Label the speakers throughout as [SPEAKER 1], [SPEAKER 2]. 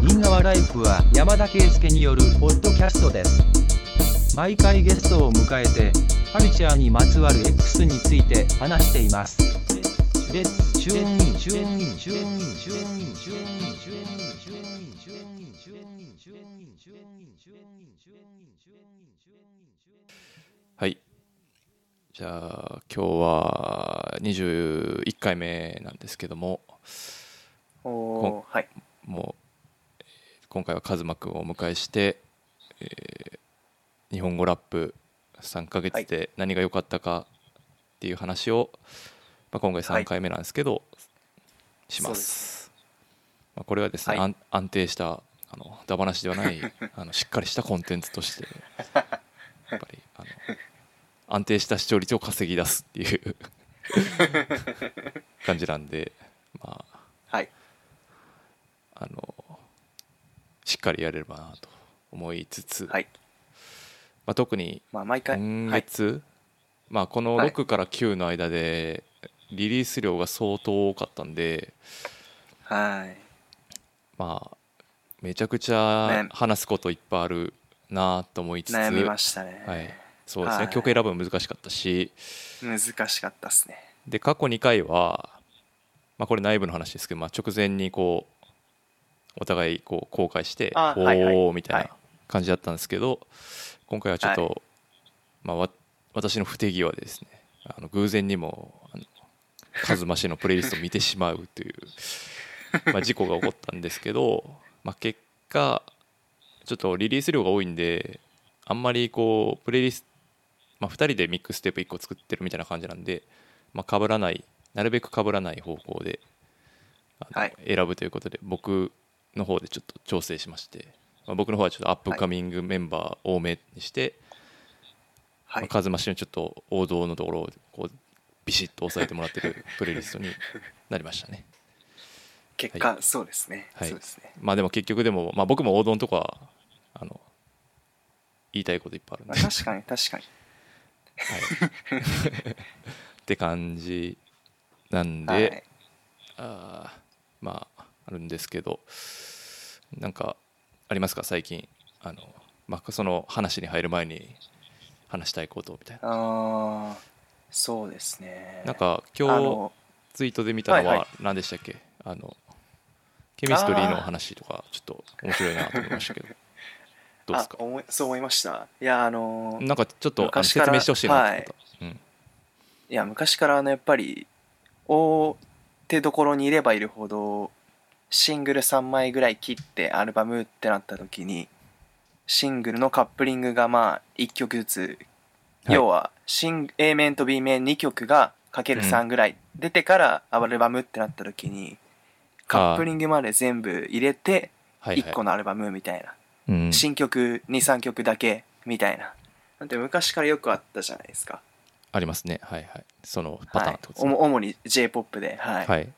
[SPEAKER 1] 品川ライフは山田圭介によるポッドキャストです毎回ゲストを迎えてカルチャーにまつわる X について話していますレッツチューンインチューンインチューンインチューンインチューンインチューンインチューンインチューンインチューンインチューンインチューンインチューンインチューンインチューンインチューンインチューンイン
[SPEAKER 2] はい。じゃあ今日は21回目なんですけども
[SPEAKER 3] お
[SPEAKER 2] こ
[SPEAKER 3] おーはい
[SPEAKER 2] もうえー今回はカズマくんをお迎えして、えー日本語ラップ3ヶ月で何が良かったかっていう話を、まあ、今回
[SPEAKER 3] は
[SPEAKER 2] 3
[SPEAKER 3] い
[SPEAKER 2] 回目なんですけど、し
[SPEAKER 3] そう
[SPEAKER 2] ま。
[SPEAKER 3] です
[SPEAKER 2] まあ、これはですね、
[SPEAKER 3] はい
[SPEAKER 2] 安安定したあのダバなしでは ないあのしっかりしたコンテンツとしてやっぱりあの安定した視聴率を稼ぎ出すって いう感じなんで、まあ、
[SPEAKER 3] はい
[SPEAKER 2] あのしっかりやれればなと思いつつ、
[SPEAKER 3] はい
[SPEAKER 2] まあ、特に
[SPEAKER 3] まあ毎回
[SPEAKER 2] 今月、まあ、この
[SPEAKER 3] はい
[SPEAKER 2] 6から9の間でリリース量が相当多かったんで、
[SPEAKER 3] はいはい
[SPEAKER 2] まあ、めちゃくちゃ
[SPEAKER 3] ね
[SPEAKER 2] 話すこといっぱいあるなと思いつつ
[SPEAKER 3] 悩みましたね、
[SPEAKER 2] はい、そうですね、
[SPEAKER 3] はい
[SPEAKER 2] 曲選ぶの難しかったし
[SPEAKER 3] 難しかったですね
[SPEAKER 2] で過去2回は、まあ、これ内部の話ですけど、まあ、直前にこうお互いこう後悔して
[SPEAKER 3] あ
[SPEAKER 2] おおー、
[SPEAKER 3] はいはい
[SPEAKER 2] みたい
[SPEAKER 3] は
[SPEAKER 2] な感じだったんですけど今回はちょっと、まあ、わ私の不手際でですねあの偶然にもあのカズマ氏のプレイリストを見てしまうというまあ事故が起こったんですけど、まあ、結果ちょっとリリース量が多いんであんまりこうプレイリスト、まあ、2人でミックステープ1個作ってるみたいな感じなんでまあ、被らないなるべく被らない方向であの
[SPEAKER 3] はい
[SPEAKER 2] 選ぶということで僕の方でちょっと調整しまして、まあ、僕の方はちょっとアップカミングメンバー多めにして、
[SPEAKER 3] は
[SPEAKER 2] まあ、
[SPEAKER 3] い
[SPEAKER 2] 風間氏のちょっと王道のところをこうビシッと押さえてもらって るプレイリストになりましたね。
[SPEAKER 3] 結果、そうですね、
[SPEAKER 2] はい
[SPEAKER 3] そうですね
[SPEAKER 2] まあでも結局でも、まあ、僕も王道のとこはあの言いたいこといっぱいあるんで
[SPEAKER 3] まあ、 確かに確かに
[SPEAKER 2] はい、って感じなんで、
[SPEAKER 3] はい
[SPEAKER 2] あーまああるんですけどなんかありますか最近あの、まあ、その話に入る前に話したいことみたいな
[SPEAKER 3] ああそうですね
[SPEAKER 2] なんか
[SPEAKER 3] あ
[SPEAKER 2] 今日
[SPEAKER 3] の
[SPEAKER 2] ツイートで見たの
[SPEAKER 3] はいは
[SPEAKER 2] はい何でしたっけ、あのケミストリーの話とかちょっと面白いなと思いました けどどうですか
[SPEAKER 3] あ思いそう思いましたいやあの
[SPEAKER 2] なんかちょっとあの
[SPEAKER 3] 昔
[SPEAKER 2] 説
[SPEAKER 3] から
[SPEAKER 2] 明してほしいなと思った、うん
[SPEAKER 3] いや昔からあのやっぱり大手どころにいればいるほどシングル3枚ぐらい切ってアルバムってなった時にシングルのカップリングがまあ1曲ずつ、
[SPEAKER 2] はい
[SPEAKER 3] 要はシン A 面と B 面2曲がかける3ぐらい出てからアルバムってなった時に、カップリングまで全部入れて
[SPEAKER 2] はいは
[SPEAKER 3] 1
[SPEAKER 2] い
[SPEAKER 3] 個のアルバムみたいな、
[SPEAKER 2] うん
[SPEAKER 3] 新曲23曲だけみたいななんて昔からよくあったじゃないですか
[SPEAKER 2] ありますねはいはいそのパターンってことです
[SPEAKER 3] はい
[SPEAKER 2] ね
[SPEAKER 3] おも主に j p o p で、はい
[SPEAKER 2] はい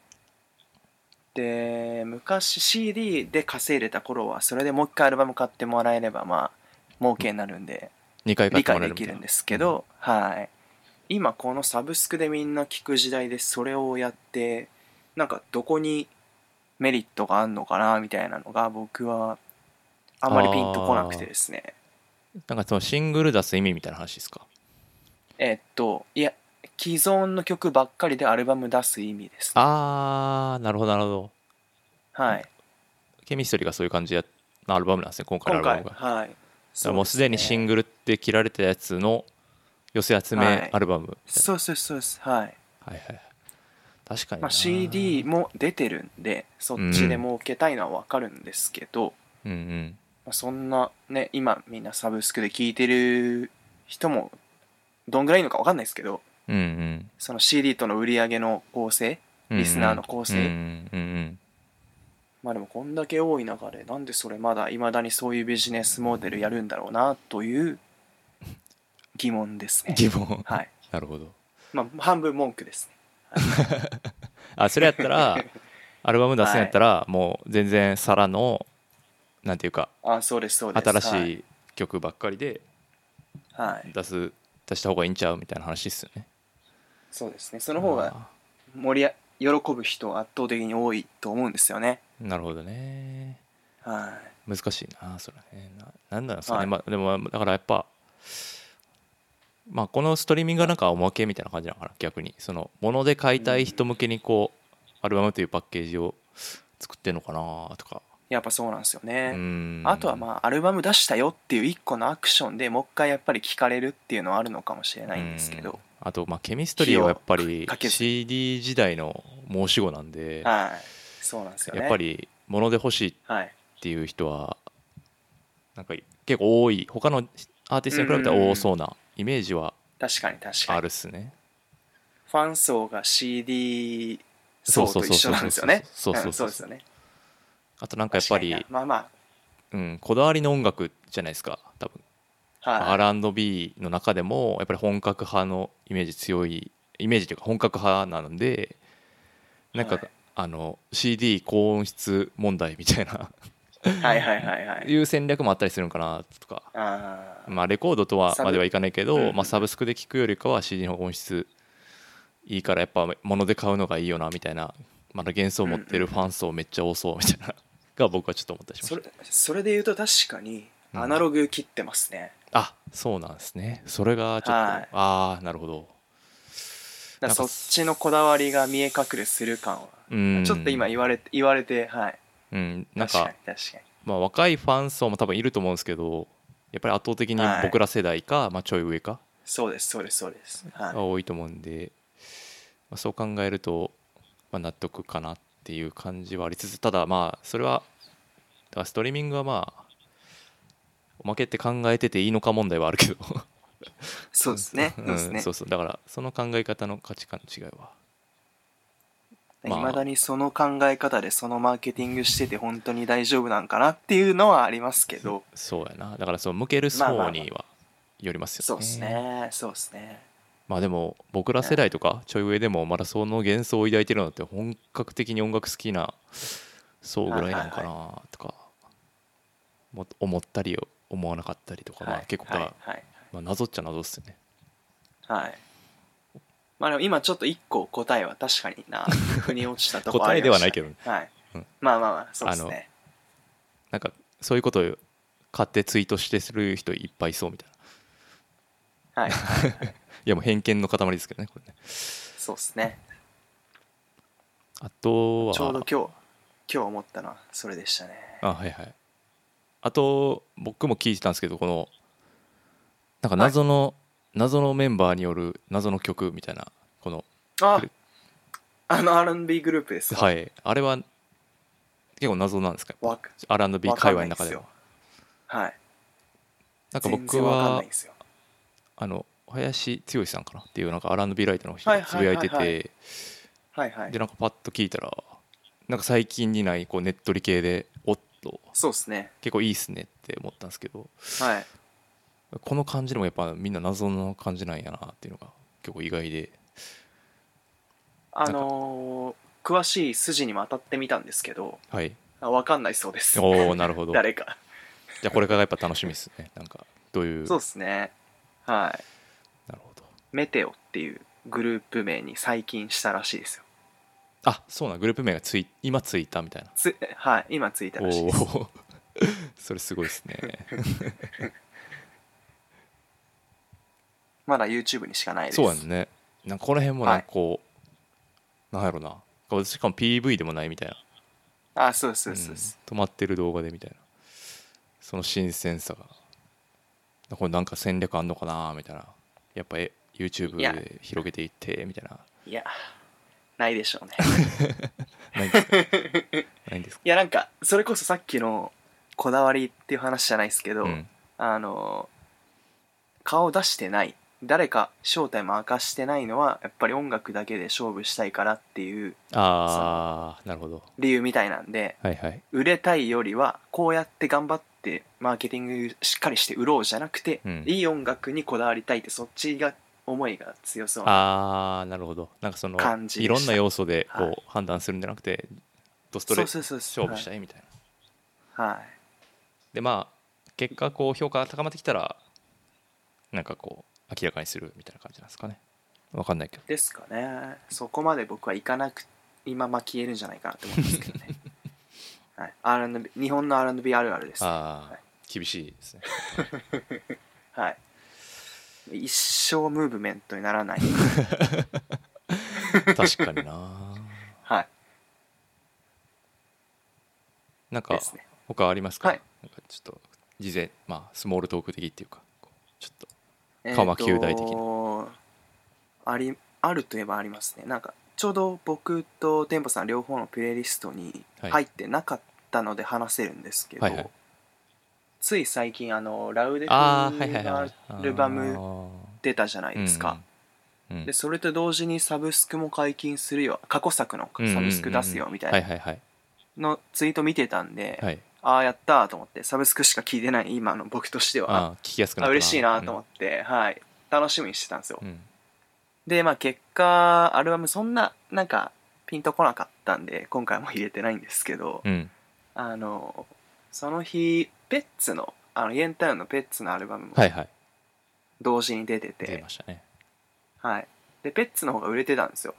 [SPEAKER 3] で昔 CD で稼いでた頃はそれでもう一回アルバム買ってもらえればまあ儲けになるんで
[SPEAKER 2] 2回買
[SPEAKER 3] 理
[SPEAKER 2] っても
[SPEAKER 3] 解
[SPEAKER 2] らえ
[SPEAKER 3] で
[SPEAKER 2] るみ
[SPEAKER 3] き
[SPEAKER 2] た
[SPEAKER 3] る
[SPEAKER 2] い
[SPEAKER 3] ん
[SPEAKER 2] な
[SPEAKER 3] ですけど、はい今このサブスクでみんな聞く時代でそれをやってなんかどこにメリットがあんのかなみたいなのが僕はあんまりピンとこなくてですね
[SPEAKER 2] なんかそのシングル出す意味みたいな話ですか
[SPEAKER 3] えっといや既存の曲ばっかりでアルバム出す意味です、ね、
[SPEAKER 2] あーなるほどなるほど
[SPEAKER 3] はい
[SPEAKER 2] ケミストリーがそういう感じやのアルバムなんですね今回の
[SPEAKER 3] 今
[SPEAKER 2] アルバ
[SPEAKER 3] 回
[SPEAKER 2] ムがだか
[SPEAKER 3] はい
[SPEAKER 2] らもうすでにシン
[SPEAKER 3] グ
[SPEAKER 2] グルって切られたやつの寄せ集
[SPEAKER 3] は
[SPEAKER 2] め
[SPEAKER 3] い
[SPEAKER 2] アルバムみたい
[SPEAKER 3] そうそうそうですはい
[SPEAKER 2] な、はい、はい確かにな、
[SPEAKER 3] まあ、CD も出てるんでそっちで儲けたいのは分かるんですけど、
[SPEAKER 2] うんうん
[SPEAKER 3] まあ、そんなね今みんなサブスクで聴いてる人もどんぐらいいるのか分かんないですけど
[SPEAKER 2] うんうん
[SPEAKER 3] その CD との売り上げの構成
[SPEAKER 2] うん
[SPEAKER 3] リスナーの構成
[SPEAKER 2] うんうんうん
[SPEAKER 3] まあでもこんだけ多い中でなんでそれまだいまだにそういうビジネスモデルやるんだろうなという疑問です
[SPEAKER 2] うん
[SPEAKER 3] ね
[SPEAKER 2] 疑問
[SPEAKER 3] はい
[SPEAKER 2] なるほど
[SPEAKER 3] まあ半分文句ですね
[SPEAKER 2] あそれやった らアルバム出すんやったら、もう全然さらのなんていうか
[SPEAKER 3] あそうですそうです
[SPEAKER 2] 新し
[SPEAKER 3] はい、
[SPEAKER 2] い曲ばっかりで
[SPEAKER 3] はい、
[SPEAKER 2] 出す出した方がいいんちゃうみたいな話ですよね
[SPEAKER 3] そうですねその方が盛りあ喜ぶ人は圧倒的に多いと思うんですよね
[SPEAKER 2] なるほどね。
[SPEAKER 3] は
[SPEAKER 2] 難しいなそれねななんなんですかね、
[SPEAKER 3] はい
[SPEAKER 2] まあでもまあだからやっぱまあこのストリーミングがなんかおまけみたいな感じなのかな逆にその物で買いたい人向けにこうアルバムというパッケージを作ってるのかなとか
[SPEAKER 3] い。やっぱそうなんですよ
[SPEAKER 2] う
[SPEAKER 3] ね。
[SPEAKER 2] ん
[SPEAKER 3] あとはまあアルバム出したよっていう一個のアクションでもう一回やっぱり聞かれるっていうのはあるのかもしれないんですけ
[SPEAKER 2] うん
[SPEAKER 3] ど、
[SPEAKER 2] あとまあケミストリーはやっぱり
[SPEAKER 3] かけず
[SPEAKER 2] CD 時代の申し子なんでや
[SPEAKER 3] はいそうなんですよね
[SPEAKER 2] っぱり物で欲しい
[SPEAKER 3] はい
[SPEAKER 2] っていう人はなんか結構多い他のアーティストに比べたら多そうなイメージは
[SPEAKER 3] 確かに確か
[SPEAKER 2] あ
[SPEAKER 3] に
[SPEAKER 2] るっすね
[SPEAKER 3] ファン層が CD 層と一緒なんですよね
[SPEAKER 2] そうそうそうそうそうそうそうん
[SPEAKER 3] そうですよね
[SPEAKER 2] あとなんかやっぱり
[SPEAKER 3] 確かになまあま
[SPEAKER 2] うん、こだわりの音楽じゃないですか多分、
[SPEAKER 3] あはい
[SPEAKER 2] R&B の中でもやっぱり本格派のイメージ強いイメージというか本格派なのでなんか、
[SPEAKER 3] はい
[SPEAKER 2] あの CD 高音質問題みたいな
[SPEAKER 3] はいはいはいはい
[SPEAKER 2] いう戦略もあったりするのかなとか、
[SPEAKER 3] あー
[SPEAKER 2] まあ、レコードとは
[SPEAKER 3] サブ
[SPEAKER 2] まではいかないけ
[SPEAKER 3] うん
[SPEAKER 2] ど、
[SPEAKER 3] うん
[SPEAKER 2] まあ、サブスクで聴くよりかは CD の音質いいからやっぱ物で買うのがいいよなみたいなまだ幻想を持ってるファン層めっちゃ多そうみたいな が僕はちょっと思ったりしまし
[SPEAKER 3] そ
[SPEAKER 2] た
[SPEAKER 3] れそれで言うと確かにアナログ切ってますね、
[SPEAKER 2] あそうなんですねそれがちょっと、
[SPEAKER 3] はい
[SPEAKER 2] ああなるほど
[SPEAKER 3] だからそっちのこだわりが見え隠れする感は
[SPEAKER 2] うん
[SPEAKER 3] ちょっと今言われて言われてはい
[SPEAKER 2] うんなん
[SPEAKER 3] 確かに
[SPEAKER 2] か、
[SPEAKER 3] 確かに
[SPEAKER 2] まあ、若いファン層も多分いると思うんですけどやっぱり圧倒的に
[SPEAKER 3] はい
[SPEAKER 2] 僕ら世代か、まあ、ちょい上か
[SPEAKER 3] そうですそうですそうですはい
[SPEAKER 2] が多いと思うんで、まあ、そう考えると、まあ、納得かなっていう感じはありつつただまあそれはだからストリーミングはまあおまけって考えてていいのか問題はあるけど
[SPEAKER 3] そうですね。そううんですね
[SPEAKER 2] そう。そうだからその考え方の価値観の違いは。
[SPEAKER 3] い
[SPEAKER 2] まあ
[SPEAKER 3] まだにその考え方でそのマーケティングしてて本当に大丈夫なんかなっていうのはありますけど。
[SPEAKER 2] そうやなだからその向ける
[SPEAKER 3] まあま
[SPEAKER 2] 層
[SPEAKER 3] あまあ
[SPEAKER 2] にはよりますよね、
[SPEAKER 3] そうですね。そうですね。
[SPEAKER 2] まあでも僕ら世代とかちょい上でもまだその幻想を抱いてるのって本格的に音楽好きな層ぐらいなのかなとかも思ったり思わなかったりとかまあ
[SPEAKER 3] はい
[SPEAKER 2] 結構
[SPEAKER 3] はい
[SPEAKER 2] まあ
[SPEAKER 3] はい。
[SPEAKER 2] まあ謎っちゃ謎っすよね
[SPEAKER 3] はい。まあでも今ちょっと一個答えは確かにな、腑に落ちたところ
[SPEAKER 2] 答えではないけどね
[SPEAKER 3] はい
[SPEAKER 2] うん。
[SPEAKER 3] まあまあまあ、そうですね。
[SPEAKER 2] なんかそういうことを買ってツイートしてする人いっぱいいそうみたいな
[SPEAKER 3] はい。
[SPEAKER 2] いやもう偏見の塊ですけどねこれね
[SPEAKER 3] そうですね。
[SPEAKER 2] あとは
[SPEAKER 3] ちょうど今日、今日思ったのはそれでしたね。
[SPEAKER 2] あはいはいあと僕も聞いてたんですけどこのなんか謎の、謎のメンバーによる謎の曲みたいなこの
[SPEAKER 3] あ
[SPEAKER 2] これ
[SPEAKER 3] あの R&B グループですか。。
[SPEAKER 2] はいいあれは結構謎なんですか
[SPEAKER 3] わか
[SPEAKER 2] R&B
[SPEAKER 3] わか
[SPEAKER 2] 界
[SPEAKER 3] ん
[SPEAKER 2] 隈の
[SPEAKER 3] ないで
[SPEAKER 2] 中
[SPEAKER 3] す
[SPEAKER 2] では
[SPEAKER 3] よ。はい。
[SPEAKER 2] なんか
[SPEAKER 3] 全
[SPEAKER 2] 僕
[SPEAKER 3] 然わかん
[SPEAKER 2] は
[SPEAKER 3] ないんですよ。
[SPEAKER 2] あの林剛さんかなっていうなんか R&B ライターの人がつぶやいて
[SPEAKER 3] はいはいは
[SPEAKER 2] て
[SPEAKER 3] はいはい
[SPEAKER 2] で。なんかパッと聞いたらなんか最近にないこうねっとり系でおっと
[SPEAKER 3] そうですね。
[SPEAKER 2] 結構いいっすねって思ったんですけど
[SPEAKER 3] はい。
[SPEAKER 2] この感じでもやっぱみんな謎の感じなんやなっていうのが結構意外で
[SPEAKER 3] あのー詳しい筋にも当たってみたんですけど、
[SPEAKER 2] はい
[SPEAKER 3] あわかんないそうです。
[SPEAKER 2] おおなるほどじ
[SPEAKER 3] 誰か。
[SPEAKER 2] ゃあこれからやっぱ楽しみですねなんかどういう
[SPEAKER 3] そうですね。はい。
[SPEAKER 2] なるほど
[SPEAKER 3] メテオっていうグループ名に最近したらしいですよ。
[SPEAKER 2] あそうなんグループ名がつい今ついたみたいな
[SPEAKER 3] つはい、今ついた
[SPEAKER 2] お
[SPEAKER 3] らしい
[SPEAKER 2] お
[SPEAKER 3] です。
[SPEAKER 2] ー それすごいですね
[SPEAKER 3] まだ YouTube にしかないです。
[SPEAKER 2] そうやんねなんかこの辺もなんかこう、なんやろなこうしかも PV でもないみたいな
[SPEAKER 3] あ、そうですそう
[SPEAKER 2] うん
[SPEAKER 3] ですそうです。
[SPEAKER 2] 止まってる動画でみたいなその新鮮さがこれなんか戦略あんのかなみたいなやっぱえ YouTube
[SPEAKER 3] いや
[SPEAKER 2] で広げていってみたいない
[SPEAKER 3] や、ないでしょうね。
[SPEAKER 2] ないんです かないんですか
[SPEAKER 3] いや、なんか、それこそさっきのこだわりっていう話じゃないですけど、
[SPEAKER 2] うん
[SPEAKER 3] あの顔出してない誰か正体も明かしてないのはやっぱり音楽だけで勝負したいからっていう
[SPEAKER 2] ああなるほど
[SPEAKER 3] 理由みたいなんで
[SPEAKER 2] はいはい
[SPEAKER 3] 売れたいよりはこうやって頑張ってマーケティングしっかりして売ろうじゃなくて、
[SPEAKER 2] うん
[SPEAKER 3] いい音楽にこだわりたいってそっちが思いが強そうな
[SPEAKER 2] ああなるほどなんかその
[SPEAKER 3] 感じで
[SPEAKER 2] い
[SPEAKER 3] した
[SPEAKER 2] ろんな要素でこう、
[SPEAKER 3] はい
[SPEAKER 2] 判断するんじゃなくてドストレ
[SPEAKER 3] そ
[SPEAKER 2] ー
[SPEAKER 3] う
[SPEAKER 2] ト
[SPEAKER 3] そうそうそう
[SPEAKER 2] 勝負したいみたいな、
[SPEAKER 3] はい、はい
[SPEAKER 2] でまあ結果こう評価が高まってきたらなんかこう明らかにするみたいな感じなんですかねわかんないけど
[SPEAKER 3] ですか ねそこまで僕はいかなく今ま消えるんじゃないかなと思うんですけどねはいはい、R&B 日本の R&B あるあるです、
[SPEAKER 2] ああ
[SPEAKER 3] はい
[SPEAKER 2] 厳しい ですね
[SPEAKER 3] はい、一生ムーブメントにな らない、
[SPEAKER 2] 確かにな
[SPEAKER 3] はい、
[SPEAKER 2] なんか
[SPEAKER 3] ですね
[SPEAKER 2] 他ありますか,、
[SPEAKER 3] はい
[SPEAKER 2] なんかちょっと事前まあスモールトーク的っていうかこうちょっと
[SPEAKER 3] カ
[SPEAKER 2] 川球大的な
[SPEAKER 3] ありあるといえばありますねなんかちょうど僕とテンポさん両方のプレイリストに
[SPEAKER 2] はい
[SPEAKER 3] 入ってなかったので話せるんですけど、
[SPEAKER 2] はいはい
[SPEAKER 3] つい最近あのラウデフ
[SPEAKER 2] ああはいはい
[SPEAKER 3] の
[SPEAKER 2] はい
[SPEAKER 3] アルバム
[SPEAKER 2] ム
[SPEAKER 3] 出たじゃないですか、
[SPEAKER 2] うんうん、
[SPEAKER 3] でそれと同時にサブスクも解禁するよ過去作のサブスク出すよみたい
[SPEAKER 2] はい
[SPEAKER 3] な
[SPEAKER 2] はいはい
[SPEAKER 3] のツイート見てたんで、
[SPEAKER 2] はい
[SPEAKER 3] ああやったーと思ってサブスクしか聞いてない今の僕としては
[SPEAKER 2] あー聞きやすくなっ
[SPEAKER 3] あ
[SPEAKER 2] た
[SPEAKER 3] 嬉しいなと思って、はい楽しみにしてたんですよ、
[SPEAKER 2] うんうん
[SPEAKER 3] でまあ結果アルバムそんななんかピンとこなかったんで今回も入れてないんですけど、
[SPEAKER 2] うん
[SPEAKER 3] あのその日ペッツのあのイエンタウンのペッツのアルバムも
[SPEAKER 2] はいはい
[SPEAKER 3] 同時に出て
[SPEAKER 2] 出
[SPEAKER 3] て
[SPEAKER 2] ま、したね
[SPEAKER 3] はい、でペッツの方が売れてたんですよ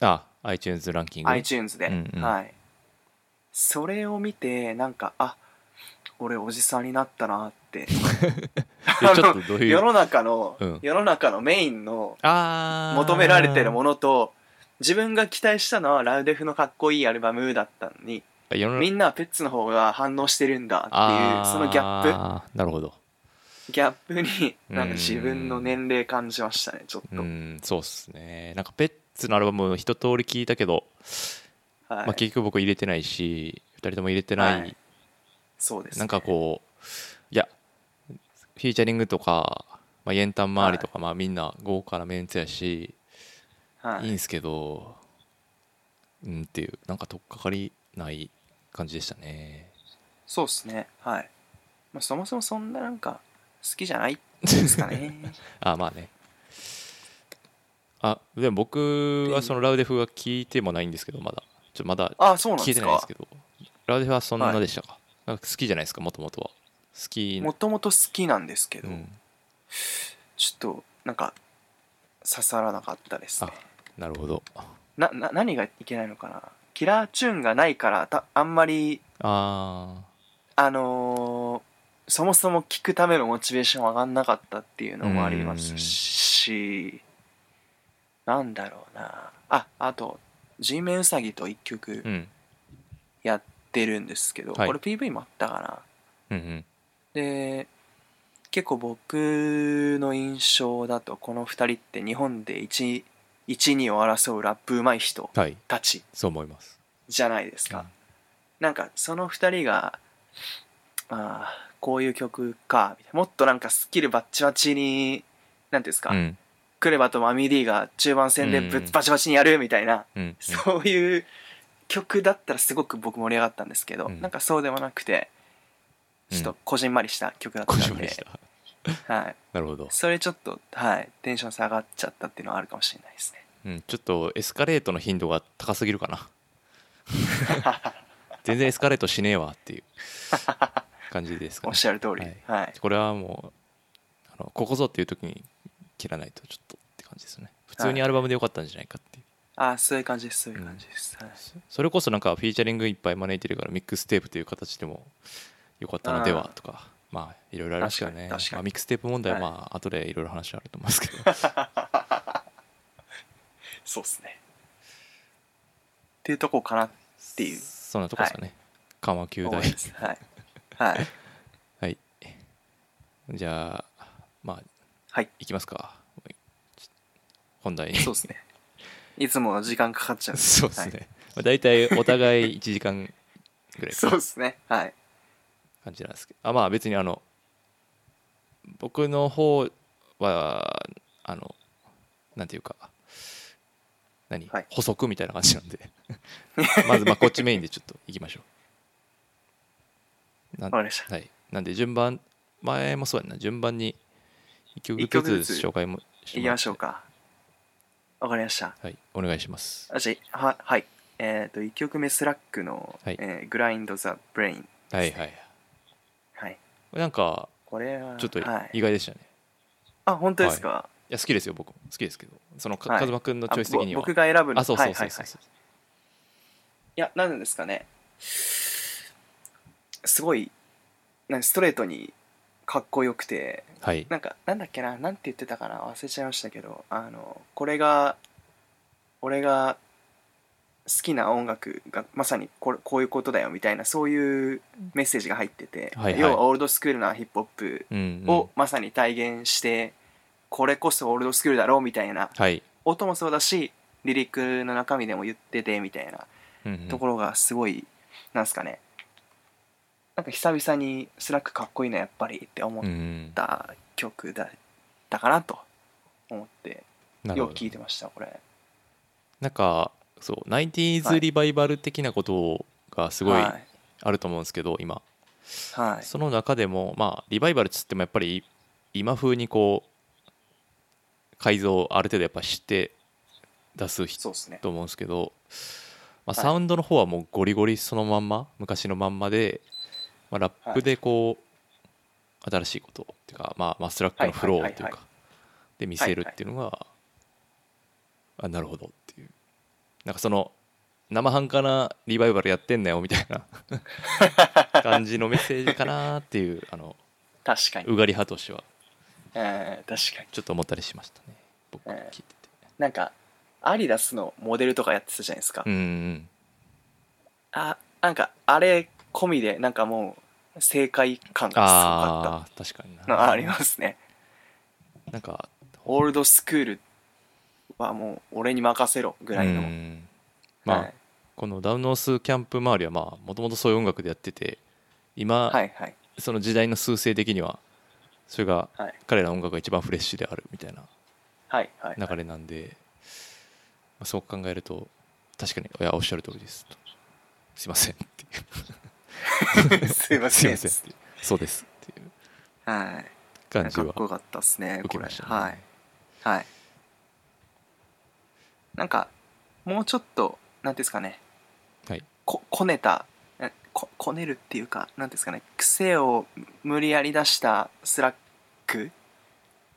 [SPEAKER 2] あ iTunes ランキング
[SPEAKER 3] iTunes で、
[SPEAKER 2] うんうん
[SPEAKER 3] はいそれを見てなんかあ俺おじさんになったなって
[SPEAKER 2] えちょっとどうい
[SPEAKER 3] 世
[SPEAKER 2] う
[SPEAKER 3] の中の、
[SPEAKER 2] うん
[SPEAKER 3] 世の中のメインの
[SPEAKER 2] あー
[SPEAKER 3] 求められてるものと自分が期待したのはラウデフのかっこいいアルバムだったのに
[SPEAKER 2] 世の中
[SPEAKER 3] みんなはペッツの方が反応してるんだっていうそのギャッ
[SPEAKER 2] あーなるほど
[SPEAKER 3] プギャップになん
[SPEAKER 2] う
[SPEAKER 3] か
[SPEAKER 2] ん
[SPEAKER 3] 自分の年齢感じましたねちょっ
[SPEAKER 2] う
[SPEAKER 3] と、
[SPEAKER 2] んそうっすねなんかペッツのアルバムを一通り聞いたけど、
[SPEAKER 3] は
[SPEAKER 2] ま
[SPEAKER 3] い
[SPEAKER 2] あ、結局僕入れてないし2人とも入れてない、
[SPEAKER 3] はいそうです、ね、
[SPEAKER 2] なんかこういやフィーチャリングとか、まあ、エンタン周りとか、まあ、みんな豪華なメンツやし、
[SPEAKER 3] はい
[SPEAKER 2] い、いんすけどうんっていうなんか取っかかりない感じでしたね
[SPEAKER 3] そうですねはい、まあ、そもそもそんななんか好きじゃないですかね
[SPEAKER 2] あまあねあでも僕はそのラウデフは聞いてもないんですけどまだちょまだ
[SPEAKER 3] ああそうなん
[SPEAKER 2] 聞
[SPEAKER 3] で
[SPEAKER 2] いて
[SPEAKER 3] す
[SPEAKER 2] ないで
[SPEAKER 3] か
[SPEAKER 2] すけどラウデフはそんなでしたか,、なんか好きじゃないですかもともとは好きな
[SPEAKER 3] もともと好きなんですけ
[SPEAKER 2] う
[SPEAKER 3] ど、
[SPEAKER 2] ん、
[SPEAKER 3] ちょっとなんか刺さらなかったですね
[SPEAKER 2] あなるほど
[SPEAKER 3] なな何がいけないのかなキラーチューンがないからたあんまり
[SPEAKER 2] あ
[SPEAKER 3] あのーそもそも聞くためのモチベーション上がんなかったっていうのもありますしなんだろうなああと「G メンウサギ」と一曲
[SPEAKER 2] ーうん
[SPEAKER 3] やってるんですけど、
[SPEAKER 2] はい
[SPEAKER 3] これ PV もあったかな
[SPEAKER 2] うんうん
[SPEAKER 3] で結構僕の印象だとこの2人って日本で1 2を争うラップ上手い人
[SPEAKER 2] はい
[SPEAKER 3] たち
[SPEAKER 2] そう思います
[SPEAKER 3] じゃないですか、
[SPEAKER 2] うん
[SPEAKER 3] なんかその2人があーこういう曲かみたいなもっとなんかスキルバッチバチになんていうんですか、
[SPEAKER 2] うん
[SPEAKER 3] クレバとマミディが中盤戦でぶっバチバチにやるみたいな、
[SPEAKER 2] うんうん
[SPEAKER 3] そういう曲だったらすごく僕盛り上がったんですけど、
[SPEAKER 2] うん
[SPEAKER 3] なんかそうでもなくてちょっとこじんまりした曲だっ
[SPEAKER 2] こ
[SPEAKER 3] た
[SPEAKER 2] じ
[SPEAKER 3] ん
[SPEAKER 2] まり
[SPEAKER 3] で
[SPEAKER 2] し、た
[SPEAKER 3] はい、
[SPEAKER 2] なるほど、
[SPEAKER 3] それちょっと、はい、テンション下がっちゃったっていうのはあるかもしれないですね。
[SPEAKER 2] うん、ちょっとエスカレートの頻度が高すぎるか な全然エスカレートしねえわっていう感じですか
[SPEAKER 3] お
[SPEAKER 2] ね
[SPEAKER 3] っしゃる通り、は
[SPEAKER 2] はいいこれはもうあのここぞっていう時に切らないとちょっとって感じですね普通にアルバムでよかったんじゃないかっていう、
[SPEAKER 3] ああそういう感じですそういう感じです、はい
[SPEAKER 2] そそれこそなんかフィーチャリングいっぱい招いてるからミックステープという形でもよかったので
[SPEAKER 3] あ
[SPEAKER 2] は
[SPEAKER 3] ー
[SPEAKER 2] とかまあいろいろありますからね
[SPEAKER 3] 確かに確かに
[SPEAKER 2] まあ、ミックステープ問題は
[SPEAKER 3] は
[SPEAKER 2] まあ後でいろいろ話はあると思いますけど
[SPEAKER 3] そうですねっていうとこかなっていう
[SPEAKER 2] そんなとこですかね緩和球
[SPEAKER 3] 思い
[SPEAKER 2] 大
[SPEAKER 3] ますはい、はい、
[SPEAKER 2] はい。じゃあ、まあ、
[SPEAKER 3] はい、
[SPEAKER 2] いきますか。本題に。
[SPEAKER 3] そうですねいつもの時間かかっちゃう ん
[SPEAKER 2] そうです
[SPEAKER 3] はい
[SPEAKER 2] ね。まあ、大体お互い1時間ぐらい
[SPEAKER 3] そう
[SPEAKER 2] か
[SPEAKER 3] ですねはい
[SPEAKER 2] 感じなんですけど、あまあ別にあの、僕の方は、あの、なんていうか、何、
[SPEAKER 3] はい
[SPEAKER 2] 補足みたいな感じなんで、 まずまあこっちメインでちょっといきましょう。な
[SPEAKER 3] わかりました
[SPEAKER 2] はい、なんで順番前もそうやんな順番に一曲
[SPEAKER 3] 一曲
[SPEAKER 2] ず
[SPEAKER 3] ずつ
[SPEAKER 2] つ紹介もしても
[SPEAKER 3] 行き
[SPEAKER 2] らっ
[SPEAKER 3] ま
[SPEAKER 2] て
[SPEAKER 3] しょうかわかりました
[SPEAKER 2] はいお願いします
[SPEAKER 3] あじゃあははいえっ、と1曲目スラックの「
[SPEAKER 2] はい
[SPEAKER 3] えー、グラインド・ザ・ブレイン
[SPEAKER 2] はいはい」
[SPEAKER 3] はい
[SPEAKER 2] なんか
[SPEAKER 3] これは
[SPEAKER 2] ちょっと
[SPEAKER 3] はい
[SPEAKER 2] 意、外でしたね、
[SPEAKER 3] あ本当ですか、
[SPEAKER 2] い、や好きですよ僕も好きですけどそのか
[SPEAKER 3] はい
[SPEAKER 2] カズマくんのチョイス的に
[SPEAKER 3] あぼ
[SPEAKER 2] は
[SPEAKER 3] 僕が選ぶの
[SPEAKER 2] あそうそう
[SPEAKER 3] は
[SPEAKER 2] そう
[SPEAKER 3] いはい
[SPEAKER 2] そ
[SPEAKER 3] は
[SPEAKER 2] う
[SPEAKER 3] いいや何ですかねすごいなんかストレートにかっこよくて
[SPEAKER 2] はい
[SPEAKER 3] なんかなんだっけななんて言ってたかな忘れちゃいましたけどあのこれが俺が好きな音楽がまさにこれこういうことだよみたいなそういうメッセージが入ってて、
[SPEAKER 2] はいはい
[SPEAKER 3] 要はオールドスクールなヒップホップ
[SPEAKER 2] うんうん
[SPEAKER 3] をまさに体現して、これこそオールドスクールだろうみたいな
[SPEAKER 2] はい
[SPEAKER 3] 音もそうだしリリックの中身でも言っててみたいな
[SPEAKER 2] うんうん
[SPEAKER 3] ところがすごい、なんすかねなんか久々にスラックかっこいいなやっぱりって思っ
[SPEAKER 2] うん
[SPEAKER 3] た曲だったかなと思って
[SPEAKER 2] なる
[SPEAKER 3] よ
[SPEAKER 2] ほ
[SPEAKER 3] く
[SPEAKER 2] ど
[SPEAKER 3] 聴いてましたこれ
[SPEAKER 2] なんかそうナイティー
[SPEAKER 3] は
[SPEAKER 2] ズ
[SPEAKER 3] い
[SPEAKER 2] リバイバル的なことがすごい
[SPEAKER 3] は
[SPEAKER 2] あると思うんですけど今
[SPEAKER 3] い、はい
[SPEAKER 2] その中でもまあリバイバルっつってもやっぱり今風にこう改造をある程度やっぱして出す人
[SPEAKER 3] そうですね
[SPEAKER 2] と思うんですけど、まあ、
[SPEAKER 3] い
[SPEAKER 2] サウンドの方はもうゴリゴリそのまんま昔のまんまで、まあ、ラップでこう新しいことっていうか、まあ、まあスラックのフローとい
[SPEAKER 3] は
[SPEAKER 2] う
[SPEAKER 3] いはいはい
[SPEAKER 2] かで見せるっていうのがあなるほどっていうなんかその生半可なリバイバルやってんなよみたい な感じのメッセージかなっていうあの
[SPEAKER 3] 確かに、
[SPEAKER 2] うがり派としては
[SPEAKER 3] えー確かに
[SPEAKER 2] ちょっと思ったりしましたね僕
[SPEAKER 3] うん
[SPEAKER 2] 聞いてて
[SPEAKER 3] なんかアディダスのモデルとかやってたじゃないですか、
[SPEAKER 2] うんうん
[SPEAKER 3] あなんかあれ込みでなんかもう正解感がすごか
[SPEAKER 2] ああ確かに
[SPEAKER 3] ったのあ
[SPEAKER 2] な
[SPEAKER 3] ありますね
[SPEAKER 2] なんか
[SPEAKER 3] オールドスクールはもう俺に任せろぐらいの、
[SPEAKER 2] うんまあ、
[SPEAKER 3] はい、
[SPEAKER 2] このダウンノースキャンプ周りはまあもともとそういう音楽でやってて今、
[SPEAKER 3] はいはい
[SPEAKER 2] その時代の趨勢的にはそれが
[SPEAKER 3] はい
[SPEAKER 2] 彼らの音楽が一番フレッシュであるみたいな
[SPEAKER 3] はいはい
[SPEAKER 2] 流れなんで、まあそう考えると確かにいやおっしゃる通りですとすいませんっていう
[SPEAKER 3] すいま
[SPEAKER 2] すい
[SPEAKER 3] せん
[SPEAKER 2] ませんっていうそうですっていう
[SPEAKER 3] は
[SPEAKER 2] 感
[SPEAKER 3] い
[SPEAKER 2] じ
[SPEAKER 3] かっ
[SPEAKER 2] は
[SPEAKER 3] こよかったですね
[SPEAKER 2] 受け
[SPEAKER 3] これ
[SPEAKER 2] ましたね
[SPEAKER 3] はいはいなんかもうちょっとなんていうんですかね
[SPEAKER 2] はい
[SPEAKER 3] ここねたえここねるっていうかなんていうんですかね癖を無理やり出したスラック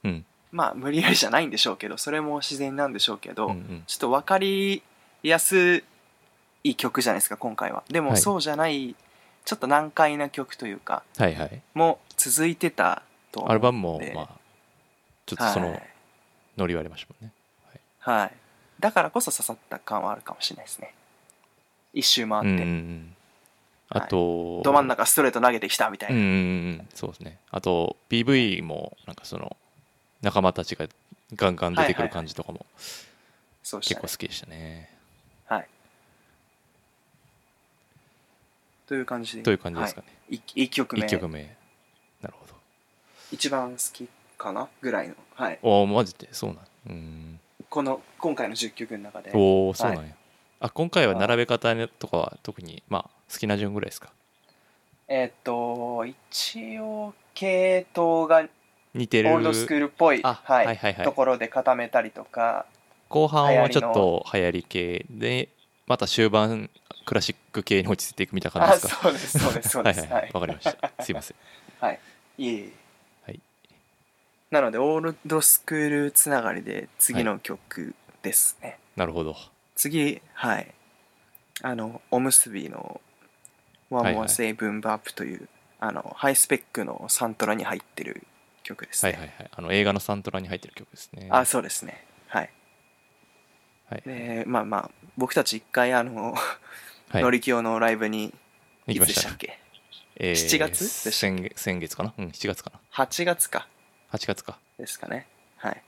[SPEAKER 2] うん
[SPEAKER 3] まあ無理やりじゃないんでしょうけどそれも自然なんでしょうけど、
[SPEAKER 2] うんうん
[SPEAKER 3] ちょっと分かりやすい曲じゃないですか今回はで
[SPEAKER 2] は
[SPEAKER 3] も
[SPEAKER 2] い
[SPEAKER 3] そうじゃない、ちょっと難解な曲というか
[SPEAKER 2] はいはい
[SPEAKER 3] もう続いてたと思う
[SPEAKER 2] アルバムも
[SPEAKER 3] で
[SPEAKER 2] まあちょっとそ
[SPEAKER 3] は
[SPEAKER 2] の
[SPEAKER 3] い
[SPEAKER 2] ノリはありましたもんね
[SPEAKER 3] はい、だからこそ刺さった感はあるかもしれないですね一周回
[SPEAKER 2] うん
[SPEAKER 3] っ
[SPEAKER 2] うんう
[SPEAKER 3] て、
[SPEAKER 2] んあと、
[SPEAKER 3] ど真ん中ストレート投げてきたみたい
[SPEAKER 2] うんう
[SPEAKER 3] な、
[SPEAKER 2] んうんそうですねあと PV もなんかその仲間たちがガンガン出てくる感じとかも
[SPEAKER 3] そう
[SPEAKER 2] 結
[SPEAKER 3] した
[SPEAKER 2] 構
[SPEAKER 3] ね
[SPEAKER 2] 好きでしたね
[SPEAKER 3] はいという感じで
[SPEAKER 2] という感じですか
[SPEAKER 3] は
[SPEAKER 2] ね、
[SPEAKER 3] い、い一曲
[SPEAKER 2] 一
[SPEAKER 3] 目
[SPEAKER 2] 曲目なるほど
[SPEAKER 3] 一番好きかなぐらいの、はい、
[SPEAKER 2] おおマジでそうなんうん
[SPEAKER 3] この今回の10曲の中で
[SPEAKER 2] おおそうなんや、あ今回は並べ方とかは特にまあ好きな順ぐらいですか
[SPEAKER 3] えーっと一応系統が
[SPEAKER 2] 似て
[SPEAKER 3] オ
[SPEAKER 2] る
[SPEAKER 3] ールドスクールっぽい、
[SPEAKER 2] あ
[SPEAKER 3] はい
[SPEAKER 2] はいはいはい
[SPEAKER 3] ところで固めたりとか
[SPEAKER 2] 後半はちょっと流行り系でまた終盤クラシック系に落ち着いていくみたいな感
[SPEAKER 3] あ
[SPEAKER 2] じですか
[SPEAKER 3] そうですそうですそうで す
[SPEAKER 2] はいはいはいわ、かりましたすいま せん
[SPEAKER 3] いえいえ
[SPEAKER 2] はい
[SPEAKER 3] なのでオールドスクールつながりで次の曲ですね、
[SPEAKER 2] なるほど
[SPEAKER 3] 次はいあのおむすびの「ワ
[SPEAKER 2] は
[SPEAKER 3] ン
[SPEAKER 2] い
[SPEAKER 3] モ
[SPEAKER 2] はい
[SPEAKER 3] アセイブンバップ」という、あのハイスペックのサントラに入ってる曲です
[SPEAKER 2] は
[SPEAKER 3] ね、
[SPEAKER 2] いはいはいあの映画のサントラに入ってる曲ですね
[SPEAKER 3] あそうですねはい
[SPEAKER 2] はい
[SPEAKER 3] でまあまあ僕たち一回あの、
[SPEAKER 2] はい
[SPEAKER 3] のりきおのライブに
[SPEAKER 2] 行
[SPEAKER 3] い
[SPEAKER 2] きま
[SPEAKER 3] つで
[SPEAKER 2] し
[SPEAKER 3] した
[SPEAKER 2] た
[SPEAKER 3] っけ
[SPEAKER 2] えー
[SPEAKER 3] 7月でした
[SPEAKER 2] 先
[SPEAKER 3] っけ
[SPEAKER 2] 月先月かなうん7月かな
[SPEAKER 3] 8月か
[SPEAKER 2] 8月 か
[SPEAKER 3] ですかねはい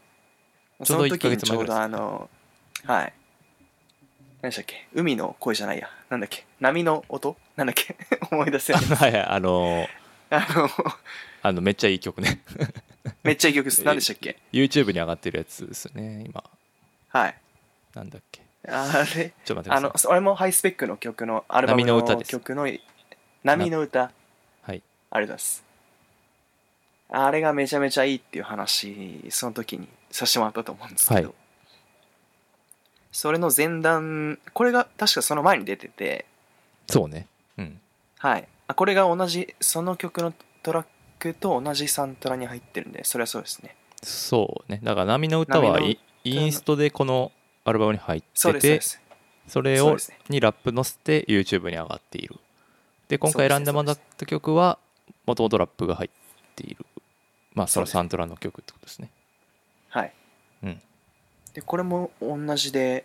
[SPEAKER 2] ちょうど1ヶ月
[SPEAKER 3] そ
[SPEAKER 2] 前
[SPEAKER 3] の時にちょ
[SPEAKER 2] ぐ
[SPEAKER 3] う
[SPEAKER 2] らいですね
[SPEAKER 3] どあのはい何でしたっけ海の声じゃないやなんだっけ波の音なんだっけ 思い出せない
[SPEAKER 2] あ はいはいあのー
[SPEAKER 3] あの
[SPEAKER 2] あのめっちゃいい曲ね
[SPEAKER 3] めっちゃいい曲です何でしたっけ
[SPEAKER 2] YouTube に上がってるやつですね今
[SPEAKER 3] はい
[SPEAKER 2] なんだっけ
[SPEAKER 3] あれ
[SPEAKER 2] ちょっと待ってください
[SPEAKER 3] あのそれもハイスペックの曲のアルバム
[SPEAKER 2] 波の歌
[SPEAKER 3] の
[SPEAKER 2] です
[SPEAKER 3] 曲の波の歌
[SPEAKER 2] はい
[SPEAKER 3] あれですあれがめちゃめちゃいいっていう話その時にさせてもらったと思うんですけど、
[SPEAKER 2] はい
[SPEAKER 3] それの前段これが確かその前に出てて
[SPEAKER 2] そうねうん
[SPEAKER 3] はいあこれが同じその曲のトラックと同じサントラに入ってるんでそれはそうですね
[SPEAKER 2] そうねだから「波の歌は」
[SPEAKER 3] 波の
[SPEAKER 2] イインストでこのアルバムに入ってて
[SPEAKER 3] そうですそうです
[SPEAKER 2] それ
[SPEAKER 3] そう
[SPEAKER 2] を
[SPEAKER 3] ですね
[SPEAKER 2] にラップ載せて YouTube に上がっているで今回選んでもらった曲はもともとラップが入っているまあその
[SPEAKER 3] そうです
[SPEAKER 2] サントラの曲ってことですね
[SPEAKER 3] はい、
[SPEAKER 2] うん
[SPEAKER 3] でこれも同じで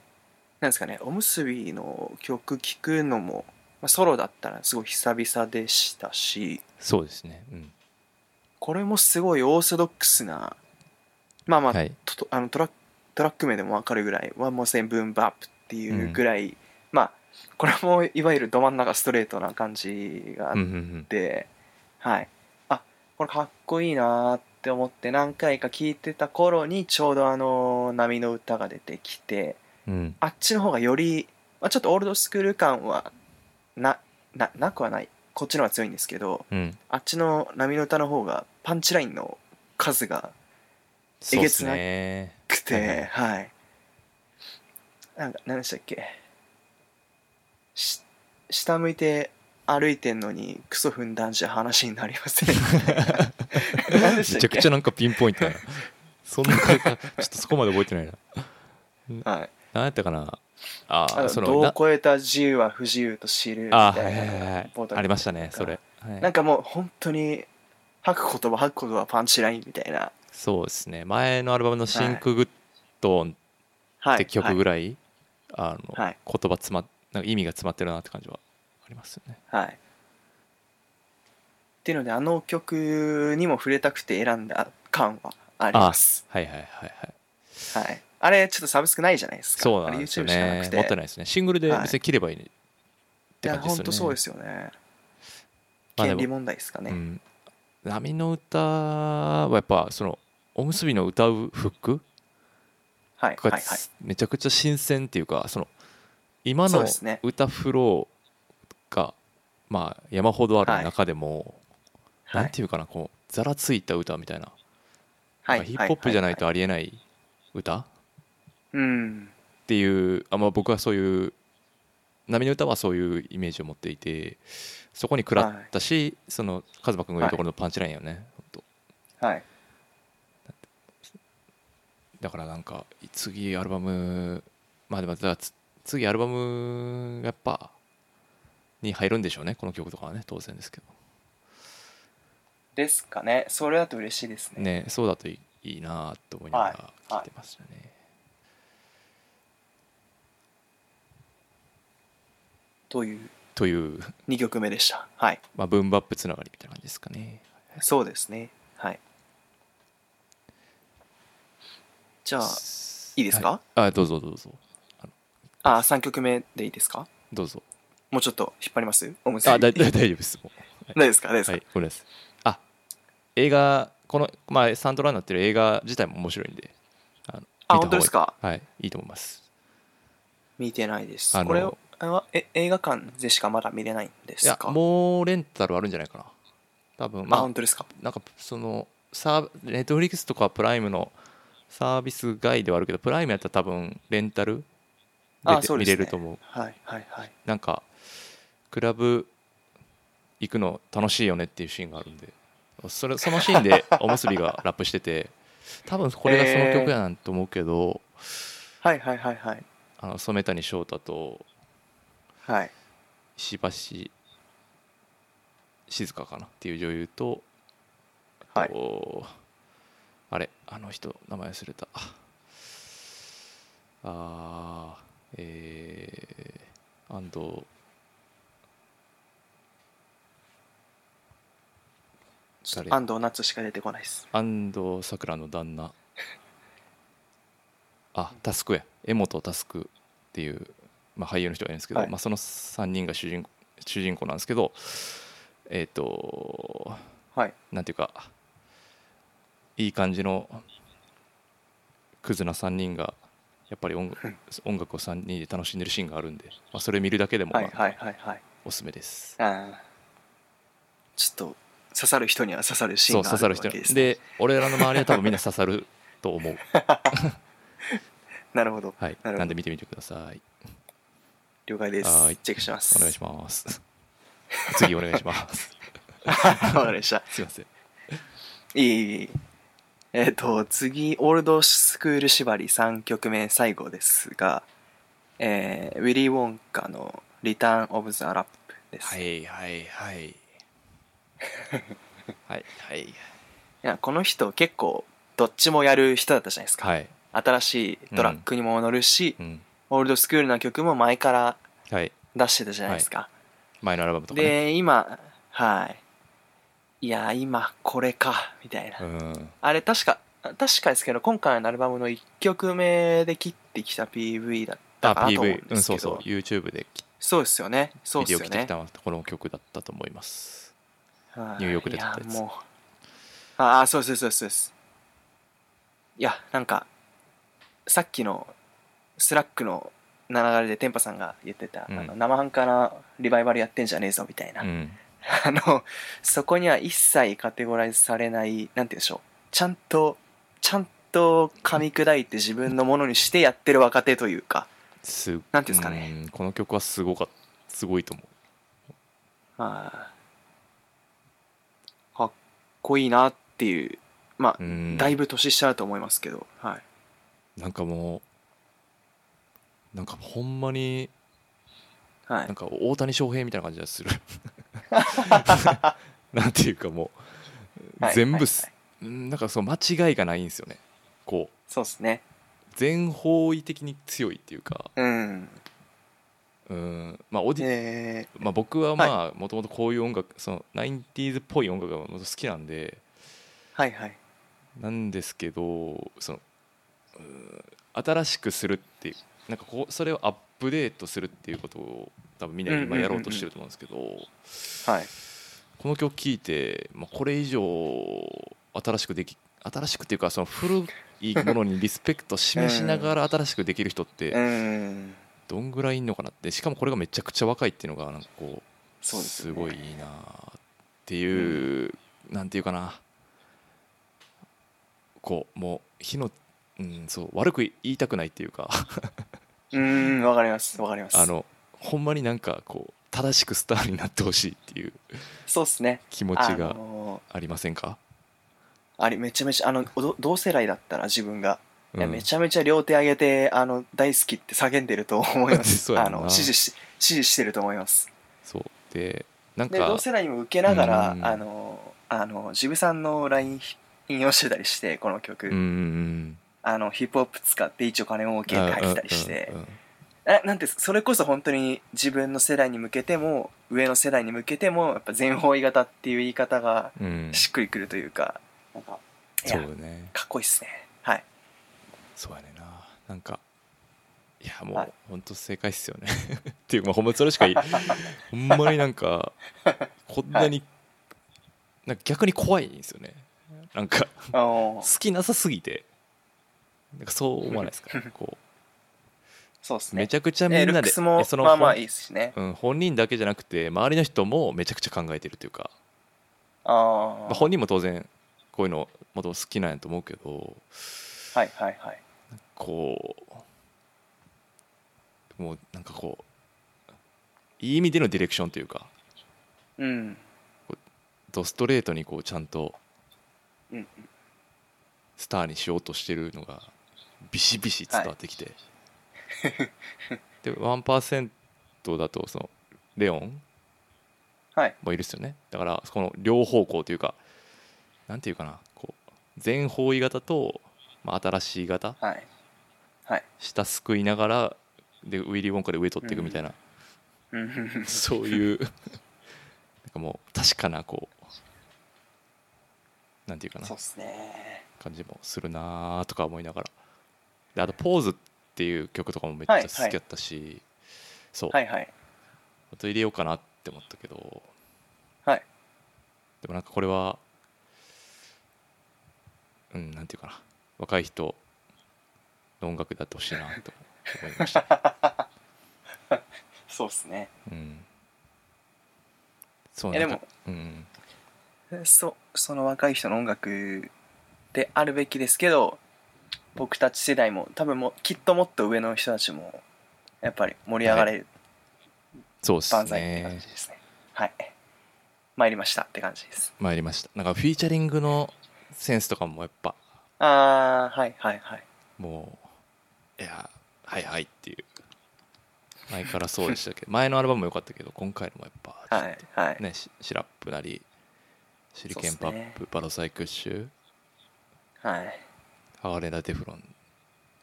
[SPEAKER 3] なんですかねおむすびの曲聴くのも、まあ、ソロだったらすごい久々でしたし
[SPEAKER 2] そうですねうん
[SPEAKER 3] これもすごいオーソドックスなまあまあ,と、
[SPEAKER 2] はい
[SPEAKER 3] とあのトラトラック名でも分かるぐらいワンモセンブーンバップっていうぐらい、まあこれもいわゆるど真ん中ストレートな感じがあっ
[SPEAKER 2] うんうんうん
[SPEAKER 3] ってはいあこれかっこいいなーって思って何回か聞いてた頃にちょうどあの「波の歌」が出てきて
[SPEAKER 2] うん
[SPEAKER 3] あっちの方がより、まあ、ちょっとオールドスクール感はなななくはないこっちの方が強いんですけど
[SPEAKER 2] うん
[SPEAKER 3] あっちの「波の歌」の方がパンチラインの数が
[SPEAKER 2] そうですね
[SPEAKER 3] くて、はい。なんか、何でしたっけ。し、下向いて歩いてんのに、クソ踏んだんじゃ話になりません。 何で
[SPEAKER 2] め
[SPEAKER 3] し
[SPEAKER 2] ちゃ
[SPEAKER 3] たっけ
[SPEAKER 2] くちゃなんかピンポイン トやなそんな感じちょっとそこまで覚えてないな
[SPEAKER 3] はい。
[SPEAKER 2] 何やったかなあ
[SPEAKER 3] あ
[SPEAKER 2] ー
[SPEAKER 3] の
[SPEAKER 2] そ
[SPEAKER 3] ど
[SPEAKER 2] の
[SPEAKER 3] う
[SPEAKER 2] な
[SPEAKER 3] 超えた自由は不自由と知るみ
[SPEAKER 2] あ
[SPEAKER 3] た
[SPEAKER 2] ーはい
[SPEAKER 3] い
[SPEAKER 2] はいはいはい
[SPEAKER 3] な。
[SPEAKER 2] ありましたねそれ、。
[SPEAKER 3] な
[SPEAKER 2] は
[SPEAKER 3] ん
[SPEAKER 2] い、
[SPEAKER 3] かもう、本当に、吐く言葉吐く言葉パンチラインみたいな。
[SPEAKER 2] そうですね前のアルバムの「シンクグッドン」
[SPEAKER 3] は
[SPEAKER 2] っ
[SPEAKER 3] い。
[SPEAKER 2] て曲ぐらい、あの
[SPEAKER 3] はい
[SPEAKER 2] 言葉詰まっなんか意味が詰まってるなって感じはありますよね。
[SPEAKER 3] はい。はいっていうので、あの曲にも触れたくて選んだ感はあります。
[SPEAKER 2] はいはいはいはい。
[SPEAKER 3] はい、あれちょっとサブスクないじゃないですか
[SPEAKER 2] そうなんですよ
[SPEAKER 3] あれ YouTube し
[SPEAKER 2] ね。
[SPEAKER 3] か
[SPEAKER 2] 持
[SPEAKER 3] な
[SPEAKER 2] っ
[SPEAKER 3] く
[SPEAKER 2] て
[SPEAKER 3] て
[SPEAKER 2] ないですね。シングルで
[SPEAKER 3] はい
[SPEAKER 2] 別に切ればいいねって
[SPEAKER 3] いや
[SPEAKER 2] 感じですよね。
[SPEAKER 3] 本当そうですよね
[SPEAKER 2] まあで
[SPEAKER 3] 権
[SPEAKER 2] も
[SPEAKER 3] 利問題ですかね、
[SPEAKER 2] うん。波の歌はやっぱそのおむすびの歌うフック
[SPEAKER 3] はいはいは
[SPEAKER 2] が
[SPEAKER 3] い
[SPEAKER 2] めちゃくちゃ新鮮っていうかその今
[SPEAKER 3] そう
[SPEAKER 2] の
[SPEAKER 3] ですね
[SPEAKER 2] 歌フローがまあ山ほどある中でも、
[SPEAKER 3] は
[SPEAKER 2] なん
[SPEAKER 3] い
[SPEAKER 2] ていうかなこうざらついた歌みたいな
[SPEAKER 3] は
[SPEAKER 2] なん
[SPEAKER 3] い
[SPEAKER 2] かヒップホップじゃない
[SPEAKER 3] は
[SPEAKER 2] とありえない歌っ
[SPEAKER 3] いはいうん
[SPEAKER 2] ていうあ、まあ、僕はそういう波の歌はそういうイメージを持っていてそこに食らったし、その和真君が言うところのパンチラインよね、ほんと
[SPEAKER 3] はい
[SPEAKER 2] だからなんか次アルバムまあでもだからつ次アルバムがやっぱに入るんでしょうねこの曲とかはね当然ですけ
[SPEAKER 3] ですかねそれだと嬉しいです
[SPEAKER 2] ど
[SPEAKER 3] ね
[SPEAKER 2] ねそうだといいいいなと思いながら聴いてますよね、
[SPEAKER 3] という
[SPEAKER 2] という、
[SPEAKER 3] 2曲目でしたはい
[SPEAKER 2] まあ、ブームバップつながりみたいな感じですかね
[SPEAKER 3] そうですねはいじゃあいいですか、
[SPEAKER 2] はいあどうぞどうぞ
[SPEAKER 3] あ3曲目でいいですか
[SPEAKER 2] どうぞ
[SPEAKER 3] もうちょっと引っ張りますおむすび
[SPEAKER 2] あだい
[SPEAKER 3] 大
[SPEAKER 2] 大丈夫ですも
[SPEAKER 3] 丈夫ですか大丈夫で
[SPEAKER 2] う
[SPEAKER 3] すか、
[SPEAKER 2] はいこれですあ映画この、まあ、サントラになってる映画自体も面白いんであの見た
[SPEAKER 3] あ
[SPEAKER 2] 方がい
[SPEAKER 3] 本
[SPEAKER 2] い
[SPEAKER 3] 当ですか
[SPEAKER 2] はいいいと思います
[SPEAKER 3] 見てないです
[SPEAKER 2] あの
[SPEAKER 3] これはえ映画館でしかまだ見れないんで
[SPEAKER 2] い
[SPEAKER 3] す
[SPEAKER 2] や
[SPEAKER 3] か
[SPEAKER 2] もうレンタルあるんじゃないかな多分
[SPEAKER 3] あ
[SPEAKER 2] ま
[SPEAKER 3] 本当ですか
[SPEAKER 2] あなんかそのサーネットフリックスとかプライムのサービス外ではあるけどプライムやったら多分レンタルで
[SPEAKER 3] あそうで
[SPEAKER 2] 見
[SPEAKER 3] すね
[SPEAKER 2] れると思う
[SPEAKER 3] はいはいはい
[SPEAKER 2] なんかクラブ行くの楽しいよねっていうシーンがあるんでそれそのシーン でおむすびがラップしてて多分これがその曲やなんと思うけど、
[SPEAKER 3] はいはいはいはい
[SPEAKER 2] あの染谷翔太と
[SPEAKER 3] はい
[SPEAKER 2] 石橋静香かなっていう女優と、
[SPEAKER 3] はい
[SPEAKER 2] とあれあの人名前忘れたあーえー、安藤誰
[SPEAKER 3] 安藤夏しか出てこないです
[SPEAKER 2] 安藤サクラの旦那あタスクや江本タスクっていう、まあ、俳優の人がいるんですけど、
[SPEAKER 3] はい
[SPEAKER 2] まあ、その3人が主人主人公なんですけどえっ、と
[SPEAKER 3] はい
[SPEAKER 2] なんていうかいい感じのクズな3人がやっぱり音 楽音楽を3人で楽しんでるシーンがあるんで、まあ、それ見るだけでも
[SPEAKER 3] はい
[SPEAKER 2] まあ
[SPEAKER 3] はいはいはい
[SPEAKER 2] おすすめです。
[SPEAKER 3] あーちょっと刺さる人には刺さるシー
[SPEAKER 2] そ
[SPEAKER 3] ン
[SPEAKER 2] う
[SPEAKER 3] が
[SPEAKER 2] 刺
[SPEAKER 3] あ
[SPEAKER 2] さ
[SPEAKER 3] る
[SPEAKER 2] る人
[SPEAKER 3] わけです、ね、
[SPEAKER 2] で俺らの周りは多分みんな刺さると思う。
[SPEAKER 3] なるほど
[SPEAKER 2] はい、
[SPEAKER 3] なるほど
[SPEAKER 2] なんで見てみてください。
[SPEAKER 3] 了解です
[SPEAKER 2] はい
[SPEAKER 3] チェックします
[SPEAKER 2] お願いします。 次お願いし ます。
[SPEAKER 3] ます わかりました
[SPEAKER 2] すいません。
[SPEAKER 3] いいいいいいえっ、と次オールドスクール縛り3曲目最後ですが、えーウィリー・ウォンカの「リターン・オブ・ザ・ラップ」です、、
[SPEAKER 2] はいいはいはい はいはい
[SPEAKER 3] やこの人結構どっちもやる人だったじゃないですか、
[SPEAKER 2] はい
[SPEAKER 3] 新しいトラックにも乗るし、
[SPEAKER 2] うん
[SPEAKER 3] オールドスクールな曲も前から
[SPEAKER 2] はい
[SPEAKER 3] 出してたじゃないですか、
[SPEAKER 2] 前のアルバムとかね
[SPEAKER 3] で今はいいや今これかみたいな、
[SPEAKER 2] うん
[SPEAKER 3] あれ確か確かですけど今回のアルバムの1曲目で切ってきた PV だった
[SPEAKER 2] あ
[SPEAKER 3] かなと思うんです
[SPEAKER 2] PV
[SPEAKER 3] けど、
[SPEAKER 2] うんそうそう YouTube で
[SPEAKER 3] そうですよねそう
[SPEAKER 2] ビ
[SPEAKER 3] です
[SPEAKER 2] デオ
[SPEAKER 3] よ
[SPEAKER 2] 来て
[SPEAKER 3] ね
[SPEAKER 2] きたところの曲だったと思います
[SPEAKER 3] はい
[SPEAKER 2] ニューヨークで撮ったやつ
[SPEAKER 3] いやもうああそうですそうですそうですいやなんかさっきのスラックの流れでテンパさんが言ってた、
[SPEAKER 2] うん
[SPEAKER 3] あの生半可なリバイバルやってんじゃねえぞみたいな、
[SPEAKER 2] うん
[SPEAKER 3] あのそこには一切カテゴライズされないなんて言うんでしょうちゃんとちゃんと噛み砕いて自分のものにしてやってる若手というか
[SPEAKER 2] す
[SPEAKER 3] なんていうんですかね
[SPEAKER 2] うんこの曲はすごかったすごいと思
[SPEAKER 3] あーかっこいいなっていうま
[SPEAKER 2] う、う
[SPEAKER 3] あ
[SPEAKER 2] ん、
[SPEAKER 3] だいぶ年下だと思いますけど、はい、
[SPEAKER 2] なんかもうなんかほんまに
[SPEAKER 3] はい
[SPEAKER 2] なん、か大谷翔平みたいな感じが するなんていうかもう
[SPEAKER 3] はい
[SPEAKER 2] 全
[SPEAKER 3] はい
[SPEAKER 2] 部すうんなんかその間違いがないんですよねこう
[SPEAKER 3] そうですね
[SPEAKER 2] 全方位的に強いっていうか
[SPEAKER 3] うん
[SPEAKER 2] うんまあオディ
[SPEAKER 3] え
[SPEAKER 2] まあ、僕はまあもともとこういう音楽その 90s っぽい音楽が元々好きなんで
[SPEAKER 3] ーはいはい
[SPEAKER 2] なんですけどそのうん新しくするっていうなんかこうそれをアップデートするっていうことを多分みんな今やろうとしてると思うんですけど、
[SPEAKER 3] はい
[SPEAKER 2] この曲聴いて、まあ、これ以上新しくでき新しくっていうかその古いものにリスペクト示しながら新しくできる人っ
[SPEAKER 3] う
[SPEAKER 2] て
[SPEAKER 3] ん
[SPEAKER 2] どんぐらいいんのかなってしかもこれがめちゃくちゃ若いっていうのがなんかこう
[SPEAKER 3] そうですよね
[SPEAKER 2] ごいいいなっていう、なんていうかなこうもう火の、うん、そう悪く言いたくないっていうか
[SPEAKER 3] うんわかりますわかります
[SPEAKER 2] あのほんまになんかこう正しくスターになってほしいっていう
[SPEAKER 3] そうですね
[SPEAKER 2] 気持
[SPEAKER 3] あ
[SPEAKER 2] ちが
[SPEAKER 3] の
[SPEAKER 2] ありませんか、
[SPEAKER 3] ーあれめちゃめちゃあのど同世代だったら自分が、いや
[SPEAKER 2] うん
[SPEAKER 3] めちゃめちゃ両手上げてあの大好きって叫ん でると思いま
[SPEAKER 2] そ
[SPEAKER 3] す
[SPEAKER 2] うや
[SPEAKER 3] あ
[SPEAKER 2] んな
[SPEAKER 3] の支持し支持してると思います
[SPEAKER 2] そうでなん
[SPEAKER 3] で
[SPEAKER 2] か
[SPEAKER 3] 同世代にも受けながら、
[SPEAKER 2] うん
[SPEAKER 3] あのあのジブさんの LINE 引用してたりしてこの曲、
[SPEAKER 2] うんうん
[SPEAKER 3] あのヒップホップ使って一応金儲けって入ってたりして、
[SPEAKER 2] うんうんうん
[SPEAKER 3] えなんていうんですかそれこそ本当に自分の世代に向けても上の世代に向けてもやっぱ全方位型っていう言い方が
[SPEAKER 2] うん
[SPEAKER 3] しっくりくるというか、なんかい
[SPEAKER 2] そ
[SPEAKER 3] や
[SPEAKER 2] うだね
[SPEAKER 3] かっこいいっすねはい
[SPEAKER 2] そうやねんななんかいやも
[SPEAKER 3] は
[SPEAKER 2] う
[SPEAKER 3] い
[SPEAKER 2] 本当正解っすよね っていうまあほんまそれしかい ほんまになんかこんなに、なんか逆に怖いんですよねなんか
[SPEAKER 3] あ
[SPEAKER 2] 好
[SPEAKER 3] の
[SPEAKER 2] きなさすぎてなんかそう思わないです かこ
[SPEAKER 3] そうです
[SPEAKER 2] う
[SPEAKER 3] ね
[SPEAKER 2] めちゃくちゃみんな
[SPEAKER 3] えル
[SPEAKER 2] で、
[SPEAKER 3] ックスも
[SPEAKER 2] えその
[SPEAKER 3] まあまあ
[SPEAKER 2] 本
[SPEAKER 3] いいですしね
[SPEAKER 2] うん、本人だけじゃなくて周りの人もめちゃくちゃ考えてるというか、ま
[SPEAKER 3] あ
[SPEAKER 2] あ、
[SPEAKER 3] あ
[SPEAKER 2] 本人も当然こういうのもともと好きなんやと思うけど
[SPEAKER 3] はいはいはい
[SPEAKER 2] こうもうなんかこういい意味でのディレクションというか
[SPEAKER 3] うん
[SPEAKER 2] ドストレートにこうちゃんと
[SPEAKER 3] うんうん
[SPEAKER 2] スターにしようとしてるのがビシビシ伝わってきて、 で1%だとそのレオン
[SPEAKER 3] はい
[SPEAKER 2] もいるっすよねだからこの両方向というかなんていうかなこう全方位型と、まあ、新しい型
[SPEAKER 3] はい
[SPEAKER 2] 下すくいながらでウィリー・ウォンカで上取っていくみたいな、
[SPEAKER 3] うんうん うん
[SPEAKER 2] そういう なんかもう確かなこうなんていうかな
[SPEAKER 3] そうですね
[SPEAKER 2] 感じもするなーとか思いながらであと「ポーズ」っていう曲とかもめっちゃ
[SPEAKER 3] はい
[SPEAKER 2] 好きだったし、そう、
[SPEAKER 3] はいはい
[SPEAKER 2] 音入れようかなって思ったけど
[SPEAKER 3] はい
[SPEAKER 2] でもなんかこれはうんなんていうかな若い人の音楽だってほしいなと思いました
[SPEAKER 3] そうですね
[SPEAKER 2] うんそう
[SPEAKER 3] いや
[SPEAKER 2] なん
[SPEAKER 3] で
[SPEAKER 2] かう
[SPEAKER 3] も
[SPEAKER 2] ん
[SPEAKER 3] そその若い人の音楽であるべきですけど僕たち世代も多分もうきっともっと上の人たちもやっぱり盛り上がれる
[SPEAKER 2] そうです
[SPEAKER 3] 万歳って感
[SPEAKER 2] ね
[SPEAKER 3] じですねはい参りましたって感じです
[SPEAKER 2] 参りましたなんかフィーチャリングのセンスとかもやっぱ
[SPEAKER 3] ああはいはいはい
[SPEAKER 2] もういやはいはいっていう前からそうでしたけ ど前のアルバムも良かったけど今回のもやっぱちょっと
[SPEAKER 3] はいはい、
[SPEAKER 2] ねシシラップなりシリケン
[SPEAKER 3] そ
[SPEAKER 2] パ
[SPEAKER 3] うっすね
[SPEAKER 2] ップ、パラサイクッシュ
[SPEAKER 3] はい
[SPEAKER 2] ハーレラ・デフロン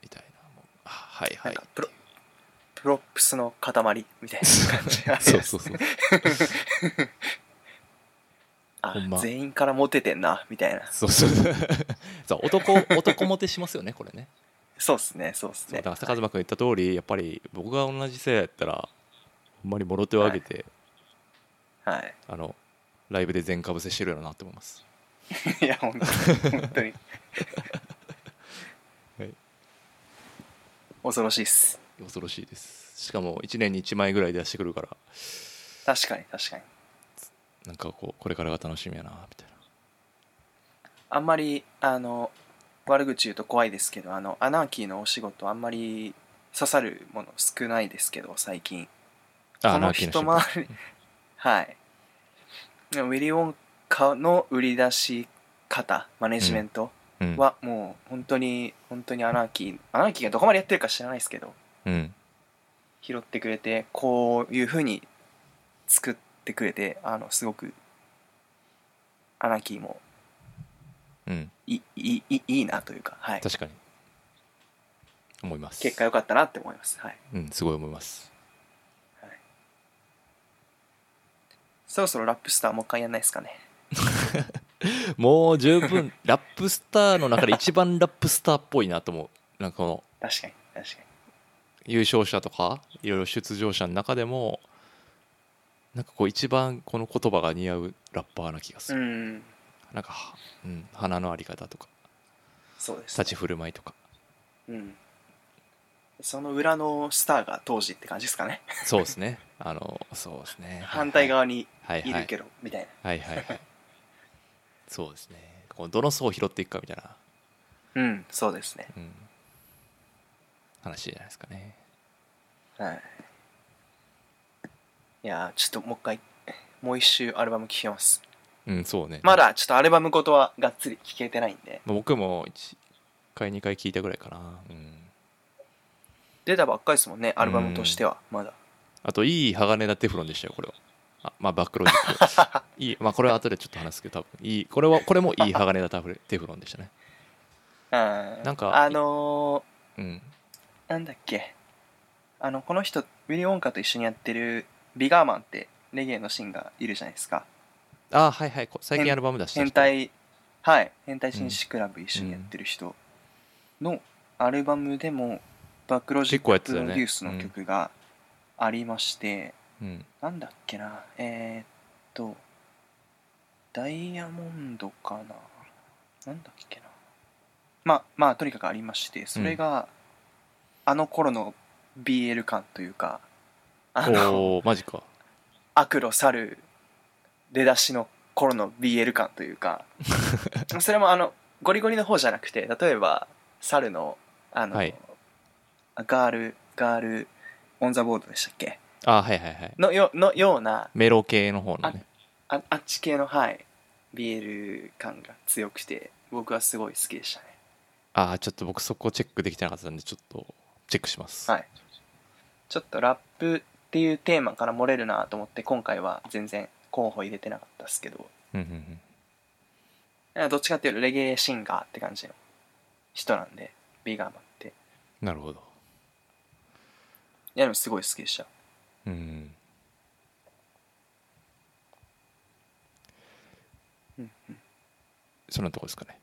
[SPEAKER 2] みたいなもうあはいは
[SPEAKER 3] ないんかプロプロップスの塊みたいな感じがあります
[SPEAKER 2] そうそうそう
[SPEAKER 3] あ
[SPEAKER 2] ほんま
[SPEAKER 3] 全員からモテてんなみたいな
[SPEAKER 2] そうそうそう そう男男モテしますよねこれね
[SPEAKER 3] そうっすねそうっす
[SPEAKER 2] そう
[SPEAKER 3] ね
[SPEAKER 2] だから坂妻君言った通りやっぱり僕が同じ世代だったらほんまにもろ手を挙げて、
[SPEAKER 3] はい
[SPEAKER 2] あのライブで全かぶせしてるやろなって思います
[SPEAKER 3] いや本 当に本当に、
[SPEAKER 2] はい
[SPEAKER 3] 恐ろしいっす
[SPEAKER 2] 恐ろしいですしかも1年に1枚ぐらい出してくるから
[SPEAKER 3] 確かに確かに
[SPEAKER 2] なんかこうこれからが楽しみやなみたいな
[SPEAKER 3] あんまりあの悪口言うと怖いですけどあのアナーキーのお仕事あんまり刺さるもの少ないですけど最近
[SPEAKER 2] あ
[SPEAKER 3] この
[SPEAKER 2] ラッキー
[SPEAKER 3] 一
[SPEAKER 2] 人
[SPEAKER 3] 回り はいでもウィリー・ウォンカの売り出し方マネジメント
[SPEAKER 2] うん
[SPEAKER 3] はもう本当に本当にアナーキーアナーキーがどこまでやってるか知らないですけど
[SPEAKER 2] うん
[SPEAKER 3] 拾ってくれてこういうふうに作ってくれてあのすごくアナーキーも
[SPEAKER 2] うん
[SPEAKER 3] いいいいいいなというか、はい、
[SPEAKER 2] 確かに思います
[SPEAKER 3] 結果良かったなって思います、はい、
[SPEAKER 2] うんすごい思います
[SPEAKER 3] そろそろラップスターもう一回やんないですかね
[SPEAKER 2] もう十分ラップスターの中で一番ラップスターっぽいなと思うなんかこの
[SPEAKER 3] 確かに確かに
[SPEAKER 2] 優勝者とかいろいろ出場者の中でもなんかこう一番この言葉が似合うラッパーな気がす
[SPEAKER 3] う
[SPEAKER 2] る、
[SPEAKER 3] ん
[SPEAKER 2] なんか、はうん、花のあり方とか
[SPEAKER 3] そうです、
[SPEAKER 2] 立ち振る舞いとか
[SPEAKER 3] うん、その裏のスターが当時って感じですかね
[SPEAKER 2] そうですねあのそうですね
[SPEAKER 3] 反対側に
[SPEAKER 2] はいはい
[SPEAKER 3] い
[SPEAKER 2] は
[SPEAKER 3] る
[SPEAKER 2] い
[SPEAKER 3] けど、みたい
[SPEAKER 2] はいはいはいそうですねこうどの層を拾っていくかみたいな、
[SPEAKER 3] なうんそうですね
[SPEAKER 2] うん、話じゃないですかね
[SPEAKER 3] はいいやーちょっともう一回もう一周アルバム聴きます
[SPEAKER 2] うんそうね
[SPEAKER 3] まだちょっとアルバムごとはがっつり聴けてないんで
[SPEAKER 2] まあ僕も1回2回聞いたぐらいかな、うん、
[SPEAKER 3] 出たばっかりですもんねアルバムとしてはまだ
[SPEAKER 2] あといい鋼だテフロンでしたよこれはあまあバックロジッ クいいまあこれは後でちょっと話すけど多分いいこれはこれもいい鋼だタフレテフロンでしたね
[SPEAKER 3] うん
[SPEAKER 2] なんか
[SPEAKER 3] あの
[SPEAKER 2] うん
[SPEAKER 3] ー、なんだっけあのこの人ウィリー・ウォンカと一緒にやってるビガーマンってレゲエのシンガーいるじゃないですか
[SPEAKER 2] あーはいはいこ最近アルバム出した人
[SPEAKER 3] 変態はい変態紳士クラブ一緒にやってる人のアルバムでもバックロジッ
[SPEAKER 2] 結構やっ
[SPEAKER 3] ク
[SPEAKER 2] て
[SPEAKER 3] プ
[SPEAKER 2] たよ
[SPEAKER 3] ロ
[SPEAKER 2] ね
[SPEAKER 3] デュースの曲がありまして、
[SPEAKER 2] うん
[SPEAKER 3] なんだっけなえー、っとダイヤモンドかななんだっけなまあまあとにかくありましてそれが、あの頃の BL 感というかあの
[SPEAKER 2] おおマジか
[SPEAKER 3] 悪路去る出だしの頃の BL 感とい うかそれもあのゴリゴリの方じゃなくて例えば猿のあの、
[SPEAKER 2] はい
[SPEAKER 3] ガールガールオン・ザ・ボードでしたっけ
[SPEAKER 2] あーはいはいはい
[SPEAKER 3] のよのような
[SPEAKER 2] メロ系の方のね
[SPEAKER 3] ああっち系のはい BL 感が強くて僕はすごい好きでしたね
[SPEAKER 2] ああちょっと僕そこチェックできてなかったんでちょっとチェックします、
[SPEAKER 3] はいちょっとラップっていうテーマから漏れるなと思って今回は全然候補入れてなかったですけど
[SPEAKER 2] うんうんうん、
[SPEAKER 3] どっちかっていうとレゲエシンガーって感じの人なんでビガーマンってい
[SPEAKER 2] なるほど
[SPEAKER 3] やでもすごい好きでした
[SPEAKER 2] うん
[SPEAKER 3] うん
[SPEAKER 2] そんなとこですかね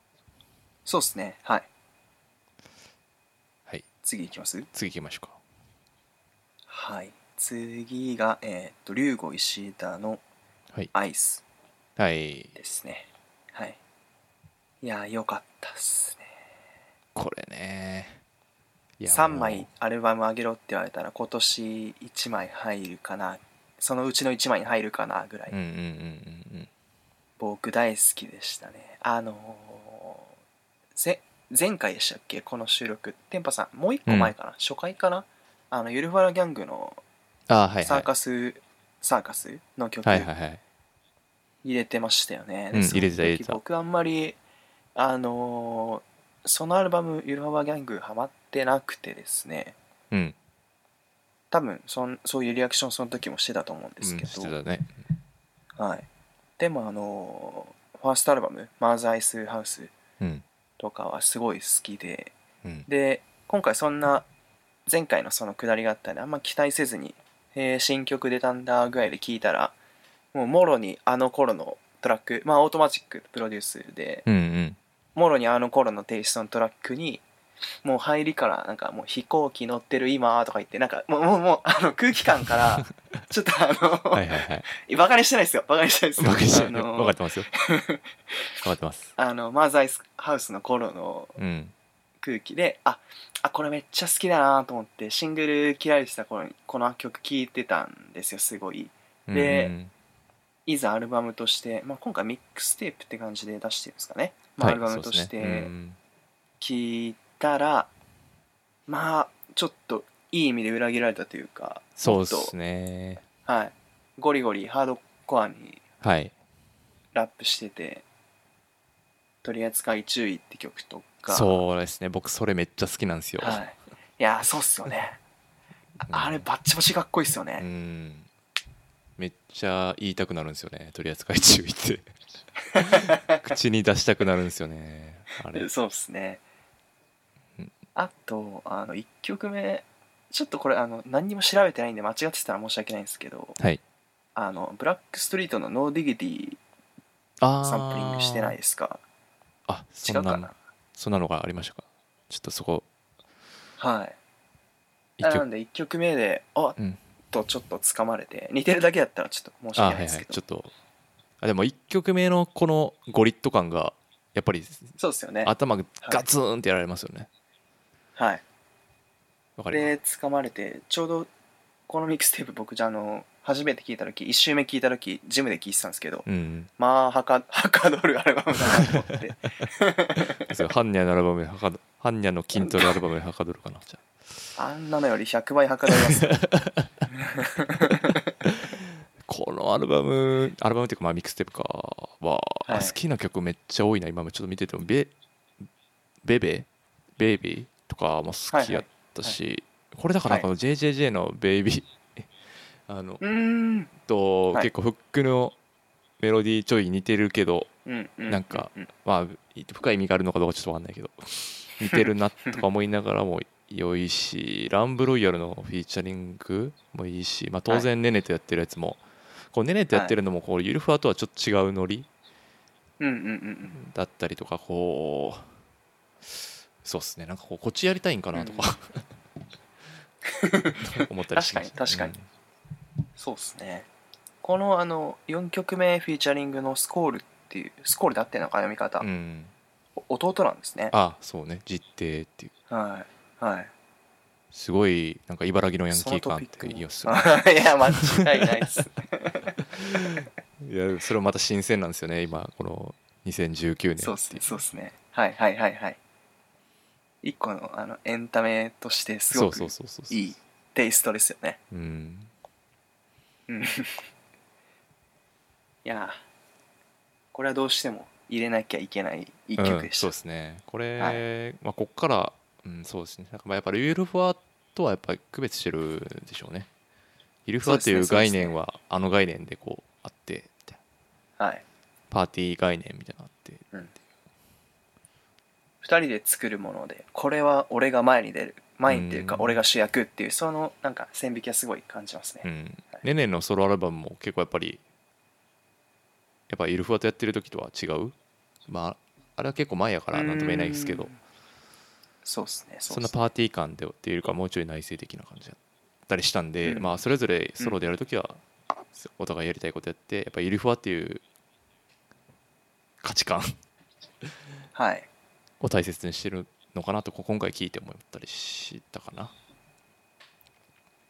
[SPEAKER 3] そうっすねはい
[SPEAKER 2] はい
[SPEAKER 3] 次いきます
[SPEAKER 2] 次行きましょうか
[SPEAKER 3] はい次がえーっと龍吾石田の
[SPEAKER 2] はい
[SPEAKER 3] アイス
[SPEAKER 2] はい
[SPEAKER 3] ですねはいいやーよかったっすね
[SPEAKER 2] これねいや
[SPEAKER 3] 3
[SPEAKER 2] もう
[SPEAKER 3] 枚アルバムあげろって言われたら今年1枚入るかなそのうちの1枚に入るかなぐらい、
[SPEAKER 2] うんうんうんうんうん
[SPEAKER 3] 僕大好きでしたねあのーぜ前回でしたっけこの収録テンパさんもう一個前かな、初回かなあのゆるふわらギャングの
[SPEAKER 2] あーはいはい
[SPEAKER 3] サーカス、サーカスの曲
[SPEAKER 2] はいは
[SPEAKER 3] 入
[SPEAKER 2] いはい
[SPEAKER 3] れてましたよね、
[SPEAKER 2] うん
[SPEAKER 3] でその
[SPEAKER 2] 入れてた入れて
[SPEAKER 3] 時
[SPEAKER 2] た
[SPEAKER 3] 僕あんまりあのーそのアルバムゆるふわらギャングハマってなくてですね
[SPEAKER 2] うん
[SPEAKER 3] 多分そんそういうリアクションその時もしてたと思うんで
[SPEAKER 2] うん
[SPEAKER 3] すけど、
[SPEAKER 2] してたね
[SPEAKER 3] はい、でもあのファーストアルバム「マーズ・アイス・ハウス
[SPEAKER 2] うん」
[SPEAKER 3] とかはすごい好きで
[SPEAKER 2] うん
[SPEAKER 3] で今回そんな前回のその下りがあったんであんま期待せずに、えー新曲出たんだぐらいで聞いたらもうもろにあの頃のトラックまあオートマチックプロデュースで
[SPEAKER 2] うんうん
[SPEAKER 3] もろにあの頃のテイストのトラックにもう入りからなんかもう飛行機乗ってる今とか言ってなんかもうもうもうあの空気感から ちょっとあの、
[SPEAKER 2] はいはい はい
[SPEAKER 3] バカにしてないですよバカにしてないですよ
[SPEAKER 2] 分かって
[SPEAKER 3] あ
[SPEAKER 2] ますよ
[SPEAKER 3] の
[SPEAKER 2] 分かってますよ分かってます
[SPEAKER 3] あのマーズアイスハウスの頃の
[SPEAKER 2] うん
[SPEAKER 3] 空気でああこれめっちゃ好きだなと思ってシングル嫌いでした頃にこの曲聴いてたんですよすごいで
[SPEAKER 2] うん
[SPEAKER 3] いざアルバムとして、まあ、今回ミックステープって感じで出してるんですかね、まあ
[SPEAKER 2] はい
[SPEAKER 3] アルバムとし
[SPEAKER 2] そうですね
[SPEAKER 3] て
[SPEAKER 2] うん
[SPEAKER 3] 聴いたら、まあちょっといい意味で裏切られたというか
[SPEAKER 2] そうですね
[SPEAKER 3] はいゴリゴリハードコアに
[SPEAKER 2] はい
[SPEAKER 3] ラップしてて取り扱い注意って曲とか
[SPEAKER 2] そうですね僕それめっちゃ好きなんですよ、
[SPEAKER 3] はい、いやーそうっすよね
[SPEAKER 2] うん
[SPEAKER 3] あれバッチバチかっこいいっすよ
[SPEAKER 2] う
[SPEAKER 3] ね、
[SPEAKER 2] んめっちゃ言いたくなるんですよね取り扱い注意って 口に出したくなるんですよねあれ
[SPEAKER 3] そうっすね
[SPEAKER 2] うん
[SPEAKER 3] あとあの1曲目ちょっとこれあの何にも調べてないんで間違ってたら申し訳ないんですけど
[SPEAKER 2] はい
[SPEAKER 3] あのブラックストリートの「ノーディギティ
[SPEAKER 2] あ」ー
[SPEAKER 3] サンプリングしてないですか
[SPEAKER 2] あ
[SPEAKER 3] 違う
[SPEAKER 2] そん
[SPEAKER 3] か
[SPEAKER 2] な
[SPEAKER 3] な
[SPEAKER 2] そんなのがありましたかちょっとそこ
[SPEAKER 3] はい
[SPEAKER 2] 一
[SPEAKER 3] あな
[SPEAKER 2] 曲
[SPEAKER 3] んで1曲目であっ
[SPEAKER 2] うん
[SPEAKER 3] とちょっとつかまれて似てるだけだったらちょっと申し
[SPEAKER 2] あ
[SPEAKER 3] 訳
[SPEAKER 2] はい
[SPEAKER 3] ない
[SPEAKER 2] は
[SPEAKER 3] で
[SPEAKER 2] い
[SPEAKER 3] すけ
[SPEAKER 2] ち
[SPEAKER 3] ど
[SPEAKER 2] ょっとあでも1曲目のこのゴリッと感がやっぱり
[SPEAKER 3] そうっすよね
[SPEAKER 2] 頭がガツンってやられますよね
[SPEAKER 3] はい
[SPEAKER 2] わかります
[SPEAKER 3] で掴まれてちょうどこのミックステープ僕じゃあの初めて聞いた時1周目聞いた時ジムで聞いてたんですけど
[SPEAKER 2] うん
[SPEAKER 3] まあはかはかどるアルバムだなと思って
[SPEAKER 2] そうハンニャのアルバムではかどハンニャの筋トレアルバムではかどるかなじゃ
[SPEAKER 3] あんなのより100倍はかどり ますよ
[SPEAKER 2] あこのアルバムアルバムっていうかまあミックステップかは、
[SPEAKER 3] はい
[SPEAKER 2] 好きな曲めっちゃ多いな今もちょっと見ててもベベベベイビーとかも好きやったし、これだからなんか JJJ のベイビー あの
[SPEAKER 3] うーん
[SPEAKER 2] と、
[SPEAKER 3] はい
[SPEAKER 2] 結構フックのメロディーちょい似てるけど
[SPEAKER 3] うんう
[SPEAKER 2] なんか
[SPEAKER 3] うん
[SPEAKER 2] まあ深い意味があるのかどうかちょっとわかんないけど似てるなとか思いながらも良いしランブロイヤルのフィーチャリングもいいし、まあ、当然ネネとやってるやつも、こうネネとやってるのもこうゆるふわとはちょっと違うノリ
[SPEAKER 3] うんうんうんうん
[SPEAKER 2] だったりとかこうそうっすねなんかこうこっちやりたいんかなとか、 思ったりしました
[SPEAKER 3] 確かに確かそうっすねこのあの4曲目フィーチャリングのスコールっていうスコールだってんのか読み方、
[SPEAKER 2] うんうん
[SPEAKER 3] お弟なんですね
[SPEAKER 2] あそうね実定っていう
[SPEAKER 3] はいはい
[SPEAKER 2] すごいなんか茨城のヤンキ
[SPEAKER 3] その
[SPEAKER 2] ー
[SPEAKER 3] ト
[SPEAKER 2] 感っ
[SPEAKER 3] ピッ
[SPEAKER 2] て
[SPEAKER 3] ク
[SPEAKER 2] いい
[SPEAKER 3] も
[SPEAKER 2] よすごい
[SPEAKER 3] いや間違いな いです
[SPEAKER 2] いやそれもまた新鮮なんですよね今この2019年
[SPEAKER 3] そうっすねそうっすねはいはいはいはい一個のあのエンタメとしてす
[SPEAKER 2] そ
[SPEAKER 3] ご
[SPEAKER 2] う
[SPEAKER 3] く
[SPEAKER 2] そうそうそうそう
[SPEAKER 3] いいテイストですよね
[SPEAKER 2] うん
[SPEAKER 3] うんいやーこれはどうしても入れなきゃいけない一曲
[SPEAKER 2] うん
[SPEAKER 3] でし
[SPEAKER 2] そ
[SPEAKER 3] た、
[SPEAKER 2] うですねこれ、
[SPEAKER 3] は
[SPEAKER 2] まあこっから、うん、そうですねなんかまあやっぱりゆるふわとはやっぱり区別してるでしょうねゆるふわってい
[SPEAKER 3] そう
[SPEAKER 2] う
[SPEAKER 3] ですね
[SPEAKER 2] 概念はあの概念でこうあってみたいな
[SPEAKER 3] はい
[SPEAKER 2] パーティー概念みたいなのあって
[SPEAKER 3] 2人で作るものでこれは俺が前に出る前にっていうか
[SPEAKER 2] うん
[SPEAKER 3] 俺が主役っていうそのなんか線引きはすごい感じますね、
[SPEAKER 2] うん
[SPEAKER 3] はい
[SPEAKER 2] ねねのソロアルバムも結構やっぱりやっぱゆるふわとやってる時とは違うまああれは結構前やからなんとも言えないですけど
[SPEAKER 3] うんそうですねそう
[SPEAKER 2] そ
[SPEAKER 3] っ
[SPEAKER 2] ん
[SPEAKER 3] す
[SPEAKER 2] な
[SPEAKER 3] ね
[SPEAKER 2] パーティー感でっていうよりかはもうちょい内省的な感じだったりしたんで、
[SPEAKER 3] うん
[SPEAKER 2] まあそれぞれソロでやるときはお互いやりたいことやってやっぱゆりふわっていう価値観
[SPEAKER 3] はい
[SPEAKER 2] を大切にしてるのかなとこ今回聞いて思ったりしたかな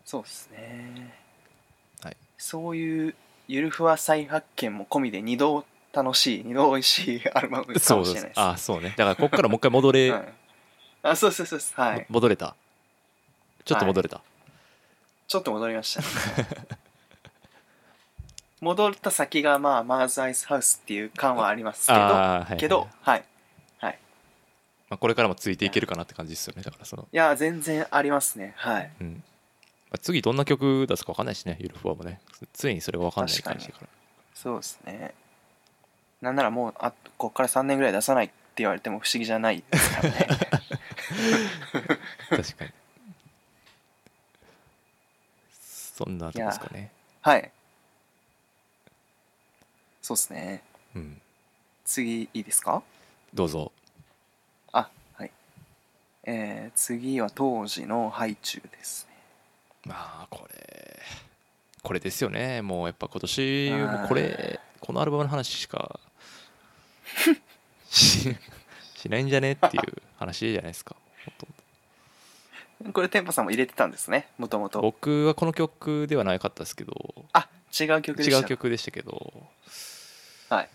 [SPEAKER 3] そうですね、
[SPEAKER 2] はい
[SPEAKER 3] そういうゆるふわ再発見も込みで2度楽しい2度美味しいアルバムかもしれないです
[SPEAKER 2] あそうねだからここからもう一回戻れ、
[SPEAKER 3] はい、あそうそうそうそうはい
[SPEAKER 2] 戻れたちょっと戻れた、
[SPEAKER 3] ちょっと戻りましたね 戻った先がまあマーズアイスハウスっていう感はありますけど
[SPEAKER 2] あーはい
[SPEAKER 3] けどはい
[SPEAKER 2] まあ、これからもついていけるかなって感じですよねだからその、
[SPEAKER 3] いや全然ありますねはい
[SPEAKER 2] うん、あ次どんな曲出すか分かんないしねゆるふわもね常にそれが分かんない感じだから
[SPEAKER 3] そうですねなんならもうあこっから3年ぐらい出さないって言われても不思議じ ゃないですからね
[SPEAKER 2] 確かにそんなとこですかね
[SPEAKER 3] はいそうですね
[SPEAKER 2] うん
[SPEAKER 3] 次いいですか
[SPEAKER 2] どうぞ
[SPEAKER 3] あはいえー、次は当時のハイチュウですね
[SPEAKER 2] まあこれこれですよねもうやっぱ今年もこれこのアルバムの話しかししないんじゃねっていう話じゃないですかほとんど
[SPEAKER 3] これテンパさんも入れてたんですねもともと
[SPEAKER 2] 僕はこの曲ではなかったですけど
[SPEAKER 3] あ違う曲でし
[SPEAKER 2] 違
[SPEAKER 3] た
[SPEAKER 2] う曲でしたけど
[SPEAKER 3] はい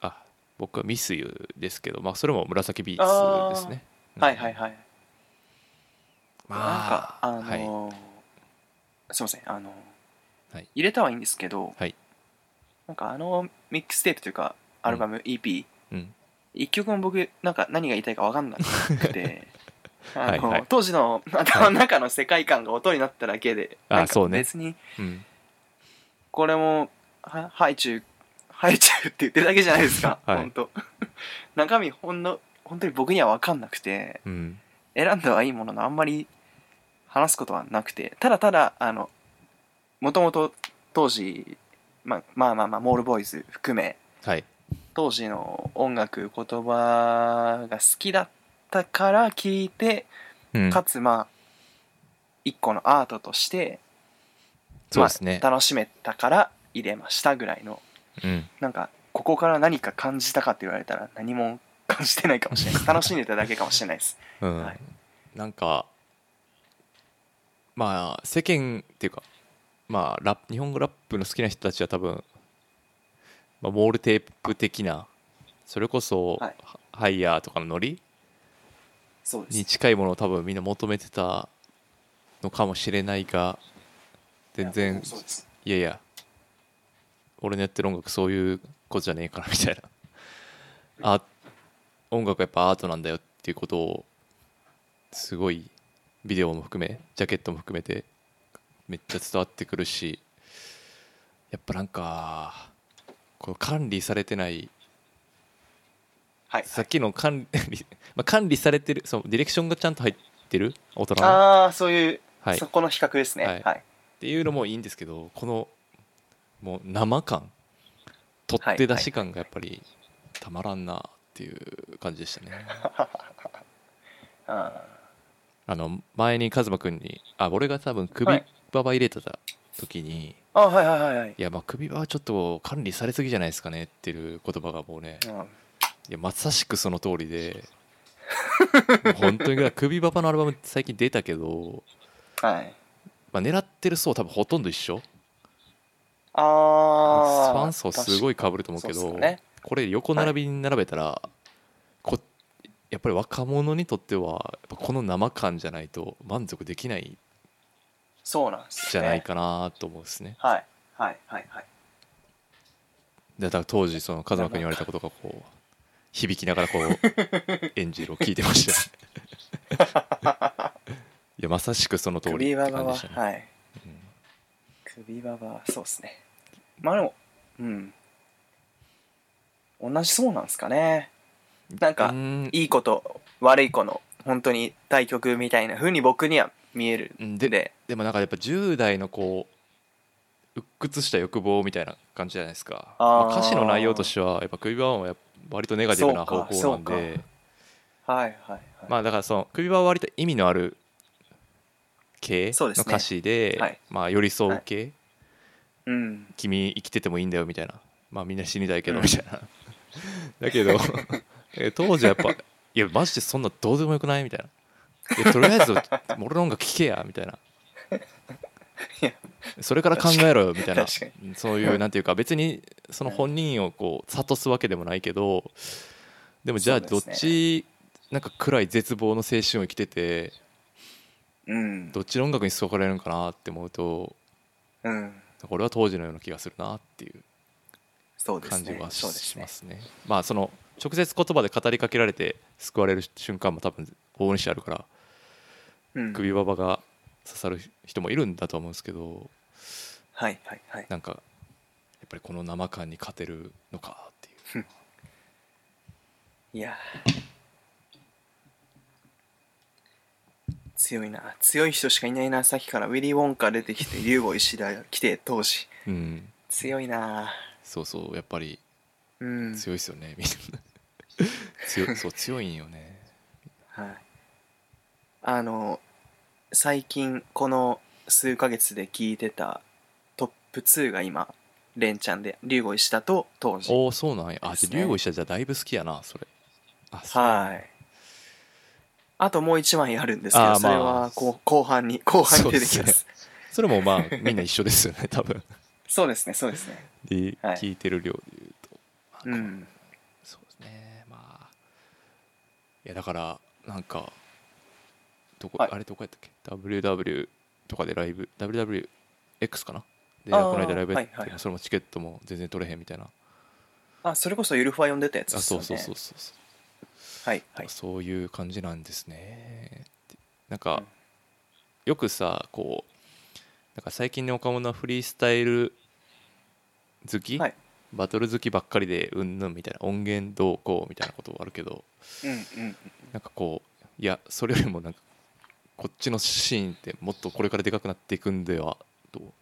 [SPEAKER 2] あ僕はミスユですけど、まあ、それも紫ビーツですね
[SPEAKER 3] はいはい
[SPEAKER 2] い
[SPEAKER 3] はい
[SPEAKER 2] ま
[SPEAKER 3] なんかあ
[SPEAKER 2] あ
[SPEAKER 3] の
[SPEAKER 2] はい
[SPEAKER 3] ーすいませんあのー
[SPEAKER 2] はい
[SPEAKER 3] 入れたはいいんですけど、
[SPEAKER 2] はい
[SPEAKER 3] なんかあのミックステープというかアルバム EP、
[SPEAKER 2] うん
[SPEAKER 3] 一曲も僕なんか何が言いたいか分かんなくてあの
[SPEAKER 2] はいはい
[SPEAKER 3] 当時の頭の中の世界観が音になっただけで、
[SPEAKER 2] あ
[SPEAKER 3] なんか
[SPEAKER 2] そうね
[SPEAKER 3] 別に
[SPEAKER 2] うん
[SPEAKER 3] これもはハイチュウハイチュウって言ってるだけじゃないですか、
[SPEAKER 2] はい
[SPEAKER 3] 本当中身ほんの本当に僕には分かんなくて
[SPEAKER 2] うん
[SPEAKER 3] 選んだはいいもののあんまり話すことはなくてただただあのもともと当時、まあ、まあまあまあモールボーイズ含め
[SPEAKER 2] はい
[SPEAKER 3] 当時の音楽言葉が好きだったから聞いて
[SPEAKER 2] うん
[SPEAKER 3] かつまあ一個のアートとして、
[SPEAKER 2] そうですね、
[SPEAKER 3] まあ楽しめたから入れましたぐらいの
[SPEAKER 2] うん
[SPEAKER 3] なんかここから何か感じたかって言われたら何も感じてないかもしれないです楽しんでただけかもしれないです
[SPEAKER 2] うん
[SPEAKER 3] はい
[SPEAKER 2] なんかまあ世間っていうかまあラップ日本語ラップの好きな人たちは多分、まあ、モールテープ的なそれこそ、
[SPEAKER 3] はい
[SPEAKER 2] ハイヤーとかのノリ
[SPEAKER 3] そうです
[SPEAKER 2] に近いものを多分みんな求めてたのかもしれないが全
[SPEAKER 3] いや
[SPEAKER 2] 然
[SPEAKER 3] そうです
[SPEAKER 2] いやいや俺のやってる音楽そういうことじゃねえからみたいなあ音楽はやっぱアートなんだよっていうことをすごいビデオも含めジャケットも含めてめっちゃ伝わってくるしやっぱなんかこう管理されてない
[SPEAKER 3] はい
[SPEAKER 2] さっきの管理 まあ管理されてるそのディレクションがちゃんと入ってる大人の
[SPEAKER 3] ああそういう
[SPEAKER 2] はい、
[SPEAKER 3] そ
[SPEAKER 2] っ
[SPEAKER 3] この比較ですね。は
[SPEAKER 2] はいい。 ていうのもいいんですけどこのもう生感取って出し感がやっぱりたまらんなっていう感じでしたね。
[SPEAKER 3] あ
[SPEAKER 2] あの前にカズマ君にあ俺が多分首
[SPEAKER 3] はい
[SPEAKER 2] ババ入れてた時に、
[SPEAKER 3] ーあ、はいはいはいはい
[SPEAKER 2] い、。やまあ首バはちょっと管理されすぎじゃないですかねっていう言葉がもうね
[SPEAKER 3] うん
[SPEAKER 2] いやまさしくその通りでもう本当にだから首ババのアルバム最近出たけど、
[SPEAKER 3] はい。
[SPEAKER 2] まあ、狙ってる層多分ほとんど一緒
[SPEAKER 3] ああ。
[SPEAKER 2] ファン層すごい被ると思うけ
[SPEAKER 3] そうっ
[SPEAKER 2] ど
[SPEAKER 3] すね
[SPEAKER 2] これ横並びに並べたら、こやっぱり若者にとってはやっぱこの生感じゃないと満足できないん
[SPEAKER 3] そうなんです、ね。
[SPEAKER 2] じゃない。かなと思うんですね。
[SPEAKER 3] はい。はいはいはい。
[SPEAKER 2] でだから当時その風間君に言われたことがこう響きながらこう 演じるを聞いてましたね。 いやまさしくその通り
[SPEAKER 3] 首
[SPEAKER 2] っ
[SPEAKER 3] バ
[SPEAKER 2] て
[SPEAKER 3] バ
[SPEAKER 2] 感じ
[SPEAKER 3] は、
[SPEAKER 2] でしたね。
[SPEAKER 3] はい。
[SPEAKER 2] うん
[SPEAKER 3] 首ババは、そうですね。まあでも、うん。同じそうなんですかね。なんか
[SPEAKER 2] う、ん
[SPEAKER 3] いいこと、悪い子の、本当に対局みたいな風に僕には見える
[SPEAKER 2] うん
[SPEAKER 3] んで。
[SPEAKER 2] ででもなんかやっぱ10代のこう鬱屈した欲望みたいな感じじゃないですか
[SPEAKER 3] あー
[SPEAKER 2] まあ歌詞の内容としてはやっぱ首輪はやっぱ割とネガティブな
[SPEAKER 3] そう
[SPEAKER 2] 方
[SPEAKER 3] か
[SPEAKER 2] 向なん
[SPEAKER 3] そう
[SPEAKER 2] で
[SPEAKER 3] はいはいはい。
[SPEAKER 2] まあだからその首輪は割と意味のある系
[SPEAKER 3] そう
[SPEAKER 2] の
[SPEAKER 3] ですね
[SPEAKER 2] 歌詞で
[SPEAKER 3] はい
[SPEAKER 2] まあ寄り添う系、
[SPEAKER 3] うん。
[SPEAKER 2] 君生きててもいいんだよみたいなまあみんな死にたいけど
[SPEAKER 3] うん
[SPEAKER 2] みたいな、 だけどえ当時はやっぱいやマジでそんなどうでもよくないみたいないやとりあえず俺の音楽聴けやみたいない
[SPEAKER 3] や
[SPEAKER 2] それから考えろよみたいな
[SPEAKER 3] 確か
[SPEAKER 2] そういうなんていうか別にその本人をこう諭すわけでもないけどでもじゃあ
[SPEAKER 3] そ
[SPEAKER 2] ど
[SPEAKER 3] う
[SPEAKER 2] っ
[SPEAKER 3] ですね
[SPEAKER 2] ちなんか暗い絶望の青春を生きてて
[SPEAKER 3] うん。
[SPEAKER 2] どっちの音楽に注がれるのかなって思うと
[SPEAKER 3] うん。
[SPEAKER 2] 俺は当時のような気がするなっていう
[SPEAKER 3] そうです
[SPEAKER 2] 感じ
[SPEAKER 3] ね。
[SPEAKER 2] は
[SPEAKER 3] そうです
[SPEAKER 2] し
[SPEAKER 3] ね
[SPEAKER 2] ま。すね。まあその直接言葉で語りかけられて救われる瞬間も多分大西あるから
[SPEAKER 3] うん
[SPEAKER 2] 首ババが刺さる人もいるんだと思うんですけど
[SPEAKER 3] はいはいはい
[SPEAKER 2] なんかやっぱりこの生感に勝てるのかっていう
[SPEAKER 3] いやー強いな強い人しかいないなさっきからウィリー・ウォンカー出てきて竜ゴ石田が来て当時
[SPEAKER 2] うん
[SPEAKER 3] 強いな
[SPEAKER 2] そうそうやっぱり
[SPEAKER 3] うん
[SPEAKER 2] 強いですよね、みんな 強いそう強いんよね
[SPEAKER 3] はい、あの最近この数ヶ月で聞いてたトップ2が今連チャンで竜ゴ石田と当時
[SPEAKER 2] おおそうなんやあ
[SPEAKER 3] ですね
[SPEAKER 2] 竜吾医者じゃだいぶ好きやなそれあそう
[SPEAKER 3] はいあともう一枚あるんですけ
[SPEAKER 2] あ
[SPEAKER 3] ど
[SPEAKER 2] ー
[SPEAKER 3] それ
[SPEAKER 2] まあ
[SPEAKER 3] はこう後半に後半に出てき
[SPEAKER 2] そう
[SPEAKER 3] ま
[SPEAKER 2] ですすそれもまあみんな一緒ですよね多分
[SPEAKER 3] そうですねそうですね
[SPEAKER 2] で
[SPEAKER 3] はい
[SPEAKER 2] 聞いてる量で言うと、まあこ
[SPEAKER 3] う
[SPEAKER 2] の
[SPEAKER 3] ん
[SPEAKER 2] そうですねまあいやだからなんかどこ、
[SPEAKER 3] はい
[SPEAKER 2] あれどこやったっけ WW とかでライブ WWX かなでこ
[SPEAKER 3] あー
[SPEAKER 2] の間ライブやって、
[SPEAKER 3] はいはい
[SPEAKER 2] それもチケットも全然取れへんみたいな
[SPEAKER 3] あそれこそゆるふわ読んでたやつ
[SPEAKER 2] あ
[SPEAKER 3] です
[SPEAKER 2] そ
[SPEAKER 3] よ
[SPEAKER 2] う
[SPEAKER 3] ね
[SPEAKER 2] そうそうそうそう
[SPEAKER 3] はいはい
[SPEAKER 2] そういう感じなんですねってなんか、
[SPEAKER 3] うん
[SPEAKER 2] よくさこうなんか最近の若者はフリースタイル好き、
[SPEAKER 3] はい
[SPEAKER 2] バトル好きばっかりでうんぬんみたいな音源どうこうみたいなことあるけど
[SPEAKER 3] うんうん
[SPEAKER 2] なんかこういやそれよりもなんかこっちのシーンってもっとこれからでかくなっていくんではと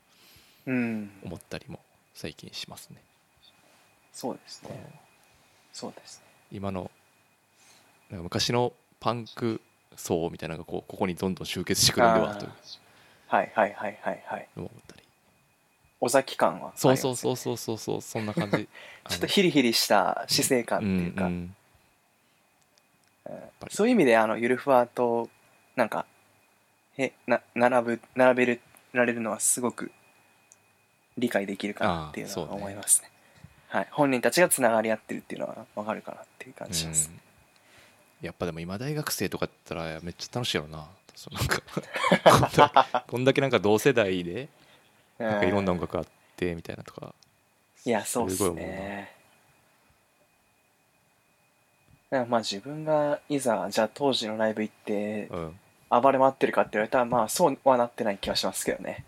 [SPEAKER 3] うん
[SPEAKER 2] 思ったりも最近しますね。
[SPEAKER 3] そうですねそうですね
[SPEAKER 2] 今のなんか昔のパンク層みたいなのがこうここにどんどん集結してくるんでは
[SPEAKER 3] あー
[SPEAKER 2] という
[SPEAKER 3] はいはいはいはいはい
[SPEAKER 2] のを思ったり
[SPEAKER 3] 尾崎感はあります
[SPEAKER 2] そ
[SPEAKER 3] よ
[SPEAKER 2] う
[SPEAKER 3] ね
[SPEAKER 2] そうそうそうそうそうそんな感じ
[SPEAKER 3] ちょっとヒリヒリした死生
[SPEAKER 2] あ
[SPEAKER 3] 観っ
[SPEAKER 2] の
[SPEAKER 3] ていうか、
[SPEAKER 2] んんぱり
[SPEAKER 3] そういう意味であのゆるふわとなんかへな並ぶ並べるられるのはすごく理解できるかなっていうの
[SPEAKER 2] ああ
[SPEAKER 3] は
[SPEAKER 2] そうね
[SPEAKER 3] 思いますねはい、本人たちがつながり合ってるっていうのはわかるかなっていう感じします、
[SPEAKER 2] うんやっぱでも今大学生とかだったらめっちゃ楽しいやろなそうなんかこんだこんだけなんか同世代で
[SPEAKER 3] う
[SPEAKER 2] なんかいろんな音楽あってみたいなとか
[SPEAKER 3] いやそうっ
[SPEAKER 2] す
[SPEAKER 3] す
[SPEAKER 2] ごい思う
[SPEAKER 3] ねだからまあ自分がいざじゃあ当時のライブ行って
[SPEAKER 2] うん
[SPEAKER 3] 暴れ回ってるかって言われたらまあそうはなってない気はしますけどね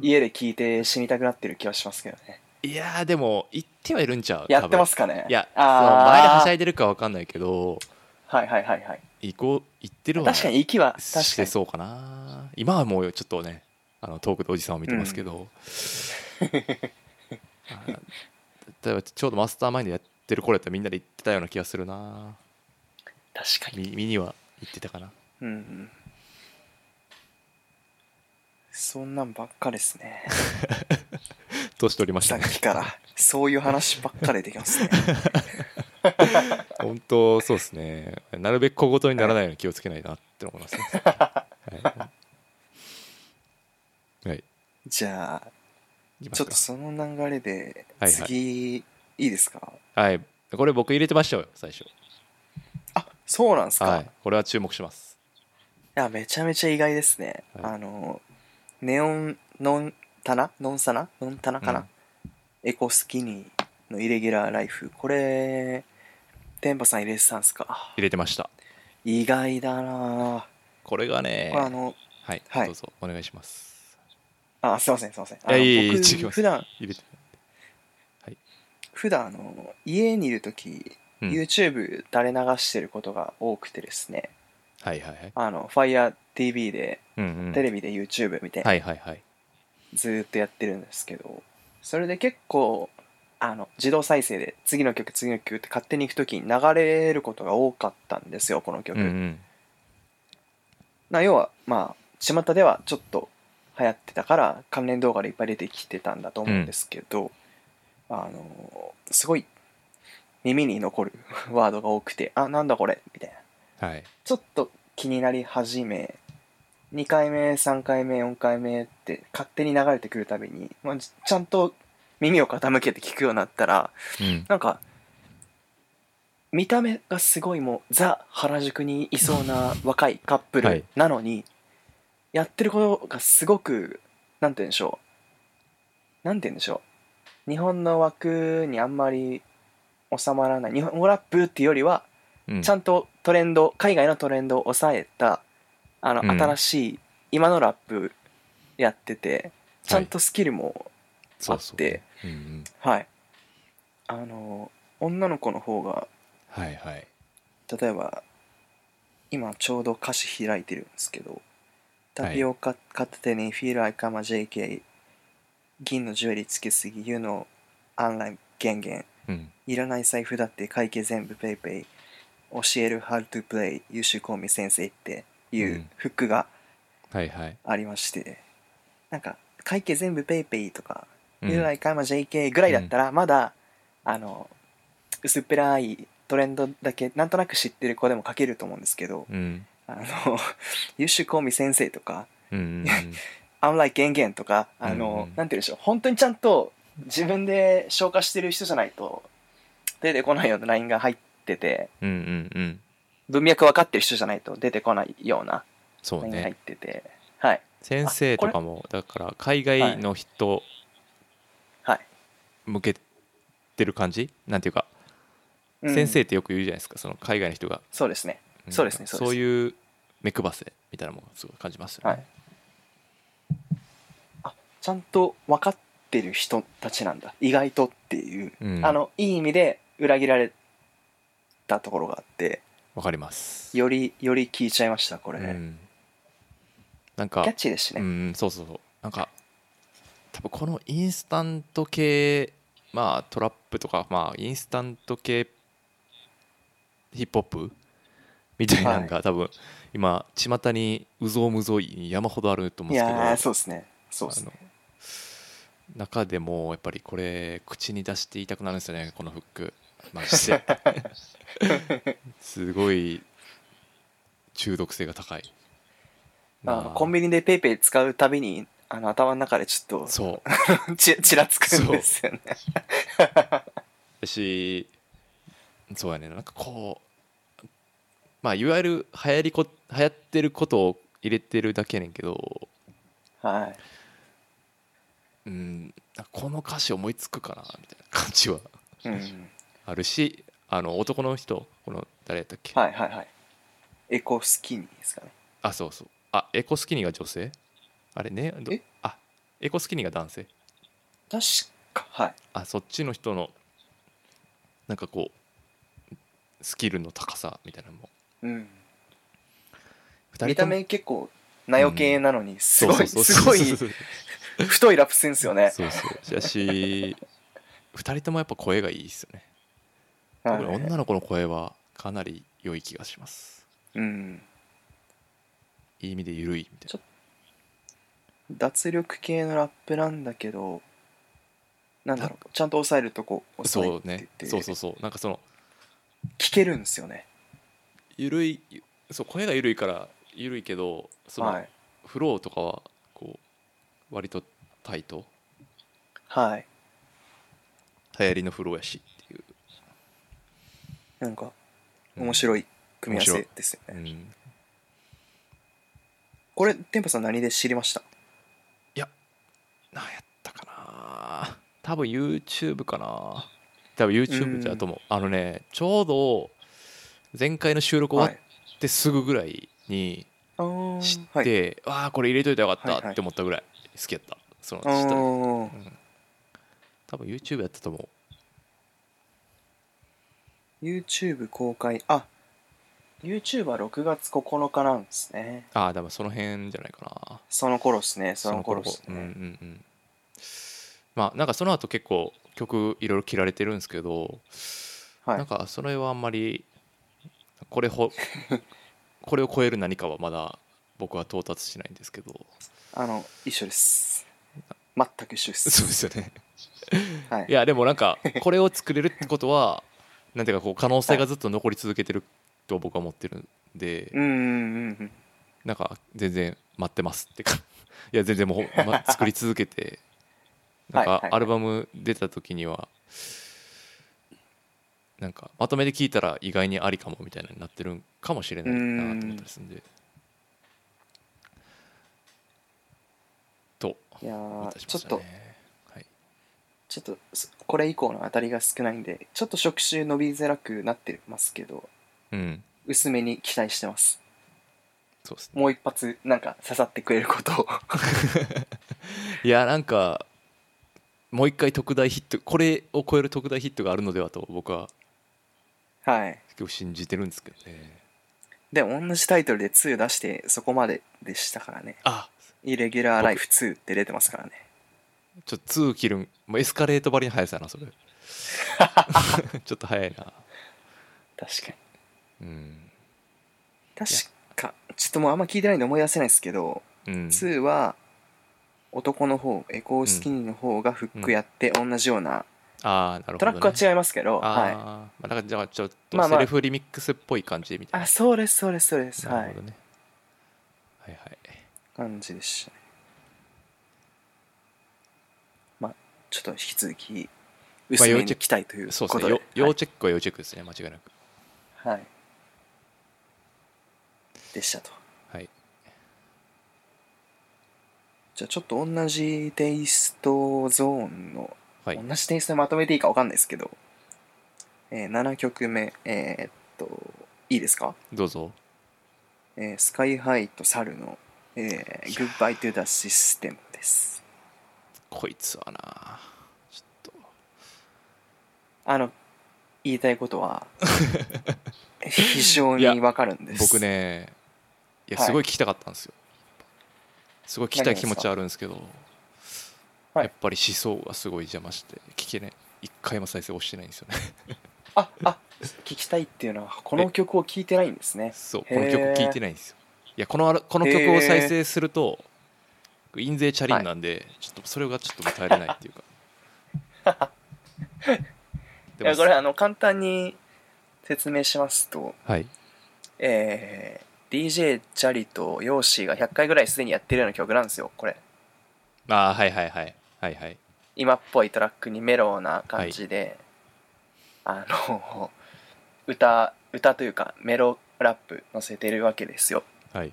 [SPEAKER 3] 家で聞いて死にたくなってる気はしますけどね
[SPEAKER 2] いやーでも言ってはいるんちゃう
[SPEAKER 3] やってますすかね
[SPEAKER 2] いやその
[SPEAKER 3] あー
[SPEAKER 2] 前ではしゃいでるかわかんないけど
[SPEAKER 3] はいはいはいはい
[SPEAKER 2] 行こう行ってるわ
[SPEAKER 3] 確かに息は確かに
[SPEAKER 2] してそうかな今はもうちょっとねあの遠くでおじさんを見てますけど、あー例えばちょうどマスターマインドやってる頃やったらみんなで行ってたような気がするな
[SPEAKER 3] 確かに
[SPEAKER 2] み見には行ってたかな
[SPEAKER 3] うんうんそんなんばっかですね
[SPEAKER 2] 年取りまし
[SPEAKER 3] さ
[SPEAKER 2] た
[SPEAKER 3] っ
[SPEAKER 2] ね
[SPEAKER 3] きからそういう話ばっかりできます ね
[SPEAKER 2] 本当そうですねなるべく小言にならないように気をつけないなって思い ますねはい、はい、
[SPEAKER 3] じゃあ
[SPEAKER 2] いきま
[SPEAKER 3] ちょ
[SPEAKER 2] す
[SPEAKER 3] っ
[SPEAKER 2] か
[SPEAKER 3] とその流れで
[SPEAKER 2] はいはい
[SPEAKER 3] 次、いいですか
[SPEAKER 2] はいこれ僕入れてましたよ最初
[SPEAKER 3] あそうなんですか、
[SPEAKER 2] はいいこれは注目します
[SPEAKER 3] やめちゃめちゃ意外ですね、
[SPEAKER 2] はい
[SPEAKER 3] あのネオンノンタナノンサナノンタナかな、
[SPEAKER 2] うん
[SPEAKER 3] エコスキニーのイレギュラーライフこれテンパさん入れてたんですか
[SPEAKER 2] 入れてました
[SPEAKER 3] 意外だな
[SPEAKER 2] これがね
[SPEAKER 3] ぁあの
[SPEAKER 2] はい、
[SPEAKER 3] はい
[SPEAKER 2] どうぞお願いします
[SPEAKER 3] あすいませんすいませんあ
[SPEAKER 2] いや
[SPEAKER 3] の
[SPEAKER 2] いえいえ違い
[SPEAKER 3] 僕
[SPEAKER 2] ます
[SPEAKER 3] 普段
[SPEAKER 2] 入れて
[SPEAKER 3] 普段あの家にいる時、
[SPEAKER 2] うん
[SPEAKER 3] YouTube 垂れ流してることが多くてですね
[SPEAKER 2] はいはいはい
[SPEAKER 3] あの FireTV で
[SPEAKER 2] うんうん
[SPEAKER 3] テレビで YouTube 見て、
[SPEAKER 2] はいはいはい
[SPEAKER 3] ずーっとやってるんですけどそれで結構あの自動再生で次の曲次の曲って勝手に行く時に流れることが多かったんですよこの曲、
[SPEAKER 2] うんうん
[SPEAKER 3] な要はまあ巷ではちょっと流行ってたから関連動画でいっぱい出てきてたんだと思うんですけど、あのすごい耳に残る ワードが多くて「あなんだこれ」みたいな
[SPEAKER 2] はい
[SPEAKER 3] ちょっと気になり始め2回目3回目4回目って勝手に流れてくるたびに、まあ、ちちゃんと耳を傾けて聞くようになったら
[SPEAKER 2] うん
[SPEAKER 3] なんか見た目がすごいもうザ原宿にいそうな若いカップ
[SPEAKER 2] はい
[SPEAKER 3] ルなのに、やってることがすごくなんて言うんでしょうなんて言うんでしょう日本の枠にあんまり収まらない日本語ラップっていうよりは
[SPEAKER 2] うん
[SPEAKER 3] ちゃんとトレンド海外のトレンドを抑えたあの、
[SPEAKER 2] うん
[SPEAKER 3] 新しい今のラップやっててちゃんとスキルも、
[SPEAKER 2] そうそう
[SPEAKER 3] あって
[SPEAKER 2] うんうん
[SPEAKER 3] はいあの女の子の方が
[SPEAKER 2] はいはい
[SPEAKER 3] 例えば今ちょうど歌詞開いてるんですけど「タピオカ片手にフィールアイカマ JK 銀のジュエリーつけすぎ You know アンライゲンゲン
[SPEAKER 2] うん
[SPEAKER 3] いらない財布だって会計全部ペイペイ教える How to play You should call me 先生」っていうんフックが
[SPEAKER 2] はいはい
[SPEAKER 3] ありまして、なんか会計全部ペイペイとか「
[SPEAKER 2] うん
[SPEAKER 3] いらない会話 JK」ぐらいだったらまだ、あの薄っぺらいトレンドだけなんとなく知ってる子でも書けると思うんですけど
[SPEAKER 2] うん
[SPEAKER 3] 「あの優秀コウミ先生」とか
[SPEAKER 2] うんうんうん
[SPEAKER 3] 「アンライゲンゲン」とかあ
[SPEAKER 2] うんうん
[SPEAKER 3] の、なんて言うんでしょう本当にちゃんと自分で消化してる人じゃないと出てこないようなラインが入ってて
[SPEAKER 2] うんうんうん
[SPEAKER 3] 文脈分かってる人じゃないと出てこないような
[SPEAKER 2] そう
[SPEAKER 3] ラインが入っ
[SPEAKER 2] ね
[SPEAKER 3] てて、はい
[SPEAKER 2] 先生とかもだから海外の人
[SPEAKER 3] はい、
[SPEAKER 2] 向けてる感じなんていうか
[SPEAKER 3] うん
[SPEAKER 2] 先生ってよく言うじゃないですかその海外の人が
[SPEAKER 3] そうですね
[SPEAKER 2] ん
[SPEAKER 3] そうですねそうですね
[SPEAKER 2] そういう目配せみたいなものをすごい感じますよね
[SPEAKER 3] はいちゃんと分かってる人たちなんだ意外とっていう、
[SPEAKER 2] うん
[SPEAKER 3] あのいい意味で裏切られたところがあって
[SPEAKER 2] わかります
[SPEAKER 3] よりより聞いちゃいましたこれ、
[SPEAKER 2] うんなんか
[SPEAKER 3] キャッチーですし
[SPEAKER 2] う
[SPEAKER 3] ね、
[SPEAKER 2] んそうそうそうなんか多分このインスタント系まあトラップとかまあインスタント系ヒップホップみたいなのが、多分今巷にうぞうむぞい山ほどあると思う
[SPEAKER 3] い
[SPEAKER 2] んですけど
[SPEAKER 3] やーそうですねそうですね
[SPEAKER 2] あの中でもやっぱりこれ口に出して言いたくなるんですよねこのフッ クマジですごい中毒性が高い
[SPEAKER 3] あ
[SPEAKER 2] な
[SPEAKER 3] のコンビニでペイペイ使うたびにあの頭の中でちょっ
[SPEAKER 2] そう
[SPEAKER 3] とちちらつくんですよね
[SPEAKER 2] しそうやねなんかこうまあいわゆる流行りこ流行ってることを入れてるだけやねんけど
[SPEAKER 3] はい
[SPEAKER 2] うんなんかこの歌詞思いつくかなみたいな感じは
[SPEAKER 3] うん、
[SPEAKER 2] あるしあの男の人この誰やったっけ、
[SPEAKER 3] はいはいはいエコスキニーですかね
[SPEAKER 2] あそうそうあエコスキニーが女性あれねど
[SPEAKER 3] え
[SPEAKER 2] あエコスキニーが男性
[SPEAKER 3] 確かはい
[SPEAKER 2] あそっちの人のなんかこうスキルの高さみたいなのも
[SPEAKER 3] うん
[SPEAKER 2] 二
[SPEAKER 3] 見
[SPEAKER 2] 人
[SPEAKER 3] た
[SPEAKER 2] とも
[SPEAKER 3] 目結構なよ系なのにすごい、
[SPEAKER 2] そう
[SPEAKER 3] す
[SPEAKER 2] そ
[SPEAKER 3] ご
[SPEAKER 2] う
[SPEAKER 3] い
[SPEAKER 2] そう そうそう
[SPEAKER 3] 太いラップするんですよね。
[SPEAKER 2] そうそうだし2人ともやっぱ声がいいですよね
[SPEAKER 3] はい
[SPEAKER 2] 特に女の子の声はかなり良い気がします
[SPEAKER 3] うん。
[SPEAKER 2] いい意味で緩いみたい
[SPEAKER 3] ちょ脱力系のラップなんだけど、なんだろう、ちゃんと抑えるとこ
[SPEAKER 2] な
[SPEAKER 3] 抑
[SPEAKER 2] そう
[SPEAKER 3] えて
[SPEAKER 2] ね
[SPEAKER 3] て、
[SPEAKER 2] そうそうそうなんかその
[SPEAKER 3] 聞けるんですよね。
[SPEAKER 2] 緩いそう声が緩いから緩いけどそ
[SPEAKER 3] は
[SPEAKER 2] の
[SPEAKER 3] い。
[SPEAKER 2] フローとかはこう割とタイト
[SPEAKER 3] はい。
[SPEAKER 2] 流行りのフローやしっていう
[SPEAKER 3] なんか、面白
[SPEAKER 2] い、
[SPEAKER 3] い組み合わせですよ
[SPEAKER 2] う
[SPEAKER 3] ね。
[SPEAKER 2] ん、い
[SPEAKER 3] これ、テンパさん何で知りました
[SPEAKER 2] や何やったかな多分 YouTube かな多分 YouTube だと思う、あのねちょうど前回の収録終わっ
[SPEAKER 3] はい。
[SPEAKER 2] ってすぐぐらいに
[SPEAKER 3] あー
[SPEAKER 2] 知っ
[SPEAKER 3] はい。
[SPEAKER 2] て、わあこれ入れといてよか
[SPEAKER 3] はい
[SPEAKER 2] っ
[SPEAKER 3] は
[SPEAKER 2] た
[SPEAKER 3] い
[SPEAKER 2] って思ったぐらい好きやったその
[SPEAKER 3] あ
[SPEAKER 2] 知ったら
[SPEAKER 3] ー
[SPEAKER 2] 多分 YouTube やったと思う
[SPEAKER 3] YouTube 公開、あ、YouTube は6月9日なんですね。
[SPEAKER 2] ああ多分その辺じゃないかな
[SPEAKER 3] その頃ですね、その頃です
[SPEAKER 2] うんうん
[SPEAKER 3] ね。
[SPEAKER 2] うんまあなんかその後結構曲いろいろ切られてるんですけど、
[SPEAKER 3] はい
[SPEAKER 2] なん。かそれはあんまりこれ ほこれを超える何かはまだ僕は到達しないんですけど
[SPEAKER 3] あの、一緒です。全く一緒です。
[SPEAKER 2] そうですよね
[SPEAKER 3] はい
[SPEAKER 2] い。やでもなんかこれを作れるってことはなんていうかこう可能性がずっと残り続けてると僕は思ってるんで
[SPEAKER 3] うんうんうんうん。
[SPEAKER 2] なんか全然待ってますってか いや全然もう、ま、作り続けてなん
[SPEAKER 3] はいは
[SPEAKER 2] か
[SPEAKER 3] いはい
[SPEAKER 2] アルバム出た時にはなんかまとめて聞いたら意外にありかもみたいなになってるんかもしれないなと思ったりするんでと
[SPEAKER 3] いや
[SPEAKER 2] 思ったり
[SPEAKER 3] ー
[SPEAKER 2] しま
[SPEAKER 3] ちょっ
[SPEAKER 2] した
[SPEAKER 3] と
[SPEAKER 2] ね、はい、
[SPEAKER 3] ちょっとすこれ以降の当たりが少ないんでちょっと触手伸びづらくなってますけど
[SPEAKER 2] うん
[SPEAKER 3] 薄めに期待してます
[SPEAKER 2] そうですね
[SPEAKER 3] もう一発なんか刺さってくれることを
[SPEAKER 2] いやなんかもう一回特大ヒットこれを超える特大ヒットがあるのではと僕は
[SPEAKER 3] はい
[SPEAKER 2] 結構信じてるんですけどね
[SPEAKER 3] でも同じタイトルで2出してそこまででしたからね
[SPEAKER 2] あ
[SPEAKER 3] イレギュラーライフ2って出てますからね
[SPEAKER 2] ちょっと2切るんもうエスカレートばりに速さやなそ れちょっと早いな
[SPEAKER 3] 確かに
[SPEAKER 2] うん
[SPEAKER 3] 確かちょっともうあんま聞いてないんで思い出せないですけど、
[SPEAKER 2] うん
[SPEAKER 3] 2は男の方エコースキニーの方がフックやって同じような、
[SPEAKER 2] ああなるほど、ね、
[SPEAKER 3] トラックは違いますけど、
[SPEAKER 2] あー、
[SPEAKER 3] はい
[SPEAKER 2] まあ、だからじゃあちょっ
[SPEAKER 3] ま
[SPEAKER 2] と
[SPEAKER 3] あま
[SPEAKER 2] セ
[SPEAKER 3] あ
[SPEAKER 2] ルフリミックスっぽい感じみたいな、
[SPEAKER 3] あそうですそうですそうですは
[SPEAKER 2] なる
[SPEAKER 3] い
[SPEAKER 2] ほどね、はい、はい
[SPEAKER 3] 感じでしたねまあちょっと引き続き薄めにいきたいという
[SPEAKER 2] そうで
[SPEAKER 3] こ
[SPEAKER 2] す
[SPEAKER 3] と
[SPEAKER 2] ね
[SPEAKER 3] で、
[SPEAKER 2] よ要チェックは要チェックですね間違いなく
[SPEAKER 3] はい、はいでしたと
[SPEAKER 2] はい
[SPEAKER 3] じゃあちょっと同じテイストゾーンの
[SPEAKER 2] はい
[SPEAKER 3] 同じテイストでまとめていいかわかんないですけど、えー7曲目えーっといいですか、
[SPEAKER 2] どうぞ
[SPEAKER 3] えースカイハイとサルの「えー、グッバイ・トゥ・ザ・システム」です
[SPEAKER 2] こいつはなちょっ
[SPEAKER 3] あの言いたいこ とは非常にわかるんで
[SPEAKER 2] と
[SPEAKER 3] す
[SPEAKER 2] 僕ねいや
[SPEAKER 3] はい
[SPEAKER 2] すごい聞きたかったんですよ、すごい聞きたい気持ちはあるんですけど
[SPEAKER 3] はい
[SPEAKER 2] やっぱり思想がすごい邪魔して聞けない一回も再生押してないんですよね
[SPEAKER 3] ああ聞きたいっていうのはこの曲を聴いてないんで すね
[SPEAKER 2] そうこ
[SPEAKER 3] へー
[SPEAKER 2] の曲聞いてないんですよいやこのあらこの曲を再生すると印税チャリンなんで、ちょっとそれがちょっともう耐えれないっていうか
[SPEAKER 3] いやこれあの簡単に説明しますと
[SPEAKER 2] はい
[SPEAKER 3] えー DJ チャリとヨーシーが100回ぐらいすでにやってるような曲なんですよこれ
[SPEAKER 2] ああはいはいはいはいはい
[SPEAKER 3] 今っぽいトラックにメロウな感じで、あの歌歌というかメロラップ載せてるわけですよ
[SPEAKER 2] はい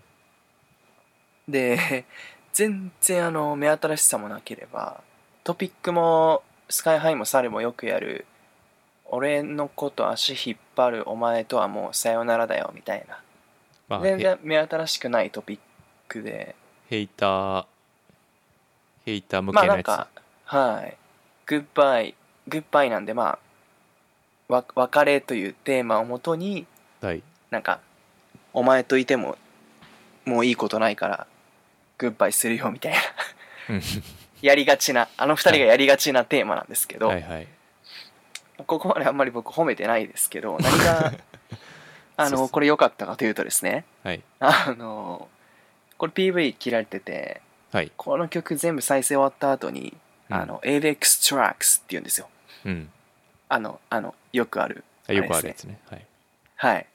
[SPEAKER 3] で全然あの目新しさもなければトピックもスカイハイもサルもよくやる俺のこと足引っ張るお前とはもうさよならだよみたいな
[SPEAKER 2] まあ
[SPEAKER 3] 全
[SPEAKER 2] ヘ
[SPEAKER 3] 然目新しくないトピックで
[SPEAKER 2] ヘイターヘイター向
[SPEAKER 3] まあ
[SPEAKER 2] け
[SPEAKER 3] な
[SPEAKER 2] の
[SPEAKER 3] ん
[SPEAKER 2] やつ、
[SPEAKER 3] かはいグッバイグッバイなんでまあわ別れというテーマをもとに
[SPEAKER 2] はい
[SPEAKER 3] なんかお前といてももういいことないからグッバイするよみたいな
[SPEAKER 2] うん
[SPEAKER 3] やりがちなあの二人がやりがちなテーマなんですけど、
[SPEAKER 2] はいはい
[SPEAKER 3] ここまであんまり僕褒めてないですけど何が
[SPEAKER 2] そ
[SPEAKER 3] あ
[SPEAKER 2] うそ
[SPEAKER 3] の
[SPEAKER 2] う
[SPEAKER 3] これ良かったかというとですね
[SPEAKER 2] はい
[SPEAKER 3] あのこれ PV 切られてて
[SPEAKER 2] はい
[SPEAKER 3] この曲全部再生終わった後に、
[SPEAKER 2] うん
[SPEAKER 3] あの AVX Tracks っていうんですよ
[SPEAKER 2] うん
[SPEAKER 3] あの、あの、よくある。
[SPEAKER 2] あよくあるやつねはい
[SPEAKER 3] はい。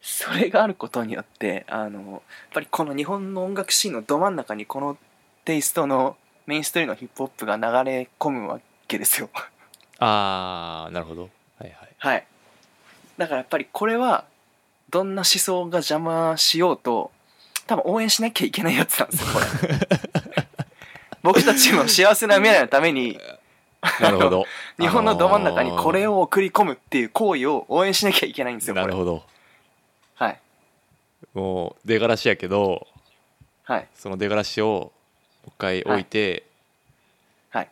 [SPEAKER 3] それがあることによって、あの、やっぱりこの日本の音楽シーンのど真ん中にこのテイストのメインストーリーのヒップホップが流れ込むわけですよ。
[SPEAKER 2] ああなるほどはいはい
[SPEAKER 3] はい。だからやっぱりこれは、どんな思想が邪魔しようと、多分応援しなきゃいけないやつなんですよ、これ。 僕たちの幸せな未来のために、
[SPEAKER 2] なるほど
[SPEAKER 3] 日本のど真ん中にこれを送り込むっていう行為を応援しなきゃいけないんですよ、
[SPEAKER 2] な
[SPEAKER 3] こ
[SPEAKER 2] る
[SPEAKER 3] れ。
[SPEAKER 2] ほど
[SPEAKER 3] はい。
[SPEAKER 2] もう出がらしやけど
[SPEAKER 3] はい。
[SPEAKER 2] その出がらしをもう一回置いて、
[SPEAKER 3] はい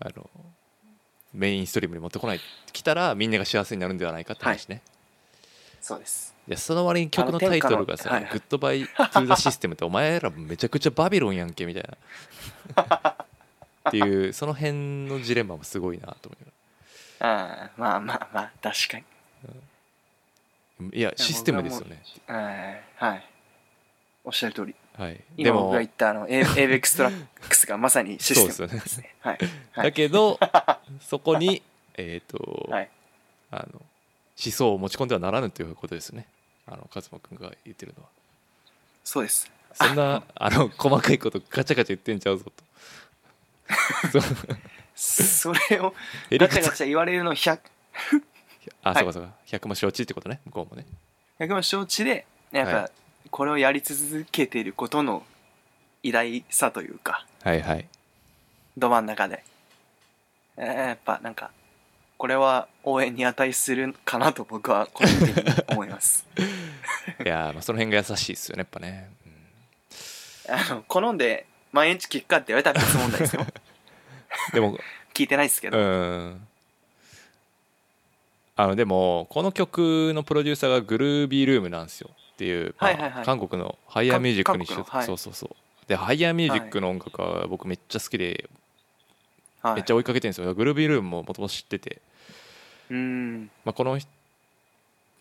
[SPEAKER 2] あのメインストリームに持ってこない来たらみんなが幸せになるんではないかって話ね、
[SPEAKER 3] そうです。
[SPEAKER 2] いやその割に曲のタイトルがさ「
[SPEAKER 3] あの天下のはい
[SPEAKER 2] グッドバイ・トゥ・ザ・システム」ってお前らめちゃくちゃバビロンやんけみたいな っていうその辺のジレンマもすごいなと思
[SPEAKER 3] ああ、まあまあまあ、確かに。
[SPEAKER 2] うよいやシステムですよね
[SPEAKER 3] ああはい。おっしゃる通り。
[SPEAKER 2] はいで
[SPEAKER 3] 今僕
[SPEAKER 2] も
[SPEAKER 3] が言ったあの、エ ーベックストラックスがまさにシステムですね。はい。は
[SPEAKER 2] だ
[SPEAKER 3] い。
[SPEAKER 2] けどそこにえっ、と、
[SPEAKER 3] はい
[SPEAKER 2] あの思想を持ち込んではならぬということですねあの勝間君が言ってるのは
[SPEAKER 3] そうです。
[SPEAKER 2] そんなあの細かいことガチャガチャ言ってんちゃうぞとそう
[SPEAKER 3] それ を
[SPEAKER 2] エリ
[SPEAKER 3] ガ
[SPEAKER 2] ク
[SPEAKER 3] チャ
[SPEAKER 2] ソ
[SPEAKER 3] ガチャ言われるのを100、
[SPEAKER 2] あ、
[SPEAKER 3] はい
[SPEAKER 2] そうかそうか100も承知ってことね向こうもね
[SPEAKER 3] 100も承知で、やっ
[SPEAKER 2] は
[SPEAKER 3] ぱ、これをやり続けていることの偉大さというか、
[SPEAKER 2] はいはい
[SPEAKER 3] ど真ん中で。えーやっぱなんか、これは応援に値するかなと僕は個人的に思います
[SPEAKER 2] いやーまあその辺が優しいですよねやっぱね、うん
[SPEAKER 3] あの好んで毎日聞くかって言われたら別問題で すよ
[SPEAKER 2] でも
[SPEAKER 3] 聞いてないですけ
[SPEAKER 2] う
[SPEAKER 3] ど、
[SPEAKER 2] ーんあのでもこの曲のプロデューサーがグルービールームなんですよっていう、まあ
[SPEAKER 3] はいはいはい
[SPEAKER 2] 韓国のハイヤーミュージックにし
[SPEAKER 3] 韓国のはい
[SPEAKER 2] そうそうそうでハイヤーミュージックの音楽は僕めっちゃ好きで、
[SPEAKER 3] はい、
[SPEAKER 2] めっちゃ追いかけてるんですよグルービールームももともと知ってて、
[SPEAKER 3] うーん
[SPEAKER 2] まあ、この人、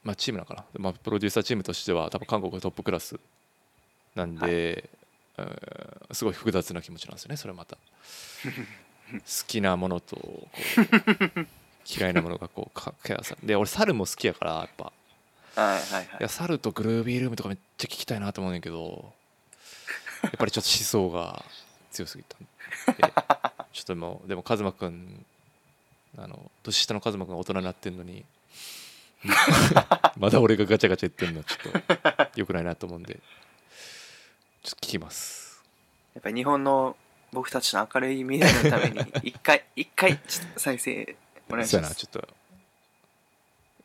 [SPEAKER 2] まあ、チームなのかな、まあ、プロデューサーチームとしては多分韓国がトップクラスなんで、うーんすごい複雑な気持ちなんですよねそれまた好きなものとこう嫌いなものがこうか掛け合わさで俺猿も好きやからやっぱ
[SPEAKER 3] はいはいはい
[SPEAKER 2] いや猿とグルービールームとかめっちゃ聞きたいなと思うねんだけ どやっぱりちょっと思想が強すぎたんでちょっともうでも一馬くんあの年下の一馬くんが大人になってんの にまだ俺がガチャガチャ言ってんのはちょっと良くないなと思うんでちょっと聞きます
[SPEAKER 3] やっぱり日本の僕たちの明るい未来のために 一回一回ちょっと再生お願いし
[SPEAKER 2] そう
[SPEAKER 3] ま
[SPEAKER 2] やな
[SPEAKER 3] す
[SPEAKER 2] ちょっと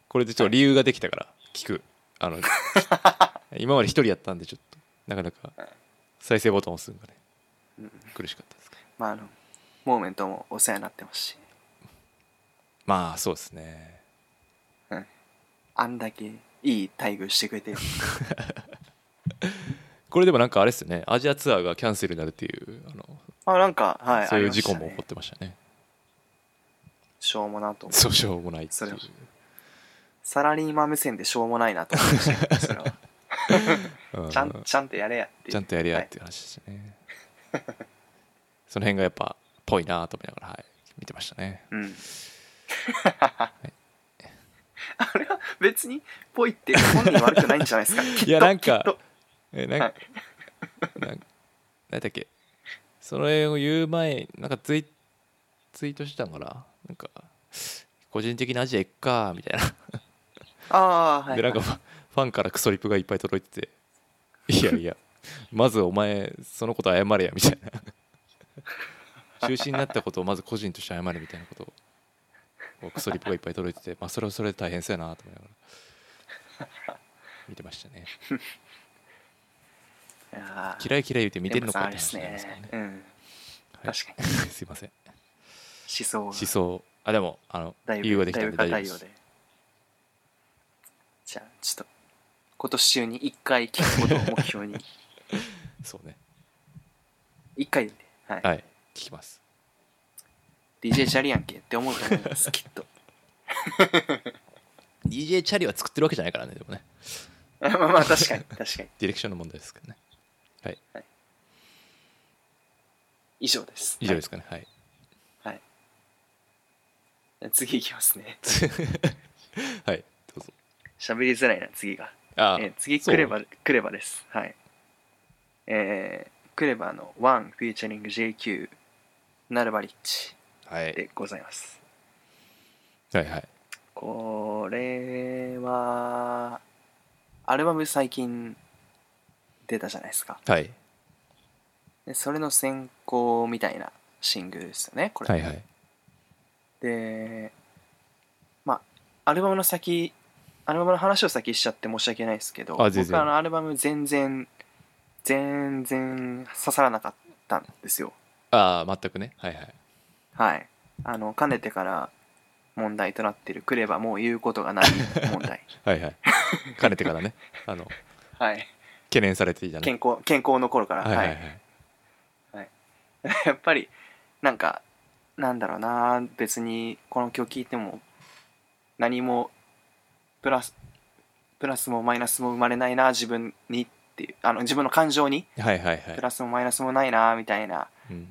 [SPEAKER 2] これでちょっと理由ができたから聞くあの 今まで一人やったんでちょっとなかなか再生ボタンを押すのがね
[SPEAKER 3] うん
[SPEAKER 2] 苦しかったですか
[SPEAKER 3] まああのモーメントもお世話になってますし
[SPEAKER 2] まあそうですね
[SPEAKER 3] あんだけいい待遇してくれてる
[SPEAKER 2] これでもなんかあれですよねアジアツアーがキャンセルになるっていうあの、
[SPEAKER 3] あなんかはい
[SPEAKER 2] そうい
[SPEAKER 3] あ
[SPEAKER 2] う
[SPEAKER 3] りまし
[SPEAKER 2] 事
[SPEAKER 3] た
[SPEAKER 2] 故
[SPEAKER 3] ね
[SPEAKER 2] も起こってましたね
[SPEAKER 3] しょうもなと思う
[SPEAKER 2] そうしょうもないってい
[SPEAKER 3] それ
[SPEAKER 2] う
[SPEAKER 3] はサラリーマン目線でしょうもないなと思いましたそれは
[SPEAKER 2] う
[SPEAKER 3] ちゃんちゃんとやれやっていう
[SPEAKER 2] ちゃんとやりや
[SPEAKER 3] は
[SPEAKER 2] っ
[SPEAKER 3] い
[SPEAKER 2] ていう話でしたね、その辺がやっぱぽいなと思いながら、はい、見てましたね
[SPEAKER 3] うん あれは別にぽいって本人悪くないんじゃな いですかきっと
[SPEAKER 2] いやなん
[SPEAKER 3] きっと
[SPEAKER 2] かえなん
[SPEAKER 3] は
[SPEAKER 2] かなんか何だっけそれを言う前なんかツイツイートしたんかななんか個人的にアジア行くかみたいな
[SPEAKER 3] ああーはい
[SPEAKER 2] で なんかファファンからクソリプがいっぱい届いてて「いやいやまずお前そのこと謝れや」みた いな中止になったことをまず個人として謝れみたいなことをクソリプがいっぱい届いてて、まあ、それはそれで大変そうやなと思いながら見てました ね
[SPEAKER 3] いやー
[SPEAKER 2] 嫌い嫌い言うて見てんのかっ
[SPEAKER 3] で
[SPEAKER 2] て
[SPEAKER 3] もさ
[SPEAKER 2] 話
[SPEAKER 3] あ
[SPEAKER 2] なん
[SPEAKER 3] れで
[SPEAKER 2] ですすけど
[SPEAKER 3] ね
[SPEAKER 2] ね、
[SPEAKER 3] うん、
[SPEAKER 2] はい
[SPEAKER 3] 確かに
[SPEAKER 2] すいません
[SPEAKER 3] 思想が
[SPEAKER 2] 思想あでもあの
[SPEAKER 3] だい
[SPEAKER 2] 理由が
[SPEAKER 3] ぶ
[SPEAKER 2] でき
[SPEAKER 3] だ
[SPEAKER 2] たん
[SPEAKER 3] いぶ
[SPEAKER 2] で大丈夫で
[SPEAKER 3] 硬いよう
[SPEAKER 2] す
[SPEAKER 3] でじゃあちょっと今年中に1回聞くことを目 標に
[SPEAKER 2] そうね
[SPEAKER 3] 1回で、はい
[SPEAKER 2] はい聞きます
[SPEAKER 3] DJ チャリやんけって思うと思い ますきっと
[SPEAKER 2] DJ チャリは作ってるわけじゃないからねでもね
[SPEAKER 3] まあまあ確かに確かに
[SPEAKER 2] ディレクションの問題ですけどね
[SPEAKER 3] 以上です
[SPEAKER 2] 以上ですかねはい
[SPEAKER 3] はい次いきますね
[SPEAKER 2] はいどうぞ
[SPEAKER 3] 喋りづらいな次が、
[SPEAKER 2] あ
[SPEAKER 3] えー次クレバクレバですはいえー、クレバの「ONE」フューチャリング JQ ナルバリッチ
[SPEAKER 2] はい
[SPEAKER 3] でございます
[SPEAKER 2] はいはい
[SPEAKER 3] これはアルバム最近出たじゃないですか
[SPEAKER 2] はい
[SPEAKER 3] でそれの先行みたいなシングルですよねこれ、
[SPEAKER 2] はいはい
[SPEAKER 3] でまあアルバムの先アルバムの話を先にしちゃって申し訳ないですけど
[SPEAKER 2] あ全然
[SPEAKER 3] 僕はあのアルバム全然全然刺さらなかったんですよ
[SPEAKER 2] ああ全くねはいはい
[SPEAKER 3] はいあのかねてから問題となってるくればもう言うことがない問 題
[SPEAKER 2] はいはいかねてからねあの
[SPEAKER 3] はい
[SPEAKER 2] 懸念されていたね
[SPEAKER 3] 健康健康の頃から
[SPEAKER 2] はいはいはい
[SPEAKER 3] やっぱりなんかなんだろうな別にこの曲聴いても何もプラスプラスもマイナスも生まれないな自分にっていうあの自分の感情に
[SPEAKER 2] はいはいは
[SPEAKER 3] プ
[SPEAKER 2] い
[SPEAKER 3] ラスもマイナスもないなみたいな
[SPEAKER 2] うん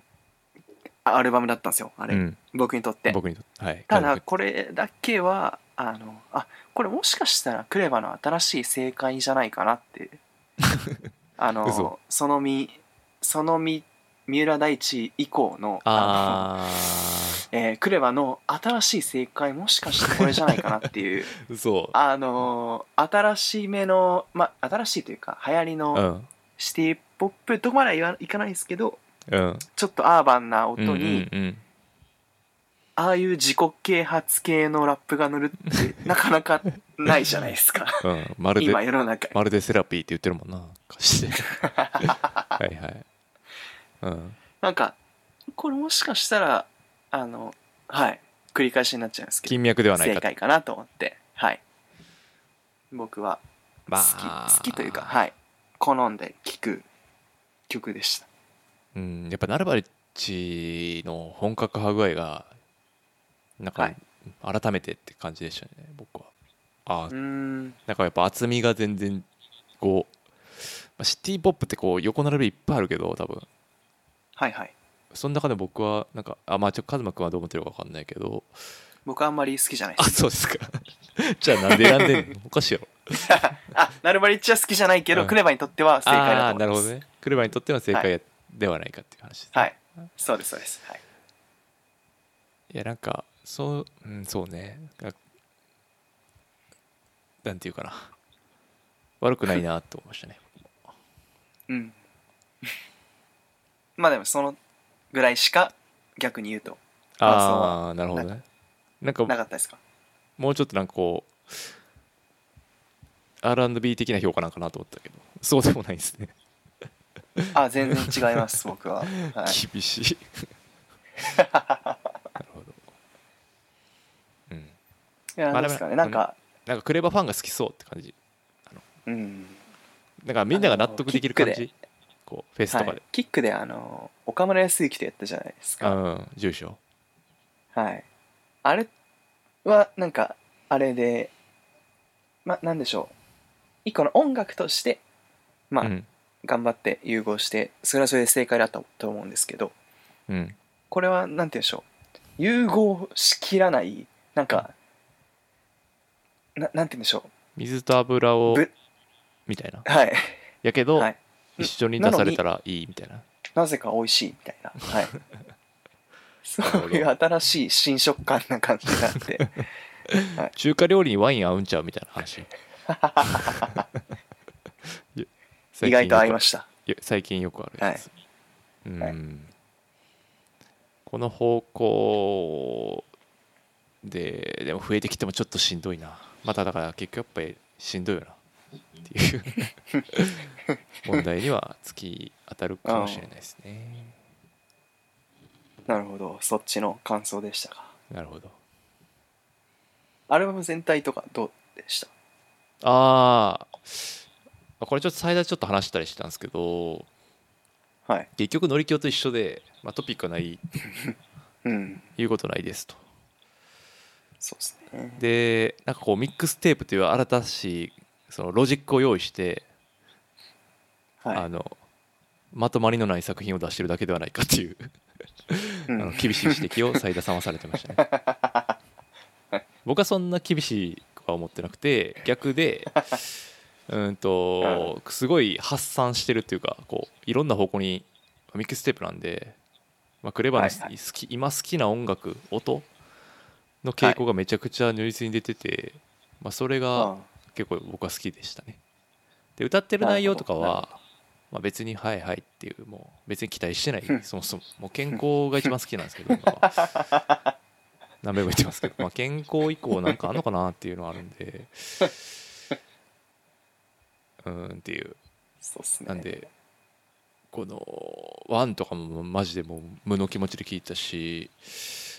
[SPEAKER 3] あアルバムだったんですよあ
[SPEAKER 2] う
[SPEAKER 3] れ、
[SPEAKER 2] ん
[SPEAKER 3] 僕にとって
[SPEAKER 2] 僕にとってはい
[SPEAKER 3] た
[SPEAKER 2] な
[SPEAKER 3] だ
[SPEAKER 2] んか
[SPEAKER 3] これだけはあのあこれもしかしたらクレバの新しい正解じゃないかなって あの
[SPEAKER 2] 嘘
[SPEAKER 3] その身その身三浦大知以降のの
[SPEAKER 2] あ
[SPEAKER 3] えー、クレバの新しい正解もしかしてこれじゃないかなっていう
[SPEAKER 2] あ嘘
[SPEAKER 3] あのー新しめのまあ新しいというか流行り
[SPEAKER 2] う
[SPEAKER 3] の
[SPEAKER 2] ん
[SPEAKER 3] シティポップとまでは言わいかないですけど
[SPEAKER 2] うん
[SPEAKER 3] ちょっとアーバンな音
[SPEAKER 2] うんう
[SPEAKER 3] に
[SPEAKER 2] んうん
[SPEAKER 3] ああいう自己啓発系のラップが乗るってなかなかないじゃないで すか
[SPEAKER 2] うん、まるで
[SPEAKER 3] 今世の中に
[SPEAKER 2] まるでセラピーって言ってるもんな歌詞で はいはい、うん、
[SPEAKER 3] なんかこれもしかしたらあのはい繰り返しになっちゃうんですけ
[SPEAKER 2] 金脈で
[SPEAKER 3] ど
[SPEAKER 2] はない
[SPEAKER 3] 正
[SPEAKER 2] か
[SPEAKER 3] 解かなと思ってはい僕は好
[SPEAKER 2] まあ
[SPEAKER 3] き好きというかはい好んで聴く曲でした
[SPEAKER 2] うん、やっぱナルバリッチの本格派具合がなん
[SPEAKER 3] は
[SPEAKER 2] か
[SPEAKER 3] い
[SPEAKER 2] 改めてって感じでしたね僕はああ
[SPEAKER 3] うーん
[SPEAKER 2] なんかやっぱ厚みが全然こう、まあシティ・ポップってこう横並びいっぱいあるけど多分
[SPEAKER 3] はいはい
[SPEAKER 2] その中で僕はなんかあまあちょっとカズマ君はどう思ってるか分かんないけど
[SPEAKER 3] 僕はあんまり好きじゃないで
[SPEAKER 2] あ
[SPEAKER 3] す
[SPEAKER 2] そうですか じゃあなんで選んでんのおかしいやろ
[SPEAKER 3] あなるばりっちは好きじゃないけど、
[SPEAKER 2] うん
[SPEAKER 3] クレバにとっては正解だ
[SPEAKER 2] ああ
[SPEAKER 3] と
[SPEAKER 2] ーないる
[SPEAKER 3] 思ま
[SPEAKER 2] ほ
[SPEAKER 3] す
[SPEAKER 2] どねクレバにとっての正解ではないかっていう話です、ね
[SPEAKER 3] はいそうですそうですはい
[SPEAKER 2] いやなんかそう、うん、そうねがなんていうかな悪くないなと思いましたね
[SPEAKER 3] うん まあでもそのぐらいしか逆に言うと
[SPEAKER 2] ああーなるほどねなん
[SPEAKER 3] な
[SPEAKER 2] か
[SPEAKER 3] かったですか
[SPEAKER 2] もうちょっとなんかこう R&B 的な評価なんかなと思ったけどそうでもないですね、
[SPEAKER 3] あ全然違い ます僕は、はい、
[SPEAKER 2] 厳し いなるほどうん
[SPEAKER 3] い
[SPEAKER 2] ま
[SPEAKER 3] やど
[SPEAKER 2] あ
[SPEAKER 3] うですかねなんか
[SPEAKER 2] なんかクレバファンが好きそうって感じ
[SPEAKER 3] うん
[SPEAKER 2] なんかみんなが納得できる感
[SPEAKER 3] あの
[SPEAKER 2] じこうフェスと
[SPEAKER 3] は
[SPEAKER 2] かで、
[SPEAKER 3] い、キックであの岡村康之とやったじゃないです
[SPEAKER 2] あ
[SPEAKER 3] か
[SPEAKER 2] うん住所
[SPEAKER 3] はいあれはなんかあれでまあんでしょう一個の音楽としてまあ、
[SPEAKER 2] うん
[SPEAKER 3] 頑張って融合してそれはそれで正解だったと思うんですけど
[SPEAKER 2] うん
[SPEAKER 3] これはなんて言うんでしょう融合しきらないなんかななんて言うんでしょ
[SPEAKER 2] 水と油を
[SPEAKER 3] ぶ
[SPEAKER 2] みたいな
[SPEAKER 3] うはい
[SPEAKER 2] やけど、
[SPEAKER 3] はい
[SPEAKER 2] 一緒に出されたらいいみたいな
[SPEAKER 3] なぜか美味しいみたいなはい そう
[SPEAKER 2] ほど
[SPEAKER 3] いう新しい新食感な感じに なって
[SPEAKER 2] 中華料理にワイン合うんちゃうみたいな話 いや
[SPEAKER 3] 意外と合い
[SPEAKER 2] 最近よ
[SPEAKER 3] ま
[SPEAKER 2] く
[SPEAKER 3] した
[SPEAKER 2] いや最近よくあるやつ、うん、この方向ででも増えてきてもちょっとしんどいなまただから結局やっぱりしんどいよなっていう問題には突き当たるかもしれないですね
[SPEAKER 3] なるほどそっちの感想でしたか
[SPEAKER 2] なるほど
[SPEAKER 3] アルバム全体とかどうでした
[SPEAKER 2] ああこれちょっと最大ちょっと話したりしたんですけど
[SPEAKER 3] はい
[SPEAKER 2] 結局乗り気と一緒で、まあ、トピックはない
[SPEAKER 3] うん
[SPEAKER 2] 言うことないですと
[SPEAKER 3] そうですね
[SPEAKER 2] でなんかこうミックステープという新たしそのロジックを用意して、
[SPEAKER 3] は
[SPEAKER 2] あのまとまりのない作品を出してるだけではないかっていう、
[SPEAKER 3] い、う
[SPEAKER 2] あの
[SPEAKER 3] ん、
[SPEAKER 2] 厳しい指摘を斉田さんはされてましたね 僕はそんな厳しいとは思ってなくて逆でうんとすごい発散してるっていうかこういろんな方向にミックステープなんで、まあ、クレバーのす
[SPEAKER 3] はいは
[SPEAKER 2] 好き今好きな音楽音の傾向がめちゃくちゃ如実に出てて、まあ、それが、
[SPEAKER 3] あ
[SPEAKER 2] 結構僕は好きでしたねで歌ってる内容とか
[SPEAKER 3] なるほどなる
[SPEAKER 2] は、まあ、別にはいはいっていうもう別に期待してないそもそももう健康が一番好きなんですけ ど今は何べも言ってますけど、まあ、健康以降なんかあんのかなっていうのはあるん でうーんっていう
[SPEAKER 3] そうっすね
[SPEAKER 2] なんでこの「ワンとかもマジでもう無の気持ちで聞いたし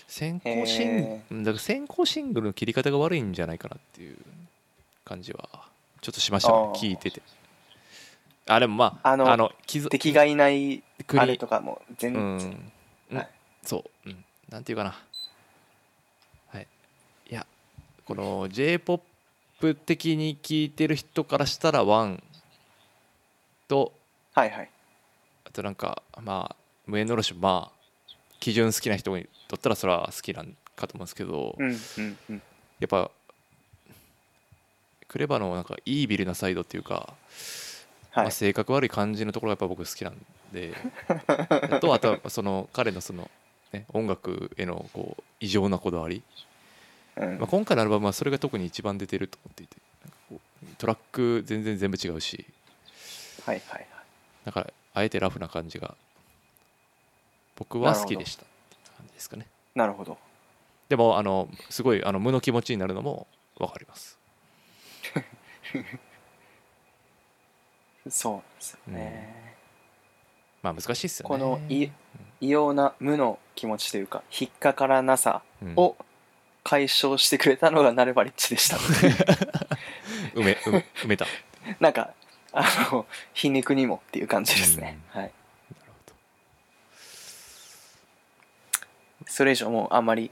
[SPEAKER 2] 先行シン
[SPEAKER 3] へ
[SPEAKER 2] うんだから先行シングルの切り方が悪いんじゃないかなっていう感じはちょっとしましたね
[SPEAKER 3] あー
[SPEAKER 2] 聞いててあでもまあ
[SPEAKER 3] あ
[SPEAKER 2] あ
[SPEAKER 3] の
[SPEAKER 2] の傷
[SPEAKER 3] 敵がいない
[SPEAKER 2] 国
[SPEAKER 3] あれとかも全
[SPEAKER 2] う
[SPEAKER 3] 然、
[SPEAKER 2] ん、うん
[SPEAKER 3] はい
[SPEAKER 2] そう、うん、なんていうかなはいいやこの j p o p 的に聞いてる人からしたら「ワンと「
[SPEAKER 3] はいはい
[SPEAKER 2] あとなんかまあ無縁のろしまあ基準好きな人にとったらそれは好きなんかと思うんですけど、
[SPEAKER 3] うんうんうん
[SPEAKER 2] やっぱクレバのなんかいいビルなサイドっていうか、
[SPEAKER 3] は
[SPEAKER 2] まあ、
[SPEAKER 3] い
[SPEAKER 2] 性格悪い感じのところがやっぱ僕好きなんで あとあとはその彼のその、ね、音楽へのこう異常なこだわり、
[SPEAKER 3] うん
[SPEAKER 2] まあ、今回のアルバムはそれが特に一番出てると思っていてなんかこうトラック全然全部違うし
[SPEAKER 3] はいはい
[SPEAKER 2] だからあえてラフな感じが僕は好きでしたって感じですかね
[SPEAKER 3] なるほど
[SPEAKER 2] でもあのすごいあの無の気持ちになるのも分かります
[SPEAKER 3] そうなんですよね、
[SPEAKER 2] まあ難しいっすよね
[SPEAKER 3] このい異様な無の気持ちというか引っかからなさを解消してくれたのがナルバリッチ でした
[SPEAKER 2] うん埋め埋め埋めたな
[SPEAKER 3] なんかあの皮肉にもっていう感じですね、はい
[SPEAKER 2] るほど
[SPEAKER 3] それ以上もうあんまり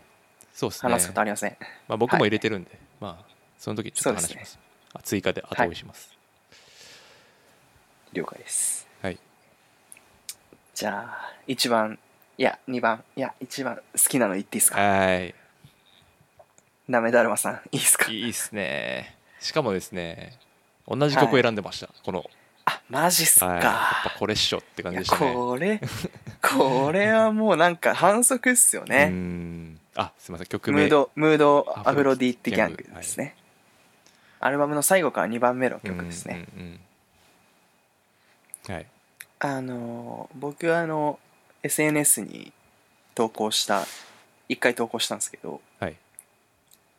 [SPEAKER 2] そうですね
[SPEAKER 3] 話すことありません、
[SPEAKER 2] まあ、僕も入れてるんで、まあその時ちょっと話し
[SPEAKER 3] そう
[SPEAKER 2] ま
[SPEAKER 3] です
[SPEAKER 2] あ追加で後追いします
[SPEAKER 3] 了解です
[SPEAKER 2] はい、
[SPEAKER 3] じゃあ1番いや2番いや1番好きなの言っていいです
[SPEAKER 2] は
[SPEAKER 3] か
[SPEAKER 2] ーい
[SPEAKER 3] なめだるまさんいいですか
[SPEAKER 2] いいっすねしかもですね同じ曲を選んでました、この、
[SPEAKER 3] あマジっすか、
[SPEAKER 2] はい、やっぱこれっしょって感じ
[SPEAKER 3] いや
[SPEAKER 2] でしたね
[SPEAKER 3] これこれはもうなんか反則っすよ
[SPEAKER 2] う
[SPEAKER 3] ね、
[SPEAKER 2] んあすいません曲
[SPEAKER 3] ム
[SPEAKER 2] 名
[SPEAKER 3] ードムード
[SPEAKER 2] ア
[SPEAKER 3] ア
[SPEAKER 2] フ
[SPEAKER 3] フ
[SPEAKER 2] ロ
[SPEAKER 3] ロ
[SPEAKER 2] ディ
[SPEAKER 3] デ
[SPEAKER 2] ー
[SPEAKER 3] ィー
[SPEAKER 2] テ
[SPEAKER 3] テ
[SPEAKER 2] ギ
[SPEAKER 3] ギ
[SPEAKER 2] ャ
[SPEAKER 3] ャ
[SPEAKER 2] ン
[SPEAKER 3] ン
[SPEAKER 2] グ
[SPEAKER 3] グですね、アルバムの最後から2番目の曲ですね、
[SPEAKER 2] うんうんうんはい
[SPEAKER 3] あのー僕はあの SNS に投稿した1回投稿したんですけど
[SPEAKER 2] はい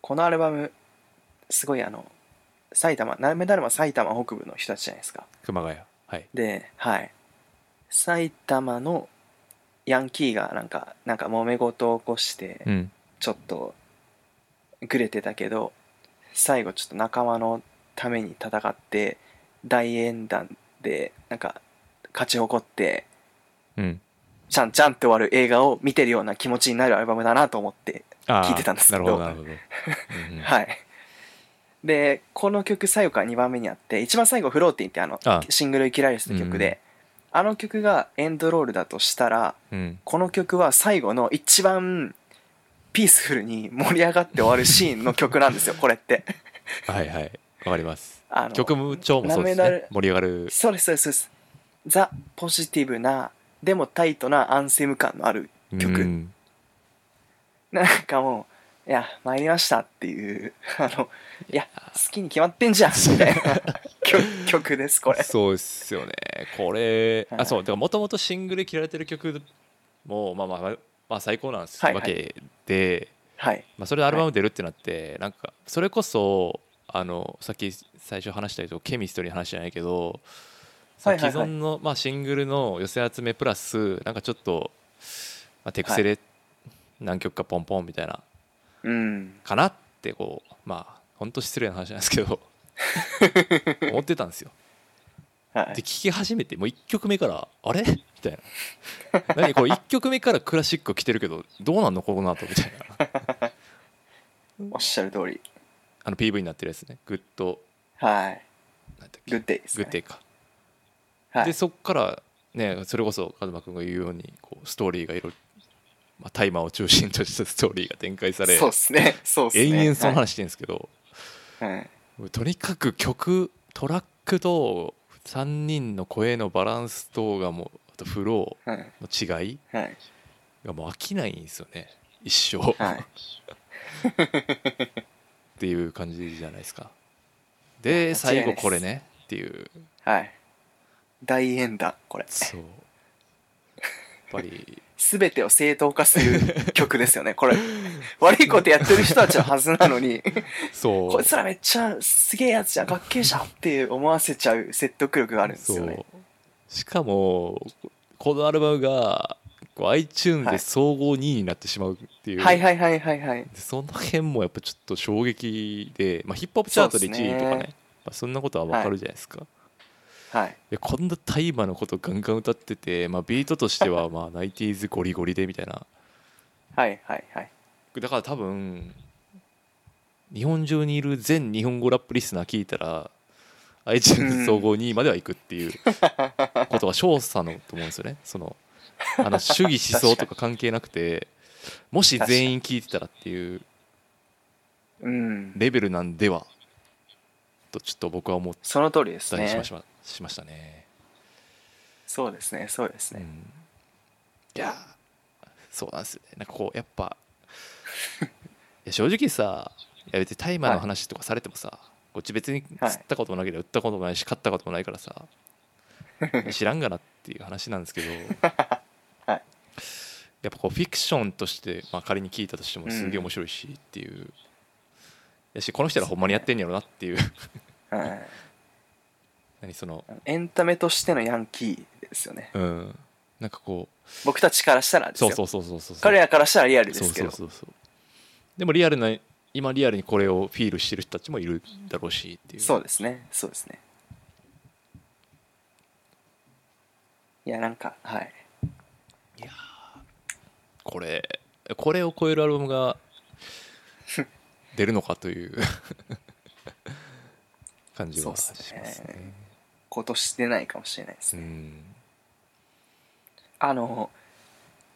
[SPEAKER 3] このアルバムすごいあの埼玉ナメダルマ埼玉北部の人たちじゃないですか
[SPEAKER 2] 熊谷はい
[SPEAKER 3] ではい埼玉のヤンキーがなんかなんか揉め事を起こして、
[SPEAKER 2] うん
[SPEAKER 3] ちょっとグレてたけど最後ちょっと仲間のために戦って大演談でなんか勝ち誇って
[SPEAKER 2] うん
[SPEAKER 3] ちゃんちゃんって終わる映画を見てるような気持ちになるアルバムだなと思って、
[SPEAKER 2] あー
[SPEAKER 3] 聞いてたんですけど
[SPEAKER 2] なるほ どなるほど、うんうん
[SPEAKER 3] はいでこの曲最後から2番目にあって一番最後「フローティン」ってあの
[SPEAKER 2] あ
[SPEAKER 3] シングル「生きられる」って曲で、あの曲がエンドロールだとしたら
[SPEAKER 2] うん
[SPEAKER 3] この曲は最後の一番ピースフルに盛り上がって終わるシーンの曲な んですよこれって
[SPEAKER 2] はいはいわかります
[SPEAKER 3] あの
[SPEAKER 2] 曲調もそうです
[SPEAKER 3] ラ
[SPEAKER 2] ね
[SPEAKER 3] メダル
[SPEAKER 2] 盛り上がる
[SPEAKER 3] そうですそうですそうですザ・ポジティブなでもタイトなアンセム感のある曲、
[SPEAKER 2] うん
[SPEAKER 3] なんかもういや参りましたっていう あのいや好きに決まってんじゃんみたいな 曲曲ですこれ
[SPEAKER 2] そうですよねこれ、
[SPEAKER 3] はい
[SPEAKER 2] あそうだからもともとシングルで切られてる曲もまあまあまあ、まあ、最高なんです、
[SPEAKER 3] はいはい
[SPEAKER 2] わけで、
[SPEAKER 3] はい
[SPEAKER 2] まあ、それでアルバム出るってなって、なんかそれこそあのさっき最初話したけどケミストリーの話じゃないけど、さ
[SPEAKER 3] はいはいはい
[SPEAKER 2] 既存の、まあ、シングルの寄せ集めプラスなんかちょっと、まあ、手癖で何曲かポンポンみたいな
[SPEAKER 3] うん
[SPEAKER 2] かなってこうまあ本当失礼な話なんですけ ど思ってたんですよ
[SPEAKER 3] は
[SPEAKER 2] で聴
[SPEAKER 3] い
[SPEAKER 2] き始めてもう1曲目から「あれ?」みたいな「何これ1曲 目からクラシック来てるけどどうなんのこの後みたいな
[SPEAKER 3] おっしゃる通り
[SPEAKER 2] あの PV になってるやつね「グッドな
[SPEAKER 3] はい
[SPEAKER 2] んだっ
[SPEAKER 3] グ
[SPEAKER 2] け
[SPEAKER 3] ッデイです、
[SPEAKER 2] グ
[SPEAKER 3] ね、
[SPEAKER 2] ッデイか、
[SPEAKER 3] はい
[SPEAKER 2] でそっからねそれこそカズマ君が言うようにこうストーリーがいろいろ、まあ、タイマーを中心としたストーリーが展開され
[SPEAKER 3] そうっすねそうっすね
[SPEAKER 2] 延々その話してるんですけど、
[SPEAKER 3] はいはい
[SPEAKER 2] もうとにかく曲トラックと3人の声のバランス等がもうあとフロ
[SPEAKER 3] はい
[SPEAKER 2] ーの違い
[SPEAKER 3] はい
[SPEAKER 2] がもう飽きないんですよね一生、
[SPEAKER 3] は
[SPEAKER 2] っ
[SPEAKER 3] い
[SPEAKER 2] ていう感じじゃないですかで
[SPEAKER 3] 間違
[SPEAKER 2] 最
[SPEAKER 3] いない
[SPEAKER 2] 後
[SPEAKER 3] です
[SPEAKER 2] これねっていう
[SPEAKER 3] はい大演談これ
[SPEAKER 2] そうやっぱり
[SPEAKER 3] 全てを正当化する曲ですよ ねこれ悪いことやってる人たちのはずなのに
[SPEAKER 2] そう
[SPEAKER 3] こいつらめっちゃすげえやつじゃんかっけえじゃんって思わせちゃう説得力があるんですよね
[SPEAKER 2] そうしかもこのアルバムがこう iTunes
[SPEAKER 3] は
[SPEAKER 2] で
[SPEAKER 3] い
[SPEAKER 2] 総合2位になってしまうっていう、
[SPEAKER 3] はいはいはいはいはい
[SPEAKER 2] でその辺もやっぱちょっと衝撃で、まあ、ヒップホップチャートで
[SPEAKER 3] そうっすね
[SPEAKER 2] 1位とかねまあ、そんなことはわかるじゃないですか、
[SPEAKER 3] はい
[SPEAKER 2] でこんな大麻のことガンガン歌ってて、まあ、ビートとしてはまあ 90s ゴリゴリでみたいな
[SPEAKER 3] はいはいはい
[SPEAKER 2] だから多分日本中にいる全日本語ラップリスナー聞いたら iTunes 総合2位までは行くっていうことが勝査のと思うんですよねそのあの主義思想とか関係なくてもし全員聞いてたらっていう
[SPEAKER 3] うん
[SPEAKER 2] レベルなんではとちょっと僕は思っ
[SPEAKER 3] その通りです
[SPEAKER 2] たりし
[SPEAKER 3] ね
[SPEAKER 2] まし,、しましたね。
[SPEAKER 3] そうですねそうです
[SPEAKER 2] う
[SPEAKER 3] ね
[SPEAKER 2] ん、いやーそうなんですよねなんかこうやっぱ いや正直さいや別にタイマーの話とかされてもさ、こっち別に
[SPEAKER 3] はい
[SPEAKER 2] 釣ったこともなければ売ったこともないし買ったこともないから さ知らんがなっていう話なんですけど、
[SPEAKER 3] はい
[SPEAKER 2] やっぱこうフィクションとして、まあ、仮に聞いたとしてもすげえ面白いしっていう、やしこの人らほんまにやってんやろなっていう
[SPEAKER 3] はい
[SPEAKER 2] 何その
[SPEAKER 3] エンタメとしてのヤンキーですよね
[SPEAKER 2] うんなんかこう
[SPEAKER 3] 僕たちからしたらです
[SPEAKER 2] そ
[SPEAKER 3] よ
[SPEAKER 2] うそうそうそうそう
[SPEAKER 3] 彼らからしたらリアルで
[SPEAKER 2] そう
[SPEAKER 3] すけ
[SPEAKER 2] そ
[SPEAKER 3] ど
[SPEAKER 2] うそうそうでもリアルな今リアルにこれをフィールしてる人たちもいるだろうしっていう
[SPEAKER 3] そうですねそうですねいやなんかはい
[SPEAKER 2] これこれを超えるアルバムが出るのかという感じはします
[SPEAKER 3] そうっす
[SPEAKER 2] ね
[SPEAKER 3] 今年出ないかもしれないです
[SPEAKER 2] う
[SPEAKER 3] ね、
[SPEAKER 2] ん
[SPEAKER 3] あの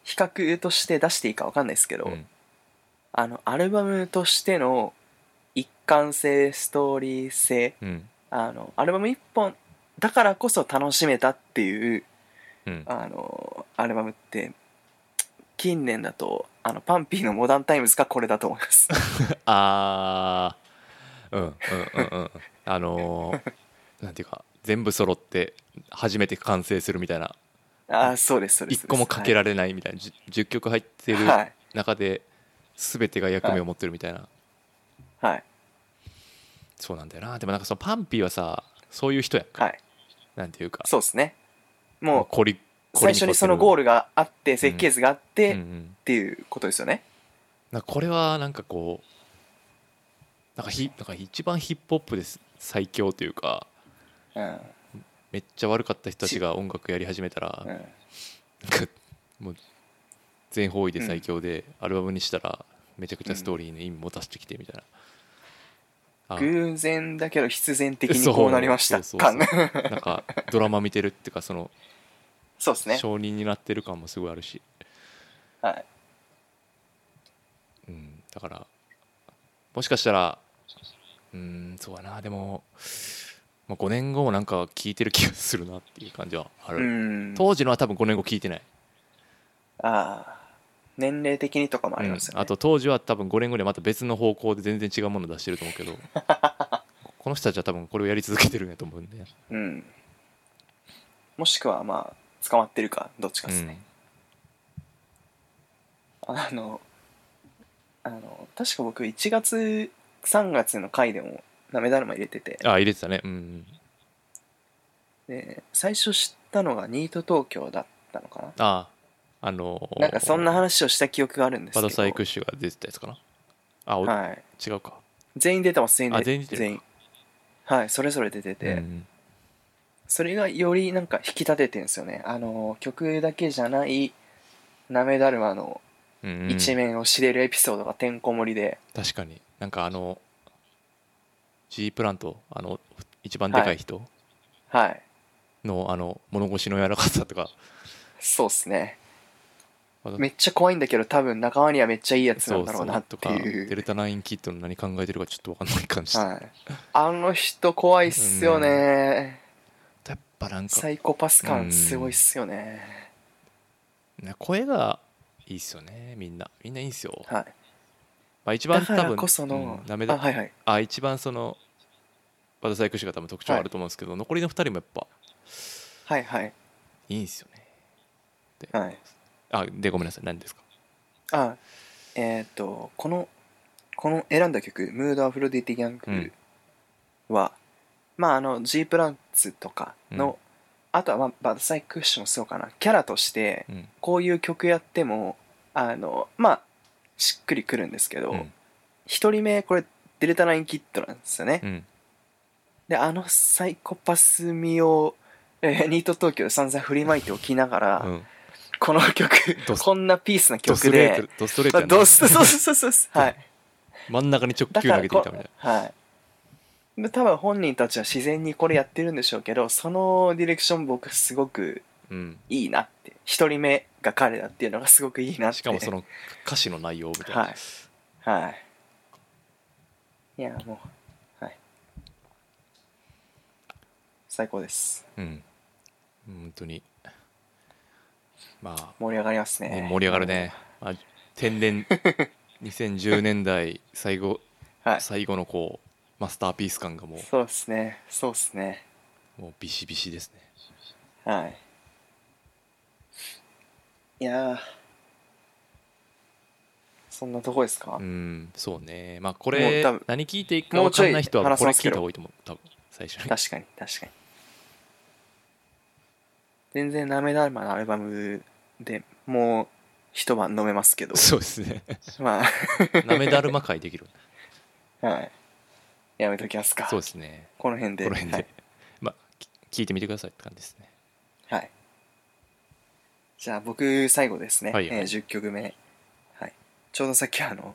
[SPEAKER 3] 比較として出していいかわかんないですけど、
[SPEAKER 2] うん
[SPEAKER 3] あのアルバムとしての一貫性ストーリー性
[SPEAKER 2] うん
[SPEAKER 3] あのアルバム一本だからこそ楽しめたっていう
[SPEAKER 2] うん
[SPEAKER 3] あのアルバムって近年だとあのパンピーの「モダンタイムズ」がこれだと思います
[SPEAKER 2] あーうんうんうんうんあのーなんていうか全部揃って初めて完成するみたいな
[SPEAKER 3] ああそうですそうです
[SPEAKER 2] 一個もかけら
[SPEAKER 3] れ
[SPEAKER 2] れないみたいな、じゅ 10, 曲入ってる
[SPEAKER 3] はい
[SPEAKER 2] 中で全てが役目を持ってるみたいな、
[SPEAKER 3] はい
[SPEAKER 2] そうなんだよなでもなんかそのパンピーはさそういう人やんか、
[SPEAKER 3] はい
[SPEAKER 2] なんていうか
[SPEAKER 3] そうですね
[SPEAKER 2] もう
[SPEAKER 3] も
[SPEAKER 2] こり
[SPEAKER 3] う最初にそのゴー
[SPEAKER 2] ル
[SPEAKER 3] ルがあって設計図があっ
[SPEAKER 2] で、うんう
[SPEAKER 3] てっ
[SPEAKER 2] ん
[SPEAKER 3] ていうことですよね
[SPEAKER 2] なんかこれはなんかこうなんかひなんか一番ヒップホップです最強というか
[SPEAKER 3] うん
[SPEAKER 2] めっちゃ悪かった人たちが音楽やり始めたら、
[SPEAKER 3] うん
[SPEAKER 2] なんかもう全方位で最強で、アルバムにしたらめちゃくちゃストーリーに意味持たせてきてみたいな、あ
[SPEAKER 3] 偶然だけど必然的にこうなりました
[SPEAKER 2] そうそうそう
[SPEAKER 3] 感
[SPEAKER 2] なんかドラマ見てるっていうかその
[SPEAKER 3] そうですね
[SPEAKER 2] 承認になってる感もすごいあるし、
[SPEAKER 3] はい
[SPEAKER 2] うん、だからもしかしたらうんそうだなでも、まあ、5年後もなんか聞いてる気がするなっていう感じはあ
[SPEAKER 3] う
[SPEAKER 2] る、
[SPEAKER 3] ん
[SPEAKER 2] 当時のは多分5年後聞いてない、
[SPEAKER 3] ああ年齢的にとかもありますよ
[SPEAKER 2] うん
[SPEAKER 3] ね
[SPEAKER 2] あと当時は多分5年後にはまた別の方向で全然違うもの出してると思うけ どこの人たちは多分これをやり続けてるんやと思うんで、
[SPEAKER 3] うんもしくはまあ捕まってるかどっちか
[SPEAKER 2] う
[SPEAKER 3] です
[SPEAKER 2] ん
[SPEAKER 3] ね、あの、あの、確か僕1月、3月の回でも、なめだるま入れてて、
[SPEAKER 2] あ入れてたねうん
[SPEAKER 3] で、最初知ったのがニート東京だったのかな。
[SPEAKER 2] ああの
[SPEAKER 3] なんかそんな話をした記憶があるんですけ
[SPEAKER 2] バ
[SPEAKER 3] ど。
[SPEAKER 2] ドサイクッシュが出てたやつかなあ、お
[SPEAKER 3] はい。
[SPEAKER 2] 違うか
[SPEAKER 3] 全員出てます、全員
[SPEAKER 2] あ全員出てる
[SPEAKER 3] はい、それぞれ出てて、
[SPEAKER 2] うん
[SPEAKER 3] それがよりなんか引き立ててんですよね。あの、曲だけじゃない、なめだるまの
[SPEAKER 2] うんうん
[SPEAKER 3] 一面を知れるエピソードがてんこ盛りで、
[SPEAKER 2] 確かになんかあの G プラントあの一番でかい人
[SPEAKER 3] はい。
[SPEAKER 2] の、あの物腰の柔らかさとか
[SPEAKER 3] そうっすね。
[SPEAKER 2] また
[SPEAKER 3] めっちゃ怖いんだけど多分仲間にはめっちゃいいやつなんだろうなっ
[SPEAKER 2] と
[SPEAKER 3] て
[SPEAKER 2] か
[SPEAKER 3] い
[SPEAKER 2] デ
[SPEAKER 3] う
[SPEAKER 2] ルタ9キッドの何考えてるかちょっと分かんない感じ、
[SPEAKER 3] はい、あの人怖いっすよね、
[SPEAKER 2] やっぱなんか
[SPEAKER 3] サイコパス感すごいっすよね、
[SPEAKER 2] ね声がいいっすよねみんなみんないいっすよ、
[SPEAKER 3] は
[SPEAKER 2] ま
[SPEAKER 3] い、
[SPEAKER 2] あ、一番
[SPEAKER 3] だか
[SPEAKER 2] 多
[SPEAKER 3] ら
[SPEAKER 2] 分
[SPEAKER 3] こその、
[SPEAKER 2] うんダメ
[SPEAKER 3] あ
[SPEAKER 2] だ
[SPEAKER 3] はいはい
[SPEAKER 2] あ一番そのバドサイクッシュが多分特徴あると思うんですけど、残りの2人もやっぱ
[SPEAKER 3] はいはい
[SPEAKER 2] いいんすよね
[SPEAKER 3] はい
[SPEAKER 2] あでごめんなさい何ですか
[SPEAKER 3] あえっ、とこのこの選んだ曲「ムードアフロディティギャング」は、まああの G プランツとかの、あとは、まあ、バッドサイクッシュもそうかなキャラとして
[SPEAKER 2] うん
[SPEAKER 3] こういう曲やってもあのまあしっくりくるんですけど、
[SPEAKER 2] うん
[SPEAKER 3] 一人目これデルタナインキッドなんですよね、
[SPEAKER 2] うん
[SPEAKER 3] であのサイコパス味を、えーニート東京で散々振りまいておきながら、
[SPEAKER 2] うん
[SPEAKER 3] この曲
[SPEAKER 2] ドス
[SPEAKER 3] こんなピースな
[SPEAKER 2] ドスト
[SPEAKER 3] 曲
[SPEAKER 2] レート
[SPEAKER 3] で
[SPEAKER 2] ドストレート
[SPEAKER 3] まあ
[SPEAKER 2] やな
[SPEAKER 3] ドスそうそうそう そうはい
[SPEAKER 2] 真ん中に直
[SPEAKER 3] だ
[SPEAKER 2] 球
[SPEAKER 3] か
[SPEAKER 2] 投
[SPEAKER 3] ら
[SPEAKER 2] げて
[SPEAKER 3] こ
[SPEAKER 2] きたみたいな
[SPEAKER 3] はいで多分本人たちは自然にこれやってるんでしょうけどそのディレクション僕すごく
[SPEAKER 2] うん
[SPEAKER 3] いいなって一人目が彼だっていうのがすごくいいなって
[SPEAKER 2] しかもその歌詞の内容みたいな、
[SPEAKER 3] はいはいいやもうはい最高です
[SPEAKER 2] うん本当にま
[SPEAKER 3] 盛り上がります
[SPEAKER 2] あ、
[SPEAKER 3] ね
[SPEAKER 2] 盛り上がるね、まあ、天 然2010年代最後
[SPEAKER 3] はい
[SPEAKER 2] 最後のこうマスターピース感がも
[SPEAKER 3] そうですねそうですね
[SPEAKER 2] うもうビシビシですね
[SPEAKER 3] はいいやーそんなとこですか、
[SPEAKER 2] うんそうねまあこ
[SPEAKER 3] もう
[SPEAKER 2] れ
[SPEAKER 3] 多分
[SPEAKER 2] 何聞いていくか
[SPEAKER 3] も
[SPEAKER 2] 分
[SPEAKER 3] うちょ
[SPEAKER 2] か
[SPEAKER 3] い
[SPEAKER 2] んない人は
[SPEAKER 3] 話せ
[SPEAKER 2] これ
[SPEAKER 3] ます
[SPEAKER 2] 聞
[SPEAKER 3] け
[SPEAKER 2] いた
[SPEAKER 3] ど
[SPEAKER 2] 方がいいと思う多分最初に
[SPEAKER 3] 確かに確かに全然ダメだまなアルバムでもう一晩飲めま すけど
[SPEAKER 2] そうですね
[SPEAKER 3] ま
[SPEAKER 2] なめだるま会できる
[SPEAKER 3] あはいやめときますか
[SPEAKER 2] そうですね
[SPEAKER 3] この辺で
[SPEAKER 2] この辺で、
[SPEAKER 3] はい
[SPEAKER 2] まあき聞いてみてくださいって感じですね
[SPEAKER 3] はい。じゃあ僕最後ですね。
[SPEAKER 2] はいはい
[SPEAKER 3] えー10曲目。はい。ちょうどさっきあの、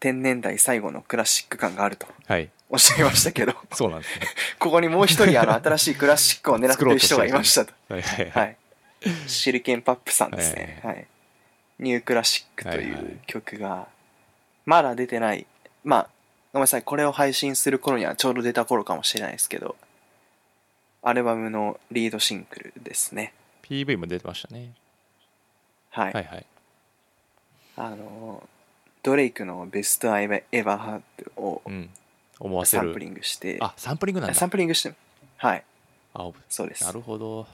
[SPEAKER 3] 天然代最後のクラシック感があると
[SPEAKER 2] はい
[SPEAKER 3] おっしゃいましたけど、
[SPEAKER 2] そうなんですね
[SPEAKER 3] ここにもう一人あの新しいクラシックを狙ってる人がいましたと。
[SPEAKER 2] はいはいは
[SPEAKER 3] はいい。シルケンパップさんですね。はい、ニュークラシックとい
[SPEAKER 2] はいはいう
[SPEAKER 3] 曲が、まだ出てない。まあ、ごめんなさい。これを配信する頃にはちょうど出た頃かもしれないですけど、アルバムのリードシングルですね。
[SPEAKER 2] PV も出てましたね
[SPEAKER 3] はい。
[SPEAKER 2] はいはい
[SPEAKER 3] あのドレイクの「ベスト・アイ・エヴァ・ハート」を
[SPEAKER 2] うん思わせ
[SPEAKER 3] サン
[SPEAKER 2] る
[SPEAKER 3] プリングして
[SPEAKER 2] あサンプリングなん
[SPEAKER 3] サ
[SPEAKER 2] だ
[SPEAKER 3] ンプリングしてはい
[SPEAKER 2] あ
[SPEAKER 3] そうです
[SPEAKER 2] なるほど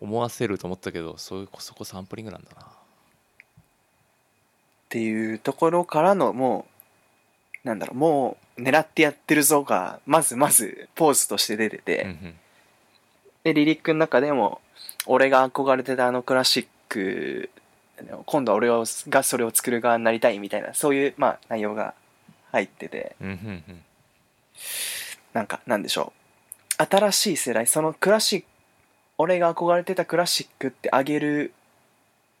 [SPEAKER 2] 思わせると思ったけどそういうそこサンプリングなんだな
[SPEAKER 3] っていうところからのもうなんだろうもう狙ってやってるぞがまずまずポーズとして出てて、
[SPEAKER 2] うんうん
[SPEAKER 3] でリリックの中でも俺が憧れてたあのクラシック今度は俺がそれを作る側になりたいみたいなそういう、まあ、内容が入ってて、
[SPEAKER 2] うんうんうん
[SPEAKER 3] なんかなんでしょう新しい世代そのクラシック俺が憧れてたクラシックってあげる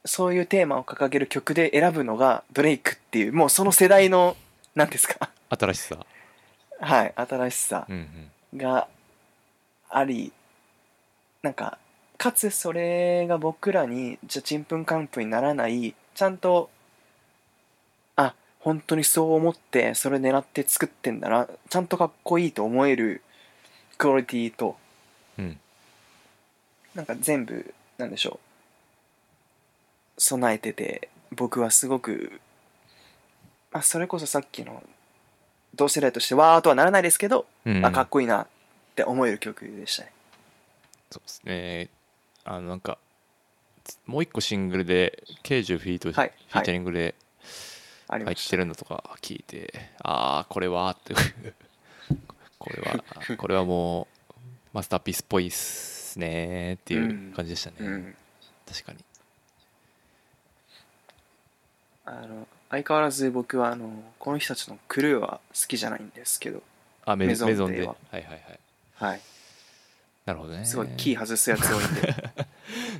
[SPEAKER 3] そういうテーマを掲げる曲で選ぶのがドレイクっていうもうその世代の何ですか
[SPEAKER 2] 新しさ
[SPEAKER 3] はい新しさ
[SPEAKER 2] うんうん
[SPEAKER 3] がありなんかかつそれが僕らにじゃちんぷんかんぷんにならないちゃんとあ本当にそう思ってそれ狙って作ってんだなちゃんとかっこいいと思えるクオリティと
[SPEAKER 2] うん
[SPEAKER 3] なんか全部なんでしょう備えてて僕はすごく、まあ、それこそさっきの同世代としてわーとはならないですけど、
[SPEAKER 2] うんうん
[SPEAKER 3] あかっこいいなって思える曲でしたね
[SPEAKER 2] そうですねあのなんかつもう一個シングルで90フィート、
[SPEAKER 3] はい
[SPEAKER 2] フィーチャリングで
[SPEAKER 3] あり
[SPEAKER 2] 入
[SPEAKER 3] ま
[SPEAKER 2] っ
[SPEAKER 3] して
[SPEAKER 2] るのとか聞いて、ああこれはって これ はこれはもうマスターピースっぽいっすねっていう感じでしたね、
[SPEAKER 3] た、うん、
[SPEAKER 2] 確かに
[SPEAKER 3] あの相変わらず僕はあのこの人たちのクルーは好きじゃないんですけど
[SPEAKER 2] あメ
[SPEAKER 3] メ
[SPEAKER 2] ゾ
[SPEAKER 3] ゾ
[SPEAKER 2] ンメゾ
[SPEAKER 3] ン
[SPEAKER 2] ン
[SPEAKER 3] デ
[SPEAKER 2] で
[SPEAKER 3] ー
[SPEAKER 2] は
[SPEAKER 3] はい
[SPEAKER 2] はいはい
[SPEAKER 3] はい
[SPEAKER 2] なるほどね
[SPEAKER 3] すごいキー外すやつ多いんで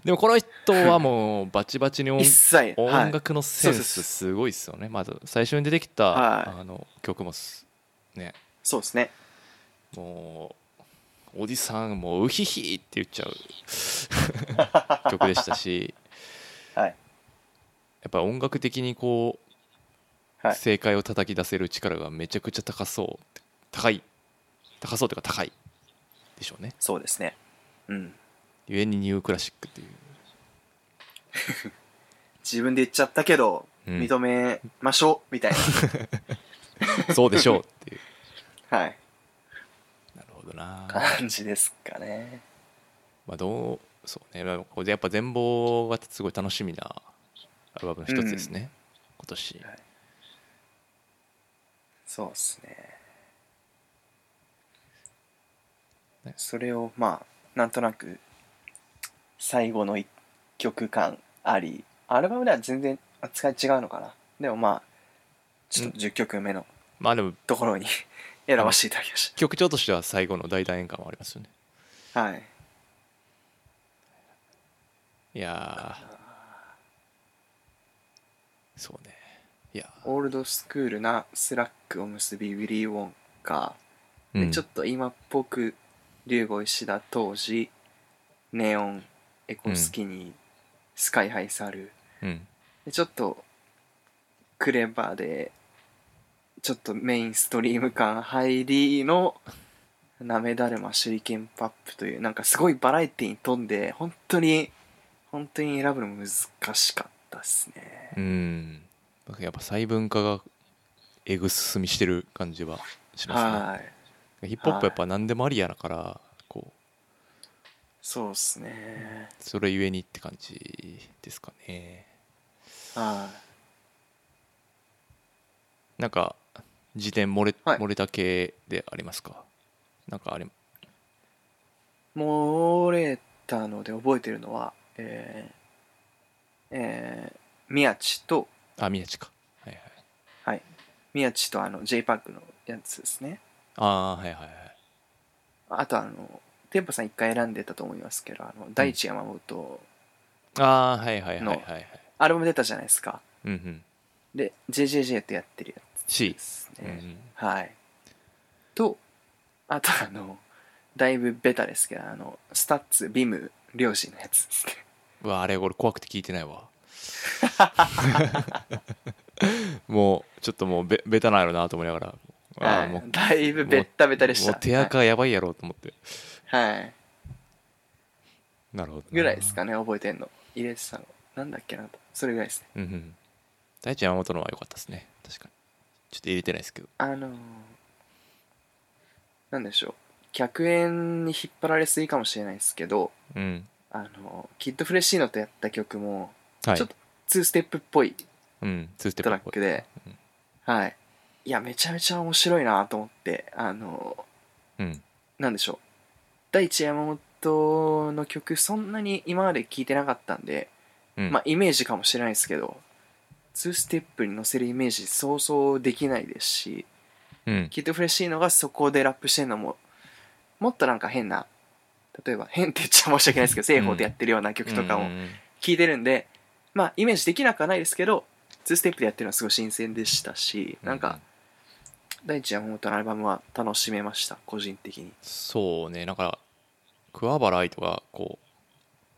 [SPEAKER 2] でもこの人はもうバチバチに音
[SPEAKER 3] 一切は
[SPEAKER 2] 音
[SPEAKER 3] い
[SPEAKER 2] 楽のセンスすごいっすよねまず最初に出てきた、
[SPEAKER 3] はい
[SPEAKER 2] あの曲もすね
[SPEAKER 3] そうですね
[SPEAKER 2] もうおじさんもうウヒヒって言っちゃ う曲でしたし
[SPEAKER 3] はい
[SPEAKER 2] やっぱ音楽的にこう、
[SPEAKER 3] はい
[SPEAKER 2] 正解を叩き出せる力がめちゃくちゃ高そう高い高そうというか高いでしょうね
[SPEAKER 3] そうですねうん
[SPEAKER 2] ゆえにニュークラシックっていう
[SPEAKER 3] 自分で言っちゃったけど、
[SPEAKER 2] うん
[SPEAKER 3] 認めましょうみたい
[SPEAKER 2] そうでしょうっていう
[SPEAKER 3] な、はい、
[SPEAKER 2] なるほど な
[SPEAKER 3] 感じですかね。
[SPEAKER 2] まあどうそうねまあこれやっぱ全貌がすごい楽しみなアルバムの一つですね、今年
[SPEAKER 3] はいそうですね
[SPEAKER 2] ね。
[SPEAKER 3] それをまあなんとなく最後の一曲間ありアルバムでは全然扱い違うのかなでもまあちょっと10曲目の
[SPEAKER 2] まあでも
[SPEAKER 3] ところに 選ばせていただきまし
[SPEAKER 2] 曲調としては最後の大団円感はありますよね
[SPEAKER 3] たはい
[SPEAKER 2] いやーそうねいや
[SPEAKER 3] オールドスクールなスラックを結びウィリー・ウォンカー
[SPEAKER 2] ー、
[SPEAKER 3] で
[SPEAKER 2] うん
[SPEAKER 3] ちょっと今っぽく竜吾石田当時ネオンエコスキニー、スカイハイサル
[SPEAKER 2] うん
[SPEAKER 3] でちょっとクレバーでちょっとメインストリーム感入りのなめだるま手裏剣パップというなんかすごいバラエティに富んで本当に本当に選ぶの難しかったですね
[SPEAKER 2] うんなんかやっぱ細分化がえぐ進みしてる感じはしま
[SPEAKER 3] はい
[SPEAKER 2] すねヒップホップやっぱ何でもありやだからこう
[SPEAKER 3] そうですね
[SPEAKER 2] それゆえにって感じですかね
[SPEAKER 3] はい
[SPEAKER 2] なんか辞典漏れ,、
[SPEAKER 3] はい
[SPEAKER 2] 漏れた系でありますかなんかあれ
[SPEAKER 3] 漏れたので覚えてるのは、えー、えー、宮地と、
[SPEAKER 2] あ宮地かはいはい
[SPEAKER 3] 宮地とあの JPAG のやつですね。
[SPEAKER 2] ああーはいはいはい
[SPEAKER 3] あとあの、テンポさん一回選んでたと思いますけど、あの、大地山本、
[SPEAKER 2] ああはいはいはいはいはい
[SPEAKER 3] アルバム出たじゃないですか。
[SPEAKER 2] うんうん
[SPEAKER 3] で、JJJ ってやってるやつ
[SPEAKER 2] C
[SPEAKER 3] です
[SPEAKER 2] うんう
[SPEAKER 3] ね。
[SPEAKER 2] ん
[SPEAKER 3] はい。と、あとあの、だいぶベタですけど、あの、スタッツ、ビム、両親のやつですね。
[SPEAKER 2] うわあれ俺怖くて聞いてないわ もうちょっともうベベタなんやろなと思いながらあ
[SPEAKER 3] は
[SPEAKER 2] ーもう
[SPEAKER 3] い、だいぶベッタベタでした。
[SPEAKER 2] もう手垢やばいやろうと思って、
[SPEAKER 3] はい。はい。
[SPEAKER 2] なるほどな
[SPEAKER 3] ぐらいですかね、覚えてんの。入れてたの。なんだっけなと。それぐらいですね。
[SPEAKER 2] うんうん大地山本のは良かったですね確かにちょっと入れてないですけど
[SPEAKER 3] あのー、なんでしょう。客演に引っ張られすぎかもしれないですけど、
[SPEAKER 2] うん
[SPEAKER 3] あのー、キッドフレッシーノとやった曲も、
[SPEAKER 2] はい
[SPEAKER 3] ちょっと2ステップっぽい
[SPEAKER 2] うんツーステッ
[SPEAKER 3] ト
[SPEAKER 2] プ
[SPEAKER 3] ラ
[SPEAKER 2] っ
[SPEAKER 3] ッ
[SPEAKER 2] ぽい
[SPEAKER 3] クで、
[SPEAKER 2] うん
[SPEAKER 3] はい。いや、めちゃめちゃ面白いなと思って、あのー、
[SPEAKER 2] うん
[SPEAKER 3] なんでしょう大地山本の曲そんなに今まで聴いてなかったんで、
[SPEAKER 2] うん
[SPEAKER 3] まあイメージかもしれないですけど2ステップに乗せるイメージ想像できないですし
[SPEAKER 2] うん
[SPEAKER 3] きっとフレッシーのがそこでラップしてるのももっとなんか変な例えば変って言っちゃ申し訳ないですけど正方でやってるような曲とか
[SPEAKER 2] う
[SPEAKER 3] も
[SPEAKER 2] んうんうん
[SPEAKER 3] 聴いてるんで、まあイメージできなくはないですけど2ステップでやってるのはすごい新鮮でしたしなん
[SPEAKER 2] うんう
[SPEAKER 3] か
[SPEAKER 2] ん
[SPEAKER 3] 大地山本のアルバムは楽しめました個人的に
[SPEAKER 2] そうねだから桑原愛とかこう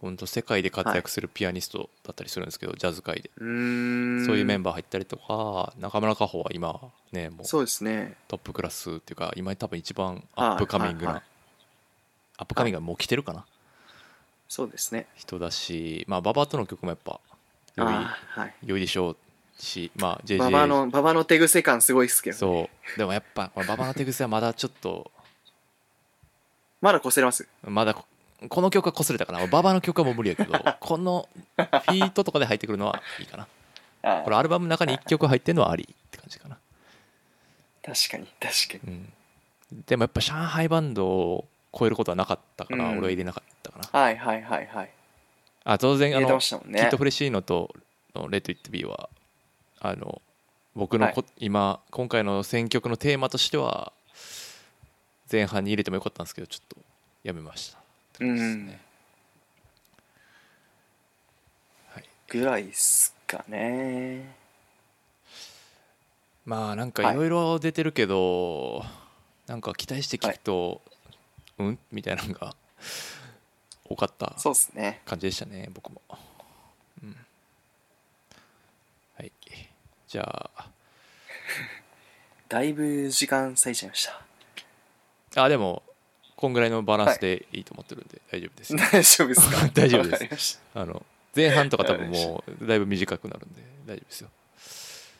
[SPEAKER 2] 本当世界で活躍するピアニストだったりするんですけど、ジャズ界で
[SPEAKER 3] うーん
[SPEAKER 2] そういうメンバ
[SPEAKER 3] バ
[SPEAKER 2] ー入ったりとか中村佳穂は今ねもう
[SPEAKER 3] そうですね
[SPEAKER 2] トップクラスっていうか今多分一番アップカミング
[SPEAKER 3] はい
[SPEAKER 2] な
[SPEAKER 3] はい
[SPEAKER 2] アップカミングはもう来てるかな
[SPEAKER 3] そうですね
[SPEAKER 2] 人だしまあ馬場との曲もやっぱ良い
[SPEAKER 3] ああはい
[SPEAKER 2] 良いでしょうしまあ
[SPEAKER 3] 馬場
[SPEAKER 2] JJ
[SPEAKER 3] の馬場の手癖感すごいっすけど
[SPEAKER 2] そうでもやっぱまあ馬場の手癖はまだちょっと
[SPEAKER 3] まだこせれます
[SPEAKER 2] まだここの曲は擦れたかな馬場の曲はもう無理や けどこのフィートとかで入ってくるのはいいかな
[SPEAKER 3] あ
[SPEAKER 2] これアルバムの中に1曲入ってるのはありって感じかな
[SPEAKER 3] 確かに確かに
[SPEAKER 2] うんでもやっぱ上海バンドを超えることはなかったから、
[SPEAKER 3] うん
[SPEAKER 2] 俺は入れなかったかな
[SPEAKER 3] はいはいはいはい
[SPEAKER 2] あ当然あ
[SPEAKER 3] 入れて
[SPEAKER 2] の
[SPEAKER 3] ましたもん
[SPEAKER 2] きっ
[SPEAKER 3] ね
[SPEAKER 2] とフレッシーノとの「レッド・イット・ビー」はあの僕のこ、今今回の選曲のテーマとしては前半に入れてもよかったんですけどちょっとやめましたって感じですねはい、
[SPEAKER 3] ぐらいっすかね
[SPEAKER 2] まあなんかいろいろ出てるけど、なんか期待して聞くと、うんみたいなのが多かった
[SPEAKER 3] そうっすね
[SPEAKER 2] 感じでしたね僕も、うんはいじゃあ
[SPEAKER 3] だいぶ時間割いちゃいました
[SPEAKER 2] あでもこんぐらいのバランスでいいと思ってるんで大丈夫ですよ、
[SPEAKER 3] 大丈夫ですか
[SPEAKER 2] 大丈夫です
[SPEAKER 3] わかりました
[SPEAKER 2] あの前半とか多分もうだいぶ短くなるんで大丈夫ですよ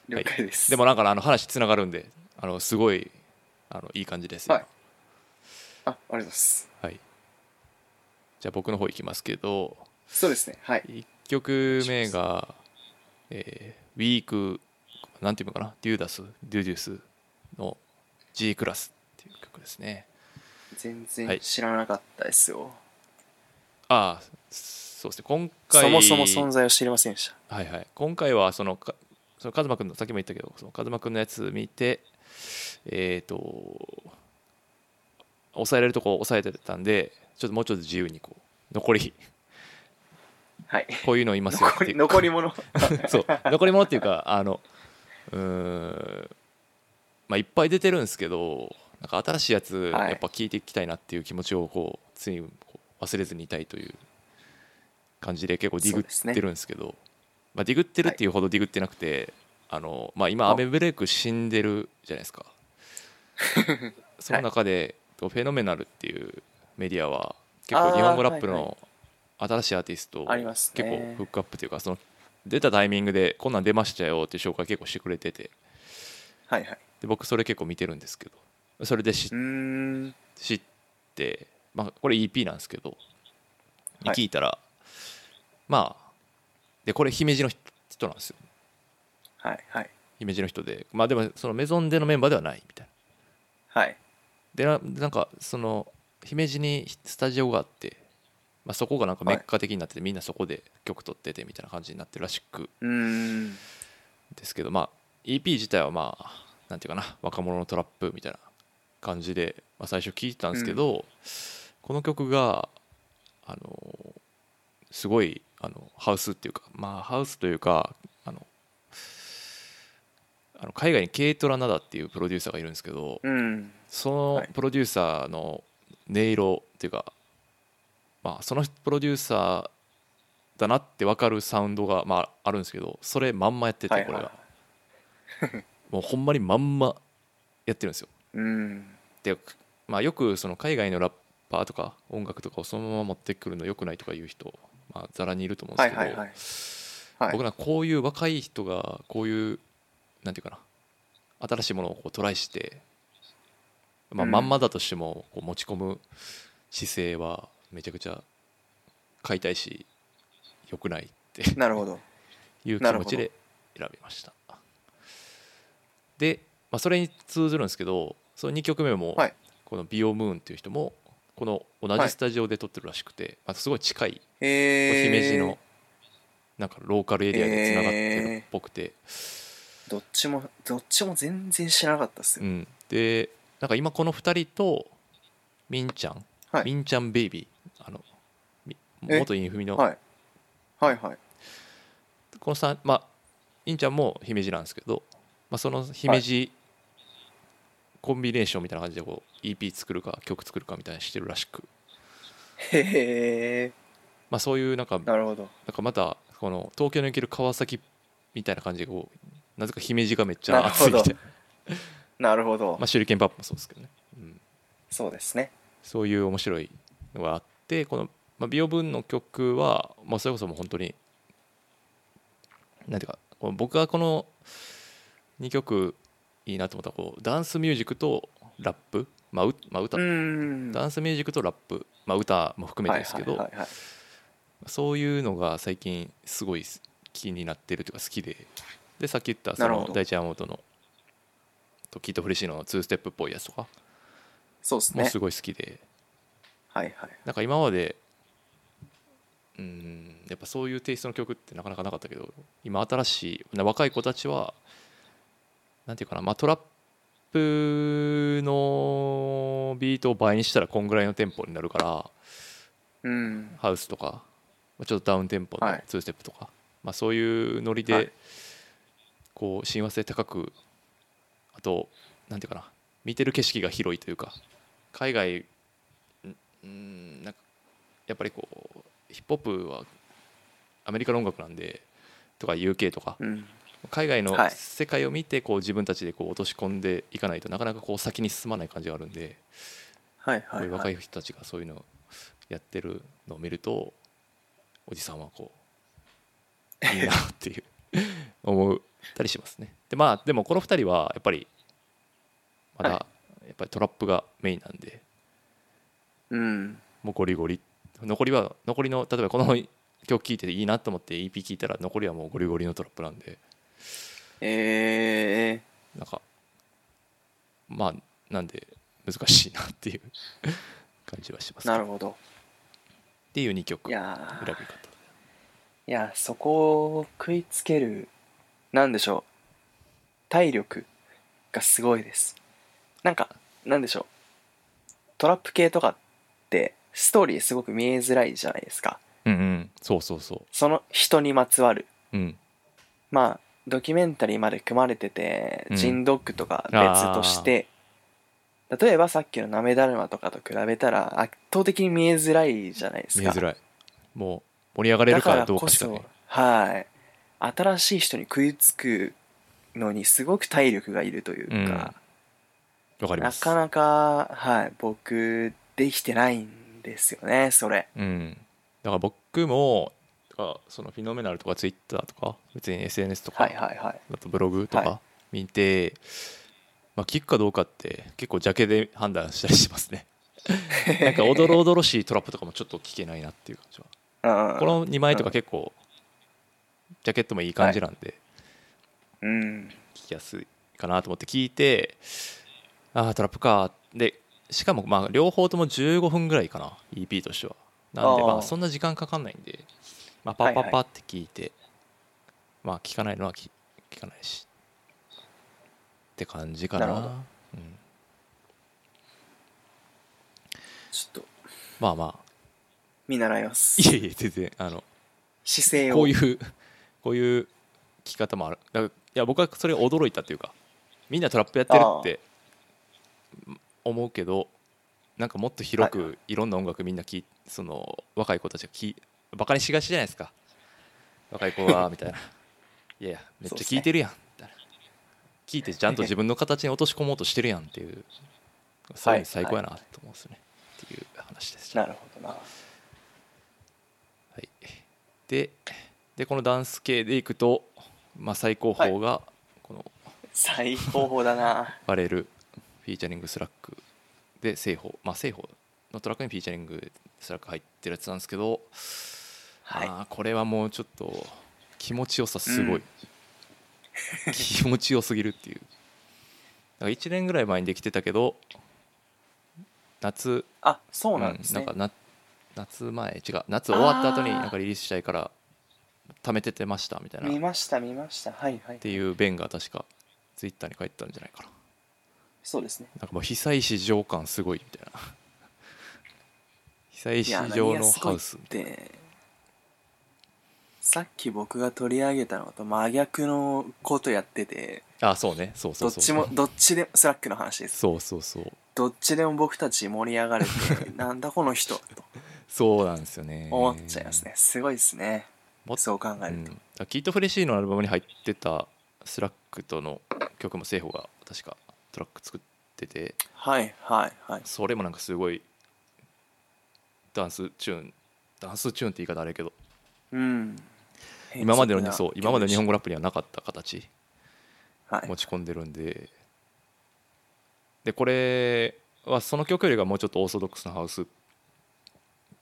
[SPEAKER 3] 了解です
[SPEAKER 2] でもなんかあの話つながるんであのすごいあのいい感じですよ、
[SPEAKER 3] はいあありがとうございます
[SPEAKER 2] はいじゃあ僕の方いきますけど
[SPEAKER 3] そうですねはい
[SPEAKER 2] 1曲目が、えーウィークなんていうのかなデューダスデューデュースの G クラスっていう曲ですね
[SPEAKER 3] 全
[SPEAKER 2] は
[SPEAKER 3] 然
[SPEAKER 2] い
[SPEAKER 3] 知らなかったですよ、
[SPEAKER 2] ああそうですね今回
[SPEAKER 3] そもそも存在を知りませんでした
[SPEAKER 2] はいはい、今回はそのかそのカズマくんのさっきも言ったけどそのカズマくんのやつ見てえっ、と抑えられるとこ抑えてたんでちょっともうちょっと自由にこう残り
[SPEAKER 3] はい
[SPEAKER 2] こういうのいますよ
[SPEAKER 3] 残
[SPEAKER 2] ってい
[SPEAKER 3] り
[SPEAKER 2] う
[SPEAKER 3] 残り物
[SPEAKER 2] そう残り物っていうかあのうーんまあいっぱい出てるんですけどなんか新しいやつ
[SPEAKER 3] はい
[SPEAKER 2] やっぱ聞いていきたいなっていう気持ちをこうついこう忘れずにいたいという感じで結構ディグってるんですけどまあ、ディグってるっていうほどディグってなくて、あのまあ、今
[SPEAKER 3] あ
[SPEAKER 2] アメブレイク死んでるじゃないです かその中で、フェノメナルっていうメディアは結構日本語ラップ
[SPEAKER 3] あーはい
[SPEAKER 2] の新しいアーティストを
[SPEAKER 3] ありますね
[SPEAKER 2] 結構フックアップというかその出たタイミングでこんなん出ましたよっていう紹介結構してくれてて
[SPEAKER 3] はいはい
[SPEAKER 2] で僕それ結構見てるんですけどそれで知っ
[SPEAKER 3] うーん
[SPEAKER 2] 知って、まあ、これ EP なんですけど、
[SPEAKER 3] はい
[SPEAKER 2] 聞いたらまあでこれ姫路の人なんですよ
[SPEAKER 3] はいはい
[SPEAKER 2] 姫路の人でまあでもそのメゾンでのメンバーではないみたいな
[SPEAKER 3] はい
[SPEAKER 2] でななんかその姫路にスタジオがあって、まあ、そこがなんかメッカ的になってて、みんなそこで曲撮っててみたいな感じになってるらしく
[SPEAKER 3] うーん
[SPEAKER 2] ですけどまあ EP 自体はまあなんていうかな若者のトラップみたいな感じで、まあ、最初聞いてたんですけど、この曲があのすごいあのハウスっていうかまあハウスというかあのあの海外にケイトラ・ナダっていうプロデューサーがいるんですけど、
[SPEAKER 3] うん
[SPEAKER 2] その
[SPEAKER 3] はい
[SPEAKER 2] プロデューサーの音色っていうか、まあ、そのプロデューサーだなって分かるサウンドが、まあ、あるんですけどそれまんまやってて、
[SPEAKER 3] はいはい
[SPEAKER 2] これがもうほんまにまんまやってるんですよ
[SPEAKER 3] うん
[SPEAKER 2] で、まあ、よくその海外のラッパーとか音楽とかをそのまま持ってくるのよくないとかいう人、まあ、ざらにいると思うんで
[SPEAKER 3] は
[SPEAKER 2] す
[SPEAKER 3] い
[SPEAKER 2] けど、
[SPEAKER 3] はいはいはい
[SPEAKER 2] 僕なんかこういう若い人がこういうなんていうかな新しいものをこうトライして、まあ、
[SPEAKER 3] うん
[SPEAKER 2] まんまだとしてもこう持ち込む姿勢はめちゃくちゃ買いたいし良くないって
[SPEAKER 3] なるほど
[SPEAKER 2] いう気
[SPEAKER 3] なる
[SPEAKER 2] 持
[SPEAKER 3] ほど
[SPEAKER 2] ちで選びましたで、まあ、それに通ずるんですけどその2曲目も
[SPEAKER 3] はい
[SPEAKER 2] このビオムーンっていう人もこの同
[SPEAKER 3] は
[SPEAKER 2] じ
[SPEAKER 3] い
[SPEAKER 2] スタジオで撮ってるらしくて、まあ、すごい近い
[SPEAKER 3] へえ
[SPEAKER 2] 姫路のなんかローカルエリアでつながってるっぽくて、
[SPEAKER 3] どっちもどっちも全然知らなかったっす
[SPEAKER 2] う
[SPEAKER 3] よ、
[SPEAKER 2] ん、でなんか今この2人とみんちゃん、
[SPEAKER 3] はい
[SPEAKER 2] みんちゃんベイビーあのみ
[SPEAKER 3] え
[SPEAKER 2] 元インフミの、
[SPEAKER 3] はいはいはい
[SPEAKER 2] この3まあインちゃんも姫路なんですけど、まあ、その姫路コンビネーションみたいな感じでこう EP 作るか曲作るかみたいにしてるらしく、
[SPEAKER 3] へえ
[SPEAKER 2] まあ、そういうなんか
[SPEAKER 3] なるほど
[SPEAKER 2] なんかまたこの東京の行ける川崎みたいな感じでこうなぜか姫路がめっちゃ熱いみ
[SPEAKER 3] な
[SPEAKER 2] た
[SPEAKER 3] る
[SPEAKER 2] いな
[SPEAKER 3] なるほど、
[SPEAKER 2] まあ、手裏剣パップもそうですけどね、うん、
[SPEAKER 3] そうですね
[SPEAKER 2] そういう面白いのがあってこの、まあ、ビオブンの曲は、まあ、それこそもう本当になんていうかこう僕がこの2曲いいなと思ったのはこうダンスミュージックとラップ、まあうまあ、歌、
[SPEAKER 3] うーん
[SPEAKER 2] ダンスミュージックとラップ、まあ、歌も含めてですけど、
[SPEAKER 3] はいはいはい
[SPEAKER 2] そういうのが最近すごい気になってるというか好きででさっき言ったそ
[SPEAKER 3] なるほ
[SPEAKER 2] の
[SPEAKER 3] ど
[SPEAKER 2] 第一山本のとキットフレッシーの2ステップっぽいやつとか
[SPEAKER 3] そうです
[SPEAKER 2] も
[SPEAKER 3] ね
[SPEAKER 2] すごい好きで。
[SPEAKER 3] はいはい
[SPEAKER 2] なんか今までうんやっぱそういうテイストの曲ってなかなかなかったけど今新しいな若い子たちはなんていうかな、まあ、トラップのビートを倍にしたらこんぐらいのテンポになるから
[SPEAKER 3] うん
[SPEAKER 2] ハウスとかまあちょっとダウンテンポの
[SPEAKER 3] はい
[SPEAKER 2] 2ステップとか、まあ、そういうノリで、
[SPEAKER 3] はい
[SPEAKER 2] こう親和性高くあとなんていうかな見てる景色が広いというか海外んうんなんかやっぱりこうヒップホップはアメリカの音楽なんでとか UK とか
[SPEAKER 3] うん
[SPEAKER 2] 海外の
[SPEAKER 3] はい
[SPEAKER 2] 世界を見てこう自分たちでこう落とし込んでいかないとなかなかこう先に進まない感じがあるんで
[SPEAKER 3] はい
[SPEAKER 2] こう
[SPEAKER 3] はいいうは
[SPEAKER 2] 若
[SPEAKER 3] い
[SPEAKER 2] い人たちがそういうのをやってるのを見るとおじさんはこ ういいなっていう思ったりしますねでまあでもこの2人はやっぱりまだ
[SPEAKER 3] は
[SPEAKER 2] やっぱりトラップがメインなんで
[SPEAKER 3] うん
[SPEAKER 2] もうゴリゴリ残りは残りの例えばこの曲聴いていいなと思って EP 聴いたら残りはもうゴリゴリのトラップなんで
[SPEAKER 3] えー、
[SPEAKER 2] なんかまあなんで難しいなっていう 感じはしますけど
[SPEAKER 3] な
[SPEAKER 2] っ
[SPEAKER 3] るほど
[SPEAKER 2] ていう2曲
[SPEAKER 3] い
[SPEAKER 2] 選
[SPEAKER 3] や
[SPEAKER 2] び
[SPEAKER 3] ー
[SPEAKER 2] 方
[SPEAKER 3] いやそこを食いつけるなんでしょう体力がすごいですなんかなんでしょうトラップ系とかってストーリーすごく見えづらいじゃないですか
[SPEAKER 2] うんうんそうそうそ
[SPEAKER 3] その人にまつわる
[SPEAKER 2] ううん
[SPEAKER 3] まあドキュメンタリーまで組まれてて、
[SPEAKER 2] うん
[SPEAKER 3] ジンドッグとか別として例えばさっきのなめだるまとかと比べたら圧倒的に見えづらいじゃないです
[SPEAKER 2] 見え
[SPEAKER 3] か
[SPEAKER 2] づらいもう盛り上がれるかどうかしか
[SPEAKER 3] だ
[SPEAKER 2] ね
[SPEAKER 3] からこそはい新しい人に食いつくのにすごく体力がいるというか、
[SPEAKER 2] わかりま
[SPEAKER 3] な
[SPEAKER 2] す
[SPEAKER 3] かなかはい僕できてないんですよねそれ
[SPEAKER 2] うんだから僕もだからそのフィノメナルとかツイッターとか別に SNS とか、
[SPEAKER 3] はいはいはい
[SPEAKER 2] あとブログと
[SPEAKER 3] は
[SPEAKER 2] か見て、まあ聞くかどうかって結構ジャケで判断したりします ねなんかおどろおどろしいトラップとかもちょっと聞けないなっていう感じは
[SPEAKER 3] うん
[SPEAKER 2] この2枚とか結構ジャケットもいい感じなんで
[SPEAKER 3] うん
[SPEAKER 2] 聞ききやすいかなと思って聞いてああトラップかでしかもまあ両方とも15分ぐらいかな EP としてはなんで
[SPEAKER 3] あー
[SPEAKER 2] まあそんな時間かかんないんで、まあ、パッパッパって聞いて、まあ聞かないのは聞聞かないしって感じかな
[SPEAKER 3] なるほど
[SPEAKER 2] うん、
[SPEAKER 3] ちょっと
[SPEAKER 2] まあまあ
[SPEAKER 3] 見習います
[SPEAKER 2] いえいえ全然あの
[SPEAKER 3] 姿勢を
[SPEAKER 2] こういうこういう聞き方もあるだからいや僕はそれ驚いたっていうかみんなトラップやってるって思うけどなんかもっと広くいろんな音楽みんな聞いその若い子たちが聞いバカにしがちじゃないですか若い子 はみたいないやいやめっちゃ聞いてるやんみたいな聞いてちゃんと自分の形に落とし込もうとしてるやん っていうそういうの最高やなと思うんですよね、っていう話です
[SPEAKER 3] なるほどな
[SPEAKER 2] はい、ででこのダンス系でいくと、まあ、最高峰がこの
[SPEAKER 3] 最高峰だ な
[SPEAKER 2] バレルフィーチャリングスラックで正方まあ正方のトラックにフィーチャリングスラック入ってるやつなんですけど、
[SPEAKER 3] はい
[SPEAKER 2] まあこれはもうちょっと気持ちよさすごい、
[SPEAKER 3] うん
[SPEAKER 2] 気持ちよすぎるっていうだから1年ぐらい前にできてたけど夏
[SPEAKER 3] あそうなんですね、
[SPEAKER 2] うんなんかな夏前違う夏終わった後に
[SPEAKER 3] あー
[SPEAKER 2] なんかリリースしたいから貯めててましたみたいな
[SPEAKER 3] 見
[SPEAKER 2] っ
[SPEAKER 3] ました見ましたはいはい
[SPEAKER 2] ていう弁が確かツイッターに書いてたんじゃないかな
[SPEAKER 3] そうですね
[SPEAKER 2] なんかもう被災市場感すごいみたいな被災
[SPEAKER 3] い
[SPEAKER 2] 市
[SPEAKER 3] や
[SPEAKER 2] 場のハウスみたい
[SPEAKER 3] 何がすごいってさっき僕が取り上げたのと真逆のことやってて
[SPEAKER 2] なあそうねそうそ
[SPEAKER 3] ど
[SPEAKER 2] う
[SPEAKER 3] っ
[SPEAKER 2] そう
[SPEAKER 3] ちもどっちでスラックの話です
[SPEAKER 2] そうそうそう
[SPEAKER 3] どっちでも僕たち盛り上がれてなんだこの人 と
[SPEAKER 2] そうなんですよね
[SPEAKER 3] 思っちゃいますねすごいですね
[SPEAKER 2] もっ
[SPEAKER 3] そう考える
[SPEAKER 2] うんだからキート・フレシーのアルバムに入ってたスラックとの曲も政府が確かトラック作ってて
[SPEAKER 3] とはいはいはい
[SPEAKER 2] それもなんかすごいダンスチューンダンスチューンって言い方あれやけど
[SPEAKER 3] うん
[SPEAKER 2] 今までのそう今までの日本
[SPEAKER 3] 語
[SPEAKER 2] 語ラップにはなかった形
[SPEAKER 3] はい
[SPEAKER 2] 持ち込んでるんででこれはその曲よりがもうちょっとオーソドックスなハウス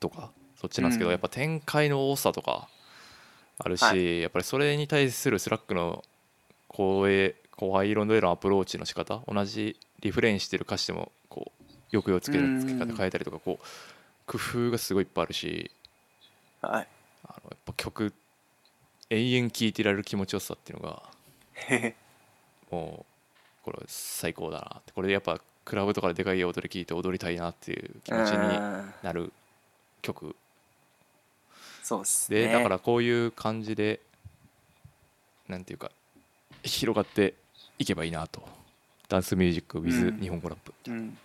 [SPEAKER 2] とかそっちなんですけど、
[SPEAKER 3] うん
[SPEAKER 2] やっぱ展開の多さとかあるし、
[SPEAKER 3] は
[SPEAKER 2] やっぱりそれに対するスラックの声声色の色のアプローチの仕方同じリフレインしてる歌詞でもこう抑揚つけ
[SPEAKER 3] うんうんう
[SPEAKER 2] る
[SPEAKER 3] ん
[SPEAKER 2] つけ方変えたりとかこう工夫がすごいいっぱいあるし
[SPEAKER 3] はい
[SPEAKER 2] あのやっぱ曲永遠聴いてられる気持ちよさっていうのが
[SPEAKER 3] へへ
[SPEAKER 2] もうこれ最高だなってこれやっぱクラブとかででかい音で聴いて踊りたいなっていう気持ち
[SPEAKER 3] う
[SPEAKER 2] に
[SPEAKER 3] ん
[SPEAKER 2] なる曲
[SPEAKER 3] そうです
[SPEAKER 2] で
[SPEAKER 3] ね
[SPEAKER 2] だからこういう感じでなんていうか広がっていけばいいなとダンスミュージック
[SPEAKER 3] う
[SPEAKER 2] with
[SPEAKER 3] ん
[SPEAKER 2] 日本語ラップ
[SPEAKER 3] うん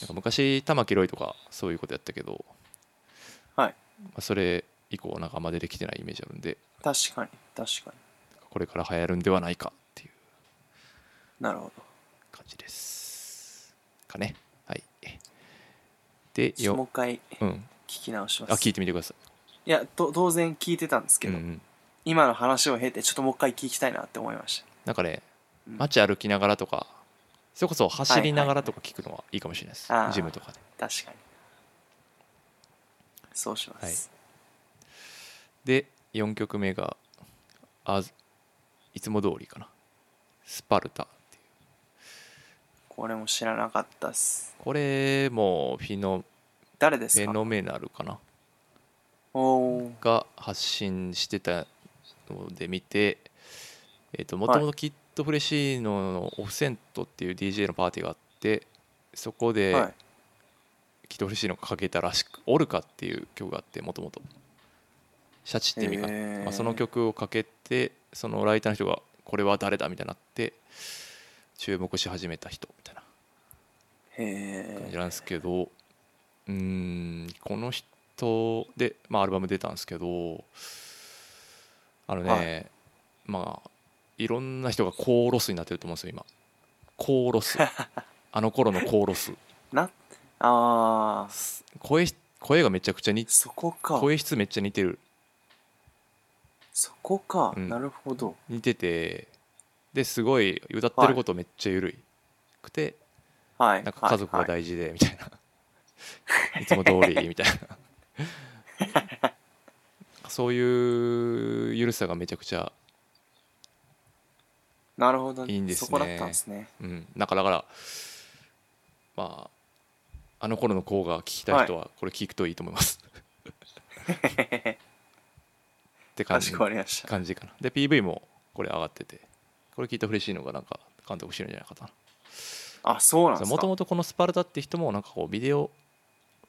[SPEAKER 2] なんか昔玉木ロイとかそういうことやったけど
[SPEAKER 3] はい
[SPEAKER 2] まあそれ以降なんかあんま出てきてないイメージあるんで
[SPEAKER 3] 確かに確かに
[SPEAKER 2] これから流行るんではないかっていう
[SPEAKER 3] なるほど
[SPEAKER 2] 感じですかねはいで
[SPEAKER 3] ちょっともう
[SPEAKER 2] よ
[SPEAKER 3] 一回
[SPEAKER 2] うん
[SPEAKER 3] 聞き直します
[SPEAKER 2] あ聞いてみてくださ
[SPEAKER 3] いやと当然聞いてたんです
[SPEAKER 2] い、
[SPEAKER 3] けど、
[SPEAKER 2] うんうん
[SPEAKER 3] 今の話を経てちょっともう一回聞きたいなって思いました
[SPEAKER 2] なんかね
[SPEAKER 3] うん
[SPEAKER 2] 街歩きながらとかそれこそ走りながらとか聞くのはいいかもしれないです、
[SPEAKER 3] はいはいはい
[SPEAKER 2] ジムとかで
[SPEAKER 3] 確かにそうします、
[SPEAKER 2] で4曲目があいつも通りかなスパルタっていう
[SPEAKER 3] これも知らなかったっす
[SPEAKER 2] これもフィノ
[SPEAKER 3] 誰です
[SPEAKER 2] フェ
[SPEAKER 3] か
[SPEAKER 2] ノメナルかな
[SPEAKER 3] おー
[SPEAKER 2] が発信してたので見てえっともともとキッドフレシーノのオフセントっていう DJ のパーティーがあってそこで、
[SPEAKER 3] はい
[SPEAKER 2] キドフレシーノがかけたらしく「オルカ」っていう曲があってもともと「シャチ」って意味があって、
[SPEAKER 3] へー
[SPEAKER 2] まあ、その曲をかけてそのライターの人が「これは誰だ?」みたいになって注目し始めた人みたいな感
[SPEAKER 3] へ
[SPEAKER 2] じ
[SPEAKER 3] え
[SPEAKER 2] なんですけどうーんこの人で、まあ、アルバム出たんですけどあのね、
[SPEAKER 3] は
[SPEAKER 2] まあいろんな人がコーロスになってると思うんですよ今コーロ スあの頃のコーロス
[SPEAKER 3] なあー
[SPEAKER 2] す声声がめちゃくちゃ似て
[SPEAKER 3] そこか
[SPEAKER 2] 声質めっちゃ似てる
[SPEAKER 3] そこか、
[SPEAKER 2] うん
[SPEAKER 3] なるほど
[SPEAKER 2] 似ててですごい歌ってることめっちゃ緩いくて、
[SPEAKER 3] はい
[SPEAKER 2] なんか家族が
[SPEAKER 3] はいはい
[SPEAKER 2] 大事でみたいな、い、つも通りみたい なそういう緩さがめちゃくちゃ
[SPEAKER 3] なるほど
[SPEAKER 2] いいんですね
[SPEAKER 3] そこだったんですね
[SPEAKER 2] うん、なんかだからまああの頃の子が聞きたい人はこれ聞くといいと思い ます、って感
[SPEAKER 3] か
[SPEAKER 2] じ
[SPEAKER 3] しこまりました
[SPEAKER 2] 感じかなで PV もこれ上がっててこれ聞いて嬉しいのがなんか監督してるんじゃないかな
[SPEAKER 3] あそうなんです
[SPEAKER 2] もと
[SPEAKER 3] か
[SPEAKER 2] もとこのスパルタって人もなんかこうビデオ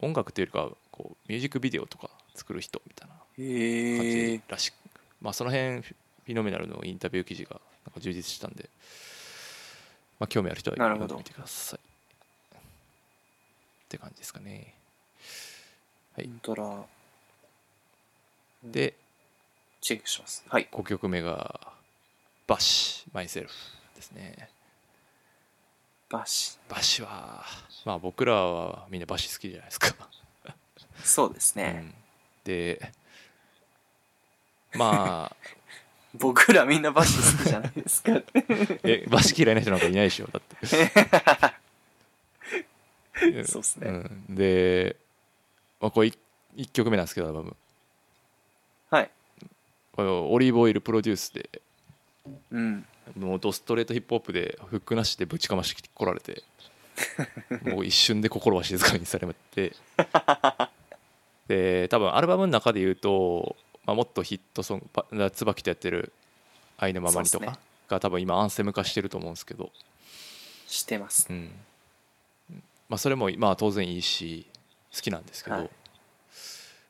[SPEAKER 2] 音楽というよりかはこうミュージックビデオとか作る人みたいな感
[SPEAKER 3] へえ
[SPEAKER 2] じらしく、まあ、その辺フィノメナルのインタビュー記事がなんか充実したんで、まあ、興味ある人は
[SPEAKER 3] なるほど
[SPEAKER 2] 読んでみてくださいって感じですかねじ
[SPEAKER 3] 本当だ
[SPEAKER 2] で
[SPEAKER 3] チェックしますはい
[SPEAKER 2] 5曲目が「バシマイセルフ」ですね
[SPEAKER 3] バシ
[SPEAKER 2] バシはまあ僕らはみんなバシ好きじゃないですか
[SPEAKER 3] そうです
[SPEAKER 2] う
[SPEAKER 3] ね、
[SPEAKER 2] んでまあ
[SPEAKER 3] 僕らみんなバシ好きじゃないです か
[SPEAKER 2] えバシ嫌いな人なんかいないでしょだって
[SPEAKER 3] そうっすね
[SPEAKER 2] うんで、まあ、これ 1, 曲目なんですけどアルバム
[SPEAKER 3] はい
[SPEAKER 2] これをオリーブオイルプロデュースで
[SPEAKER 3] うん
[SPEAKER 2] もうドストレートヒップホップでフックなしでぶちかましてこられ てもう一瞬で心は静かにされて で多分アルバムの中で言うと、まあ、もっとヒットソングパ椿とやってる「愛のままに」と
[SPEAKER 3] そうっ
[SPEAKER 2] か
[SPEAKER 3] す
[SPEAKER 2] が多分今アンセム化してると思うんですけど、
[SPEAKER 3] してます
[SPEAKER 2] うんまあ、それもまあ当然いいし好きなんですけど、
[SPEAKER 3] はい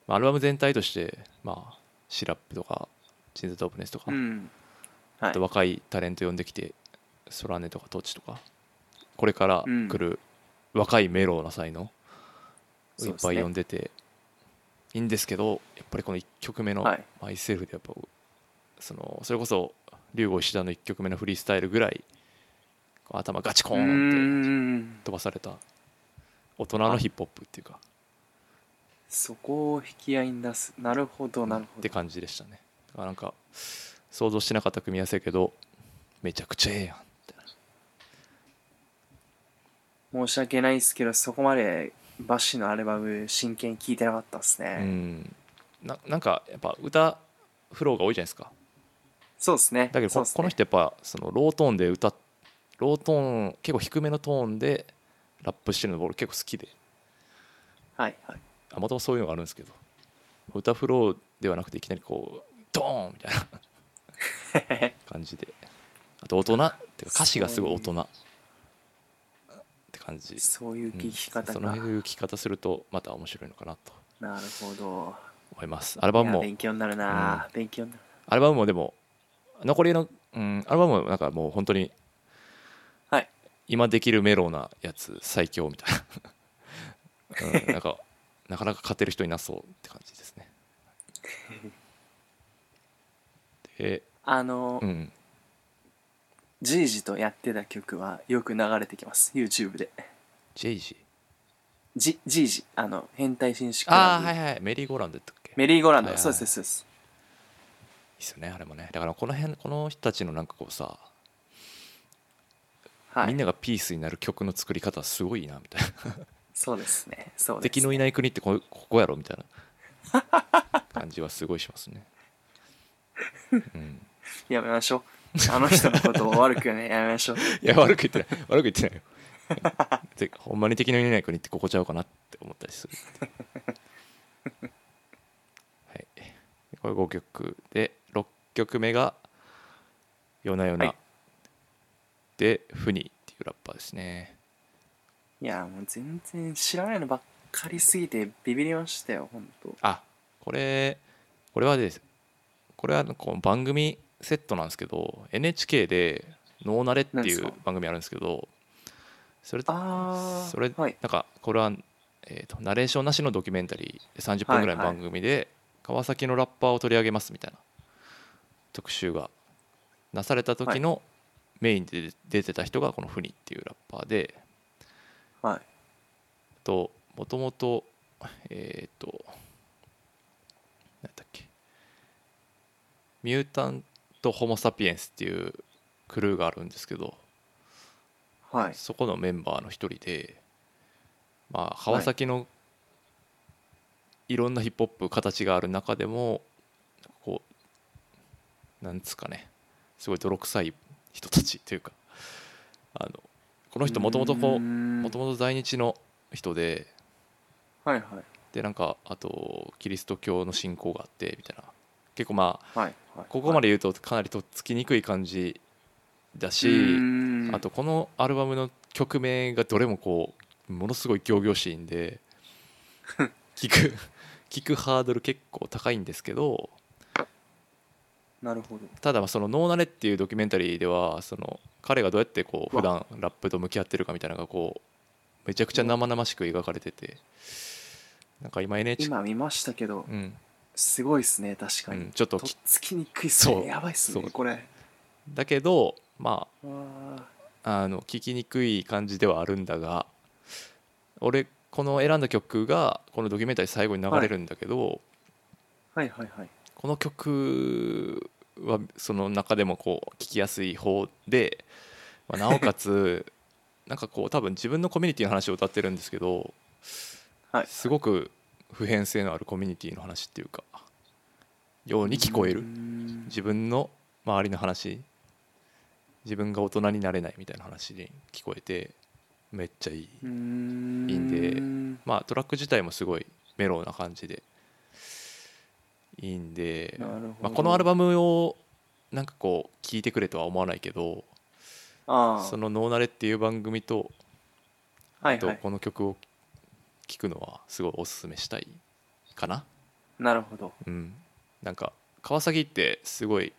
[SPEAKER 2] まあ、アルバム全体として、まあ、シラップとか「チンズ・ドープネス」とか、
[SPEAKER 3] うん
[SPEAKER 2] あと若いタレント呼んできてソラネとかトッチとかこれから来る若いメロウな才能をいっぱい呼んでていいんですけどやっぱりこの1曲目の
[SPEAKER 3] はい
[SPEAKER 2] 「マイセルフ」でやっぱそのそれこそ龍吾石田の1曲目のフリースタイルぐらいこう頭ガチコ
[SPEAKER 3] う
[SPEAKER 2] ー
[SPEAKER 3] ー
[SPEAKER 2] ンって
[SPEAKER 3] ん
[SPEAKER 2] 飛ばされた大人のヒップホップっていうか
[SPEAKER 3] そこを引き合いに出すなるほどなる
[SPEAKER 2] っ
[SPEAKER 3] ほ
[SPEAKER 2] て
[SPEAKER 3] ど
[SPEAKER 2] 感じでしたねだからなんか想像してなかった組み合わせやけどめちゃくちゃええやんみたいな
[SPEAKER 3] 申し訳ないですけどそこまでバシのアルバム真剣に聴いてなかったですね、
[SPEAKER 2] うん、ななんかやっぱ歌フローが多いじゃないですか
[SPEAKER 3] そうですね
[SPEAKER 2] だけど
[SPEAKER 3] そ
[SPEAKER 2] こ,、
[SPEAKER 3] うっすね
[SPEAKER 2] の人やっぱそのロートーンで歌っロートーン結構低めのトーンでラップしてるの僕結構好きで
[SPEAKER 3] はいはい
[SPEAKER 2] あまたまそういうのがあるんですけど歌フローではなくていきなりこうドーンみたいな 感じであと大人っていうか歌詞がすごい大人って感じ
[SPEAKER 3] そういう聞き
[SPEAKER 2] うん
[SPEAKER 3] 方
[SPEAKER 2] その
[SPEAKER 3] が、
[SPEAKER 2] 辺の聞き方するとまた面白いのかなと
[SPEAKER 3] なるほど
[SPEAKER 2] 思いますアルバム
[SPEAKER 3] いや
[SPEAKER 2] も
[SPEAKER 3] 勉強になるな、勉強になる
[SPEAKER 2] アルバムもでも残りの、うん、アルバムもなんかもう本当に
[SPEAKER 3] はい
[SPEAKER 2] 今できるメロウなやつ最強みたいな、うん、なんか なかなか勝てる人いなそうって感じですねで
[SPEAKER 3] あの、
[SPEAKER 2] うん
[SPEAKER 3] じいじとやってた曲はよく流れてきます YouTube で
[SPEAKER 2] ジェイジ
[SPEAKER 3] じじいじあの変態紳士クラ
[SPEAKER 2] ああ
[SPEAKER 3] ブ、
[SPEAKER 2] はいはいメリーゴーランドやったっけいい
[SPEAKER 3] メリーゴーランド、
[SPEAKER 2] はいはい
[SPEAKER 3] そうですそうです
[SPEAKER 2] っすよねあれもねだからこの辺この人たちのなんかこうさ、
[SPEAKER 3] は
[SPEAKER 2] みん
[SPEAKER 3] い
[SPEAKER 2] ながピースになる曲の作り方すごいなみたいな
[SPEAKER 3] そうですねそうです
[SPEAKER 2] 敵のいない国ってこここやろみたい な感じはすごいしますね、うん、
[SPEAKER 3] やめましょうあの人のことを悪くねやめましょう
[SPEAKER 2] いや悪く言ってない悪く言ってない よてかほんまに敵のいない国ってここちゃうかなって思ったりするはいこれ5曲で6曲目が「夜な夜な」
[SPEAKER 3] はい
[SPEAKER 2] で「フニー」っていうラッパーですね
[SPEAKER 3] いやもう全然知らないのばっかりすぎてビビりましたよ本当
[SPEAKER 2] あこれこれはですこれはこの番組セットなんですけど NHK で「ノーナレ」って
[SPEAKER 3] 何で
[SPEAKER 2] い
[SPEAKER 3] す
[SPEAKER 2] う
[SPEAKER 3] か
[SPEAKER 2] 番組あるんですけどそれ
[SPEAKER 3] あー
[SPEAKER 2] それ
[SPEAKER 3] はい
[SPEAKER 2] なんかこれは、えーとナレーションなしのドキュメンタリーで30分ぐらいの
[SPEAKER 3] はいはい
[SPEAKER 2] 番組で川崎のラッパーを取り上げますみたいな特集がなされた時のメインで出てた人がこのフニっていうラッパーで
[SPEAKER 3] はい
[SPEAKER 2] ともともとえっ、と何だっけミュータント・ホモ・サピエンスっていうクルーがあるんですけど
[SPEAKER 3] はい
[SPEAKER 2] そこのメンバーの一人で、まあ、川崎のいろんなヒップホップ形がある中でもこうなんつうかねすごい泥臭い人たちというかあのこの人もともとこうも
[SPEAKER 3] も
[SPEAKER 2] ともと在日の人で
[SPEAKER 3] はいはい
[SPEAKER 2] でなんかあとキリスト教の信仰があってみたいな結構まあ
[SPEAKER 3] はいはい
[SPEAKER 2] ここま
[SPEAKER 3] で
[SPEAKER 2] で言うとかなりとっつきにくい感じだし、あとこのアルバムの曲名がどれもこうものすごい仰々しいん で聞く聞くハードル結構高いんですけど
[SPEAKER 3] なるほど
[SPEAKER 2] ただまあその「ノーナレ」っていうドキュメンタリーではその彼がどうやってこう
[SPEAKER 3] うわ
[SPEAKER 2] 普段ラップと向き合ってるかみたいなのがこうめちゃくちゃ生々しく描かれててなんか今 NHK
[SPEAKER 3] 今見ましたけど
[SPEAKER 2] うん
[SPEAKER 3] すごいっすね確か
[SPEAKER 2] う
[SPEAKER 3] に、
[SPEAKER 2] ん、ちょっと
[SPEAKER 3] とっ
[SPEAKER 2] き
[SPEAKER 3] つきにくいっすね
[SPEAKER 2] そう
[SPEAKER 3] やばいっす
[SPEAKER 2] そ
[SPEAKER 3] ね
[SPEAKER 2] う
[SPEAKER 3] これ
[SPEAKER 2] だけどま
[SPEAKER 3] あー
[SPEAKER 2] ああの聞きにくい感じではあるんだが俺この選んだ曲がこのドキュメンタリー最後に流れるんだけど、
[SPEAKER 3] はいはいはい
[SPEAKER 2] この曲はその中でもこう聴きやすい方で、まあなおかつ なんかこう多分自分のコミュニティの話を歌ってるんですけど、
[SPEAKER 3] はい
[SPEAKER 2] すごく普遍性のあるコミュニティの話っていうかように聞こえ
[SPEAKER 3] う
[SPEAKER 2] る
[SPEAKER 3] ーん
[SPEAKER 2] 自分の周りの話自分が大人になれないみたいな話に聞こえてめっちゃいい、
[SPEAKER 3] うーん
[SPEAKER 2] いいんまあトラック自体もすごいメロウな感じでいいんで
[SPEAKER 3] なるほど
[SPEAKER 2] まあ、このアルバムをなんかこう聴いてくれとは思わないけど
[SPEAKER 3] あー
[SPEAKER 2] その「ノーナレ」っていう番組と
[SPEAKER 3] は
[SPEAKER 2] あ
[SPEAKER 3] いは
[SPEAKER 2] と
[SPEAKER 3] い
[SPEAKER 2] この曲を聴くのはすごいおすすめしたいかな
[SPEAKER 3] なるほど
[SPEAKER 2] うんなんか川崎ってすごい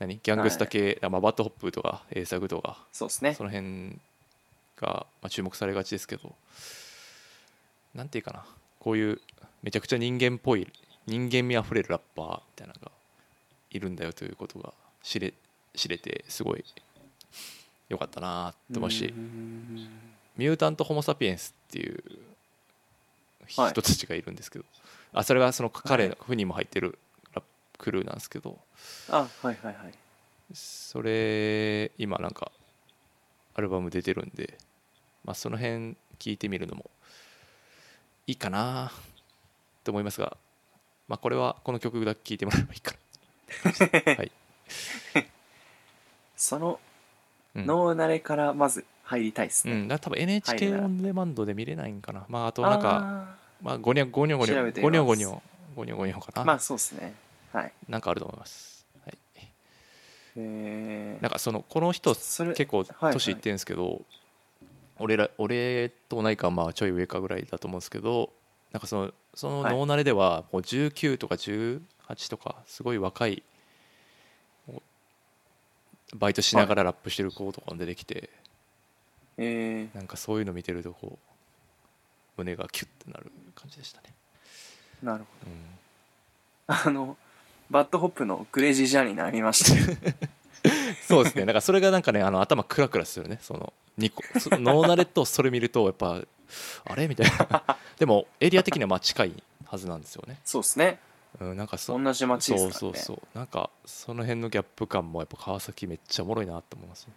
[SPEAKER 2] 何ギャングスタ系、あまあ、バッドホップとか英作とか
[SPEAKER 3] そうですね
[SPEAKER 2] その辺がまあ注目されがちですけどなんていうかなこういうめちゃくちゃ人間っぽい人間味あふれるラッパーみたいなのがいるんだよということが知れ知れてすごいよかったなと思うし
[SPEAKER 3] うーん
[SPEAKER 2] ミュータント・ホモ・サピエンスっていう
[SPEAKER 3] はい
[SPEAKER 2] 人たちがいるんですけど、あそれがその彼
[SPEAKER 3] は
[SPEAKER 2] の船にも入ってるラップクルーなんですけど
[SPEAKER 3] あはいはいはい
[SPEAKER 2] それ今なんかアルバム出てるんで、まあ、その辺聞いてみるのもいいかなと思いますが、まあ、これはこの曲だけ聞いてもらえばいいかな、はい
[SPEAKER 3] その
[SPEAKER 2] うん
[SPEAKER 3] 脳慣れからまず入りたいっす
[SPEAKER 2] う
[SPEAKER 3] ね、
[SPEAKER 2] ん、だから多分 NHK
[SPEAKER 3] はい
[SPEAKER 2] オンデマンドで見れないんかな、まあ、あとなんかまあ、ごにょごにょごにょ
[SPEAKER 3] 調べてみ
[SPEAKER 2] ごにょ
[SPEAKER 3] ます
[SPEAKER 2] ごにょごにょごにょか
[SPEAKER 3] あー
[SPEAKER 2] な、
[SPEAKER 3] まあそうですねはい
[SPEAKER 2] なんかあると思います、はい、
[SPEAKER 3] えー
[SPEAKER 2] なんかそのこの人
[SPEAKER 3] それ
[SPEAKER 2] 結構
[SPEAKER 3] はいはい
[SPEAKER 2] 年いってるんですけど、俺ら俺とないかまあちょい上かぐらいだと思うんですけどなんかそのその
[SPEAKER 3] はい
[SPEAKER 2] 脳慣れではもう19とか18とかすごい若いおバイトしながらラップしてる子とかも出てきて、
[SPEAKER 3] え
[SPEAKER 2] なんかそういうの見てるとこう胸がキュッてなる感じでしたね、
[SPEAKER 3] ー、なるほ
[SPEAKER 2] うん
[SPEAKER 3] どあ のバッドホップのクレイジージャーニー並みました
[SPEAKER 2] そうですねなんかそれがなんかねあの頭クラクラするねその2個そのノーナレとそれ見るとやっぱあれみたい なでもエリア的にはまあ近いはずなんですよね、
[SPEAKER 3] そうですね
[SPEAKER 2] うん、なんかそ
[SPEAKER 3] 同じ街ですか
[SPEAKER 2] そ
[SPEAKER 3] ら
[SPEAKER 2] う
[SPEAKER 3] ね
[SPEAKER 2] そうそうなんかその辺のギャップ感もやっぱ川崎めっちゃおもろいなと思いますね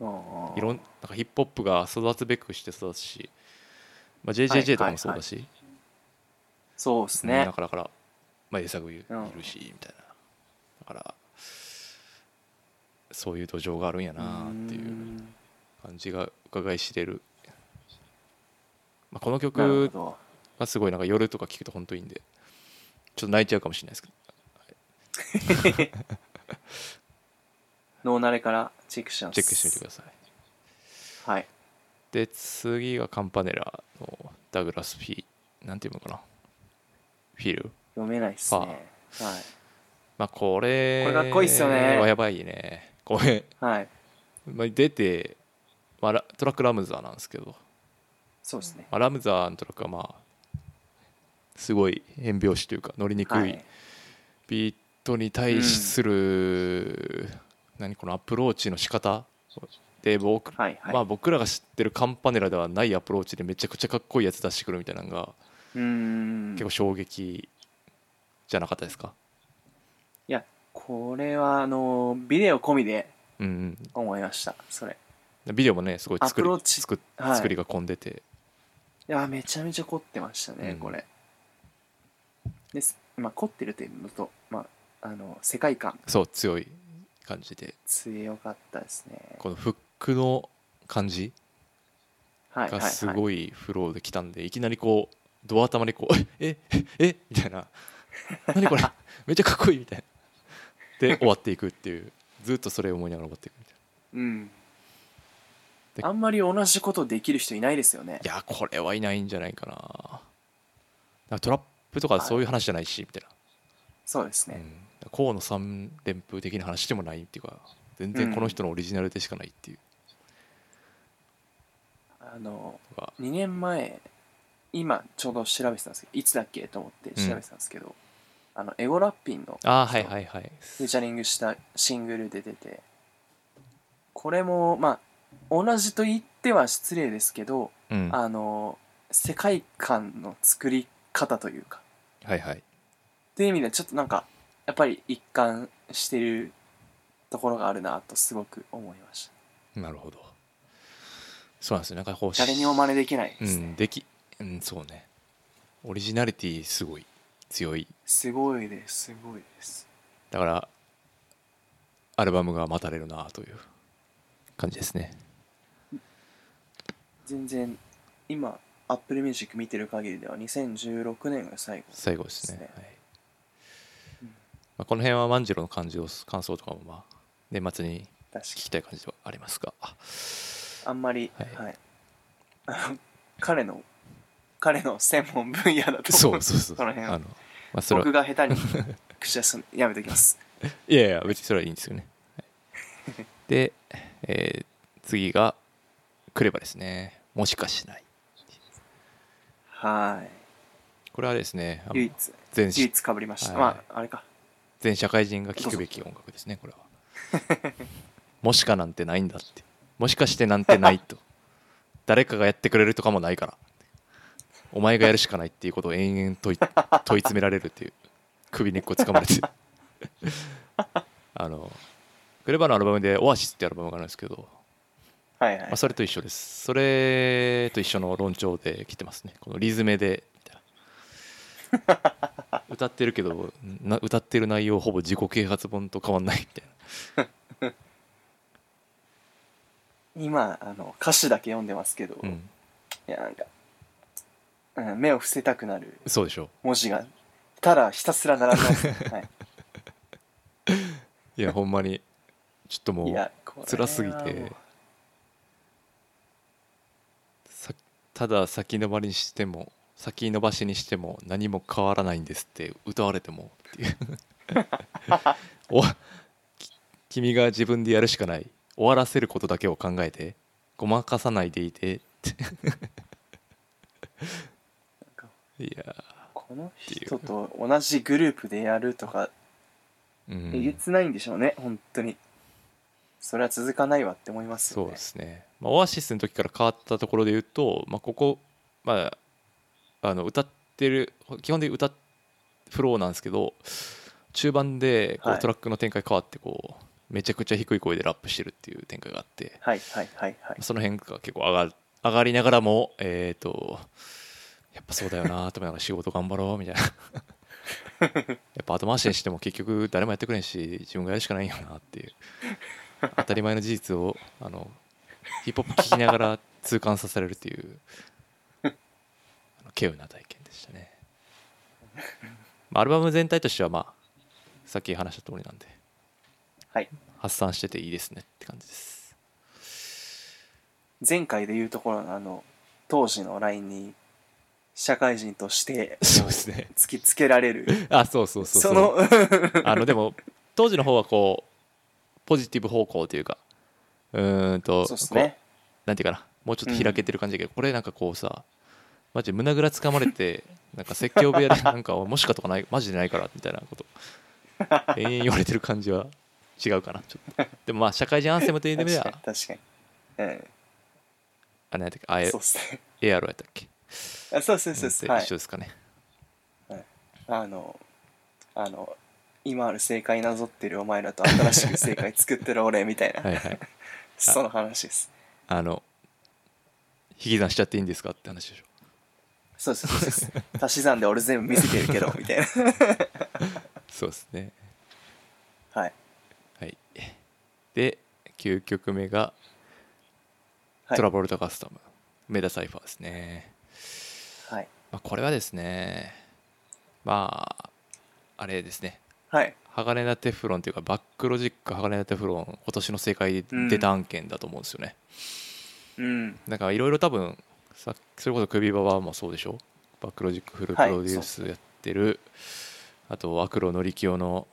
[SPEAKER 2] うん
[SPEAKER 3] あー
[SPEAKER 2] いろんなんかヒップホップが育つべくして育つし、まあ、
[SPEAKER 3] はいは
[SPEAKER 2] JJJ
[SPEAKER 3] い
[SPEAKER 2] とかもそうだし、
[SPEAKER 3] そうです
[SPEAKER 2] うん
[SPEAKER 3] ね
[SPEAKER 2] だからだから、まあ、エサグいる
[SPEAKER 3] うん
[SPEAKER 2] しみたいなだからそういう土壌があるんやなっていう
[SPEAKER 3] ー
[SPEAKER 2] うん感じが伺い知れる、まあ、この
[SPEAKER 3] なる
[SPEAKER 2] 曲
[SPEAKER 3] ほど
[SPEAKER 2] はすごいなんか夜とか聴くと本当いいんでちょっと泣いちゃうかもしれないですけど
[SPEAKER 3] 脳慣れからチェックします
[SPEAKER 2] チェックしてみてください
[SPEAKER 3] さいはい
[SPEAKER 2] で次がカンパネラのダグラス・フィーなんていうのかなフィル
[SPEAKER 3] 読めないっすねはい
[SPEAKER 2] まあこれ
[SPEAKER 3] これかっこいいっすよね
[SPEAKER 2] はやばいねこれ、
[SPEAKER 3] はい
[SPEAKER 2] まあ、出て、まあ、ラトラックラムザーなんですけど
[SPEAKER 3] そうですね
[SPEAKER 2] まあ、ラムザーのトラックはまあすごい変拍子というか乗りにく
[SPEAKER 3] はいい
[SPEAKER 2] ビートに対する、何このアプローチの仕方で僕,、
[SPEAKER 3] はいはい、
[SPEAKER 2] まあ、僕らが知ってるカンパネラではないアプローチでめちゃくちゃかっこいいやつ出してくるみたいなのが
[SPEAKER 3] うーん
[SPEAKER 2] 結構衝撃じゃなかったですか、
[SPEAKER 3] いやこれはあのビデオ込みで
[SPEAKER 2] うん
[SPEAKER 3] 思いましたそれ
[SPEAKER 2] うん、ビデオもねすごい作
[SPEAKER 3] アプ
[SPEAKER 2] り
[SPEAKER 3] ローチ
[SPEAKER 2] 作
[SPEAKER 3] はい
[SPEAKER 2] 作りが混んでて、
[SPEAKER 3] いやめちゃめちゃ凝ってましたね、
[SPEAKER 2] うん
[SPEAKER 3] これですまあ凝ってるというのとまああの世界観
[SPEAKER 2] そう強い感じで
[SPEAKER 3] 強かったですね
[SPEAKER 2] このフックの感じ
[SPEAKER 3] はいは
[SPEAKER 2] が
[SPEAKER 3] い
[SPEAKER 2] す
[SPEAKER 3] はい
[SPEAKER 2] ごいフローで来たんでいきなりこうドア頭でこう 「ええええみたいな「何 これめっちゃかっこいい」みたいなで終わっていくっていうずっとそれを思いながら終わっていくみたい
[SPEAKER 3] うん
[SPEAKER 2] で
[SPEAKER 3] あんまり同じことできる人いないですよね
[SPEAKER 2] ないやこれはいないんじゃないかなだからトラップとかそういう話じゃないしみたい
[SPEAKER 3] そうです
[SPEAKER 2] な、う
[SPEAKER 3] ね
[SPEAKER 2] ん、河野三連風的な話でもないっていうか全然この人のオリジナルでしかないっていう
[SPEAKER 3] あの
[SPEAKER 2] のが、
[SPEAKER 3] 2年前今ちょうど調べてたんですけどいつだっけと思って調べてたんですけど、あのエゴラッピンの
[SPEAKER 2] ああはいはいはい
[SPEAKER 3] フューチャリングしたシングルで出てこれもまあ同じと言っては失礼ですけど、
[SPEAKER 2] うんは
[SPEAKER 3] あの世界観の作り方というか
[SPEAKER 2] いはい
[SPEAKER 3] っていう意味でちょっとなんかやっぱり一貫してるところがあるなとすごく思いまし
[SPEAKER 2] なるほどそうなんですよなんかこう
[SPEAKER 3] た誰にも真似できないですね、
[SPEAKER 2] うん、でき、うん、そうね。オリジナリティすごい強い。
[SPEAKER 3] すごいですすごいです
[SPEAKER 2] だから、アルバムが待たれるなという感じですね。
[SPEAKER 3] 全然今アップルミュージック見てる限りでは2016年が最後
[SPEAKER 2] 最後ですね。
[SPEAKER 3] です
[SPEAKER 2] はい
[SPEAKER 3] うん
[SPEAKER 2] まあ、この辺は万次郎の感じを感想とかも、まあ、年末に
[SPEAKER 3] 確か
[SPEAKER 2] 聞きたい感じではあります が。
[SPEAKER 3] あんまり、
[SPEAKER 2] は
[SPEAKER 3] はいいあの 彼の彼の専門分野だと
[SPEAKER 2] そ
[SPEAKER 3] 思
[SPEAKER 2] うそうそう。
[SPEAKER 3] この辺は
[SPEAKER 2] あの、まあ、それ
[SPEAKER 3] 僕
[SPEAKER 2] は、
[SPEAKER 3] が下手に口出すのやめときます
[SPEAKER 2] いやいや、別にそれはいいんですよね。はいで、えー次が、クレバですね。もしかしない。
[SPEAKER 3] は
[SPEAKER 2] これはですね、あ
[SPEAKER 3] い唯
[SPEAKER 2] の
[SPEAKER 3] 一
[SPEAKER 2] 全
[SPEAKER 3] 唯一かぶりました、
[SPEAKER 2] はい
[SPEAKER 3] まああれか
[SPEAKER 2] 全社会人が聴くべき音楽ですねこれはもしかなんてないんだってもしかしてなんてないと誰かがやってくれるとかもないからお前がやるしかないっていうことを延々問い 問い詰められるっていう首根っこつかまれてあのクレバのアルバムで「オアシス」ってアルバムがあるんですけど、
[SPEAKER 3] はいはい、
[SPEAKER 2] まあ、それと一緒ですそれと一緒の論調で来てますねこのリズムでみたい な歌ってるけどな歌ってる内容ほぼ自己啓発本と変わんないみたい
[SPEAKER 3] 今あの歌詞だけ読んでますけど、
[SPEAKER 2] な、う
[SPEAKER 3] い
[SPEAKER 2] ん、
[SPEAKER 3] やなんか、うん、目を伏せたくなる
[SPEAKER 2] そうでしょ
[SPEAKER 3] 文字がただひたすら並 んでます、はい
[SPEAKER 2] いやほんまにちょっとも
[SPEAKER 3] いうやこれはもう
[SPEAKER 2] 辛すぎてさただ先延ばりにしても先延ばしにしても何も変わらないんですって歌われてもっていう おき君が自分でやるしかない終わらせることだけを考えてごまかさないでいてって
[SPEAKER 3] か
[SPEAKER 2] いや
[SPEAKER 3] この人と同じグループでやるとか
[SPEAKER 2] ーう
[SPEAKER 3] えげ
[SPEAKER 2] ん
[SPEAKER 3] つないんでしょうね、本当にそれは続かないわって思います
[SPEAKER 2] そ
[SPEAKER 3] よ
[SPEAKER 2] う
[SPEAKER 3] ね
[SPEAKER 2] ですね、まあ、オアシスの時から変わったところで言うと、まあ、ここ、まあ、あの歌ってる基本的に歌っフローなんですけど中盤でこ
[SPEAKER 3] は
[SPEAKER 2] う
[SPEAKER 3] い
[SPEAKER 2] トラックの展開変わってこう、めちゃくちゃ低い声でラップしてるっていう展開があって
[SPEAKER 3] はいはいはいはい
[SPEAKER 2] その辺が結構上がる上がりながらもえっ、とやっぱそうだよなと思いながら仕事頑張ろうみたい なやっぱ後回しにしても結局誰もやってくれんし自分がやるしかないよなっていう当たり前の事実をあのヒップホップ聴きながら痛感させられるっていうあの稀有な体験でしたね、まあ、アルバム全体としてはまあさっき話した通りなんで
[SPEAKER 3] はい
[SPEAKER 2] 発散してていいですねって感じです
[SPEAKER 3] 前回で言うところのあの当時の LINE に社会人として
[SPEAKER 2] そうですね
[SPEAKER 3] 突きつけられる
[SPEAKER 2] あそうそうそう
[SPEAKER 3] そうの
[SPEAKER 2] あのでも当時の方はこうポジティブ方向というかうーんと
[SPEAKER 3] そうですね
[SPEAKER 2] こうなんていうかなもうちょっと開けてる感じだけど、これなんかこうさマジで胸ぐらつかまれてなんか説教部屋 でなんかもしかとかないマジでないからみたいなこと永遠言われてる感じは違うかなちょっとでもまあ社会人アンセムという意味
[SPEAKER 3] 確
[SPEAKER 2] で
[SPEAKER 3] かに
[SPEAKER 2] は
[SPEAKER 3] 確かにうん
[SPEAKER 2] あれなんだっけあえ
[SPEAKER 3] そうっすね
[SPEAKER 2] エアロやったっけ
[SPEAKER 3] あそうそうそうそう
[SPEAKER 2] うん
[SPEAKER 3] は
[SPEAKER 2] で
[SPEAKER 3] い
[SPEAKER 2] 一緒ですかね、
[SPEAKER 3] あのあの今ある正解なぞってるお前らと新しく正解作ってる俺みたいな、
[SPEAKER 2] はい、はい
[SPEAKER 3] その話です
[SPEAKER 2] あの引き算しちゃっていいんですかって話でしょ
[SPEAKER 3] そうそうそうそう足し算で俺全部見せてる けどみたいな
[SPEAKER 2] そうですね
[SPEAKER 3] はい
[SPEAKER 2] はい。で9曲目が
[SPEAKER 3] は
[SPEAKER 2] 「
[SPEAKER 3] い
[SPEAKER 2] トラボルタカスタム」メダサイファーですね、
[SPEAKER 3] はい
[SPEAKER 2] まあ、これはですねまああれですね
[SPEAKER 3] はい
[SPEAKER 2] 鋼田テフロンというかバックロジック鋼田テフロン今年の正解出た案件だと思うんですよね、
[SPEAKER 3] うん
[SPEAKER 2] なんかいろいろ多分さそれこそ首ババアもそうでしょバックロジックフルプロデュースやってる、あとアクロのりきおの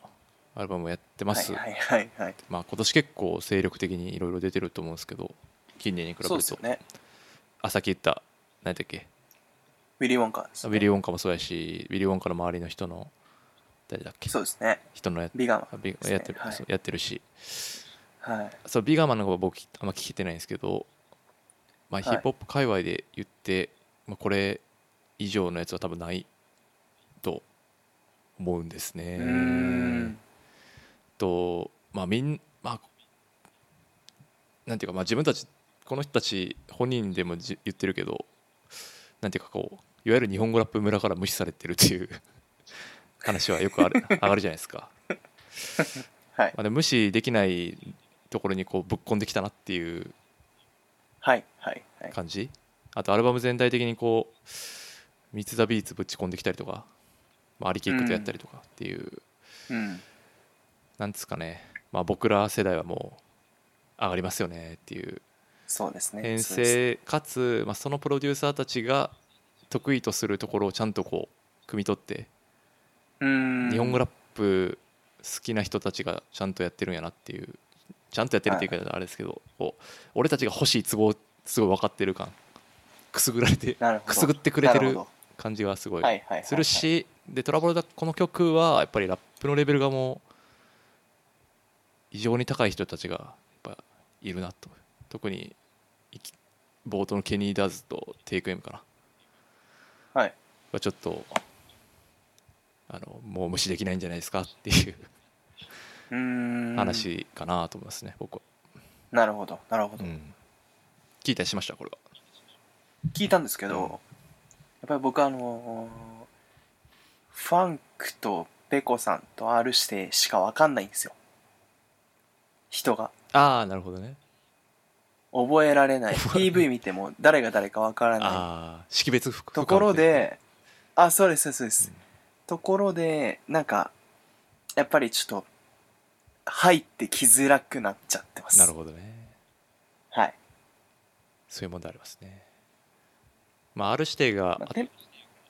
[SPEAKER 2] アルバムをやってます、
[SPEAKER 3] はいはいはいはい
[SPEAKER 2] まあ今年結構精力的にいろいろ出てると思うんですけど近年に比べる
[SPEAKER 3] そう
[SPEAKER 2] と
[SPEAKER 3] ですよね
[SPEAKER 2] あさっき言った何だっけ
[SPEAKER 3] ウィリー・ウォンカーです
[SPEAKER 2] ウ
[SPEAKER 3] ね
[SPEAKER 2] ィリー・ウォンカもそうやしウィリー・ウォンカの周りの人の誰だっけ
[SPEAKER 3] そうですね
[SPEAKER 2] 人のや
[SPEAKER 3] ビガン
[SPEAKER 2] あビ
[SPEAKER 3] ですね
[SPEAKER 2] やってる、
[SPEAKER 3] はい
[SPEAKER 2] そうやってるし
[SPEAKER 3] はい
[SPEAKER 2] そうビガーマンの方は僕あんま聞けてないんですけど、まあ、
[SPEAKER 3] い
[SPEAKER 2] ヒップホップ界隈で言って、まあ、これ以上のやつは多分ないと思うんですね
[SPEAKER 3] うーん
[SPEAKER 2] とまあみんまあなんていうかまあ自分たちこの人たち本人でもじ言ってるけどなんていうかこういわゆる日本語ラップ村から無視されてるっていう 話はよくある上がるじゃないですか、
[SPEAKER 3] は
[SPEAKER 2] ま
[SPEAKER 3] い
[SPEAKER 2] あ、でも無視できないところにこうぶっ込んできたなっていう
[SPEAKER 3] はいはいはい
[SPEAKER 2] 感じあとアルバム全体的にこう三ツ田ビーツぶち込んできたりとか、まあ、アリキックとやったりとかっていう、
[SPEAKER 3] うん
[SPEAKER 2] なんですかね、まあ、僕ら世代はもう上がりますよねっていう
[SPEAKER 3] そうですね
[SPEAKER 2] 編
[SPEAKER 3] そうです
[SPEAKER 2] 成かつ、まあ、そのプロデューサーたちが得意とするところをちゃんとこう汲み取って
[SPEAKER 3] うーん
[SPEAKER 2] 日本語ラップ好きな人たちがちゃんとやってるんやなっていうちゃんとやってるっていうかあれですけど、こう俺たちが欲しい都合すごい分かってる感くすぐられて
[SPEAKER 3] なるほど
[SPEAKER 2] くすぐってくれて
[SPEAKER 3] な
[SPEAKER 2] る
[SPEAKER 3] ほど
[SPEAKER 2] 感じがすごい
[SPEAKER 3] はいはいはいはい
[SPEAKER 2] するしでトラボルダこの曲はやっぱりラップのレベルがもう異常に高い人たちがやっぱいるなと特にいき冒頭のケニー・ダーズとテイク・エムかな
[SPEAKER 3] はい
[SPEAKER 2] はちょっとあのもう無視できないんじゃないですかっていう
[SPEAKER 3] うーん
[SPEAKER 2] 話かなと思いますね、僕は、
[SPEAKER 3] なるほどなるほ
[SPEAKER 2] う
[SPEAKER 3] ど
[SPEAKER 2] ん、聞いたりしましたこれは
[SPEAKER 3] 聞いたんですけど、
[SPEAKER 2] うん
[SPEAKER 3] やっぱり僕あのーファンクとペコさんと R してしかわかんないんですよ人が
[SPEAKER 2] ああなるほどね
[SPEAKER 3] 覚えら れない PV 見ても誰が誰かわからない
[SPEAKER 2] ああ識別服
[SPEAKER 3] ところであそうですそうです、そうですところでなんかやっぱりちょっと入ってきづらくなっちゃってます
[SPEAKER 2] なるほどね
[SPEAKER 3] はい、
[SPEAKER 2] そういう問題ありますねまあ R 指定が
[SPEAKER 3] ま
[SPEAKER 2] あ
[SPEAKER 3] あ、て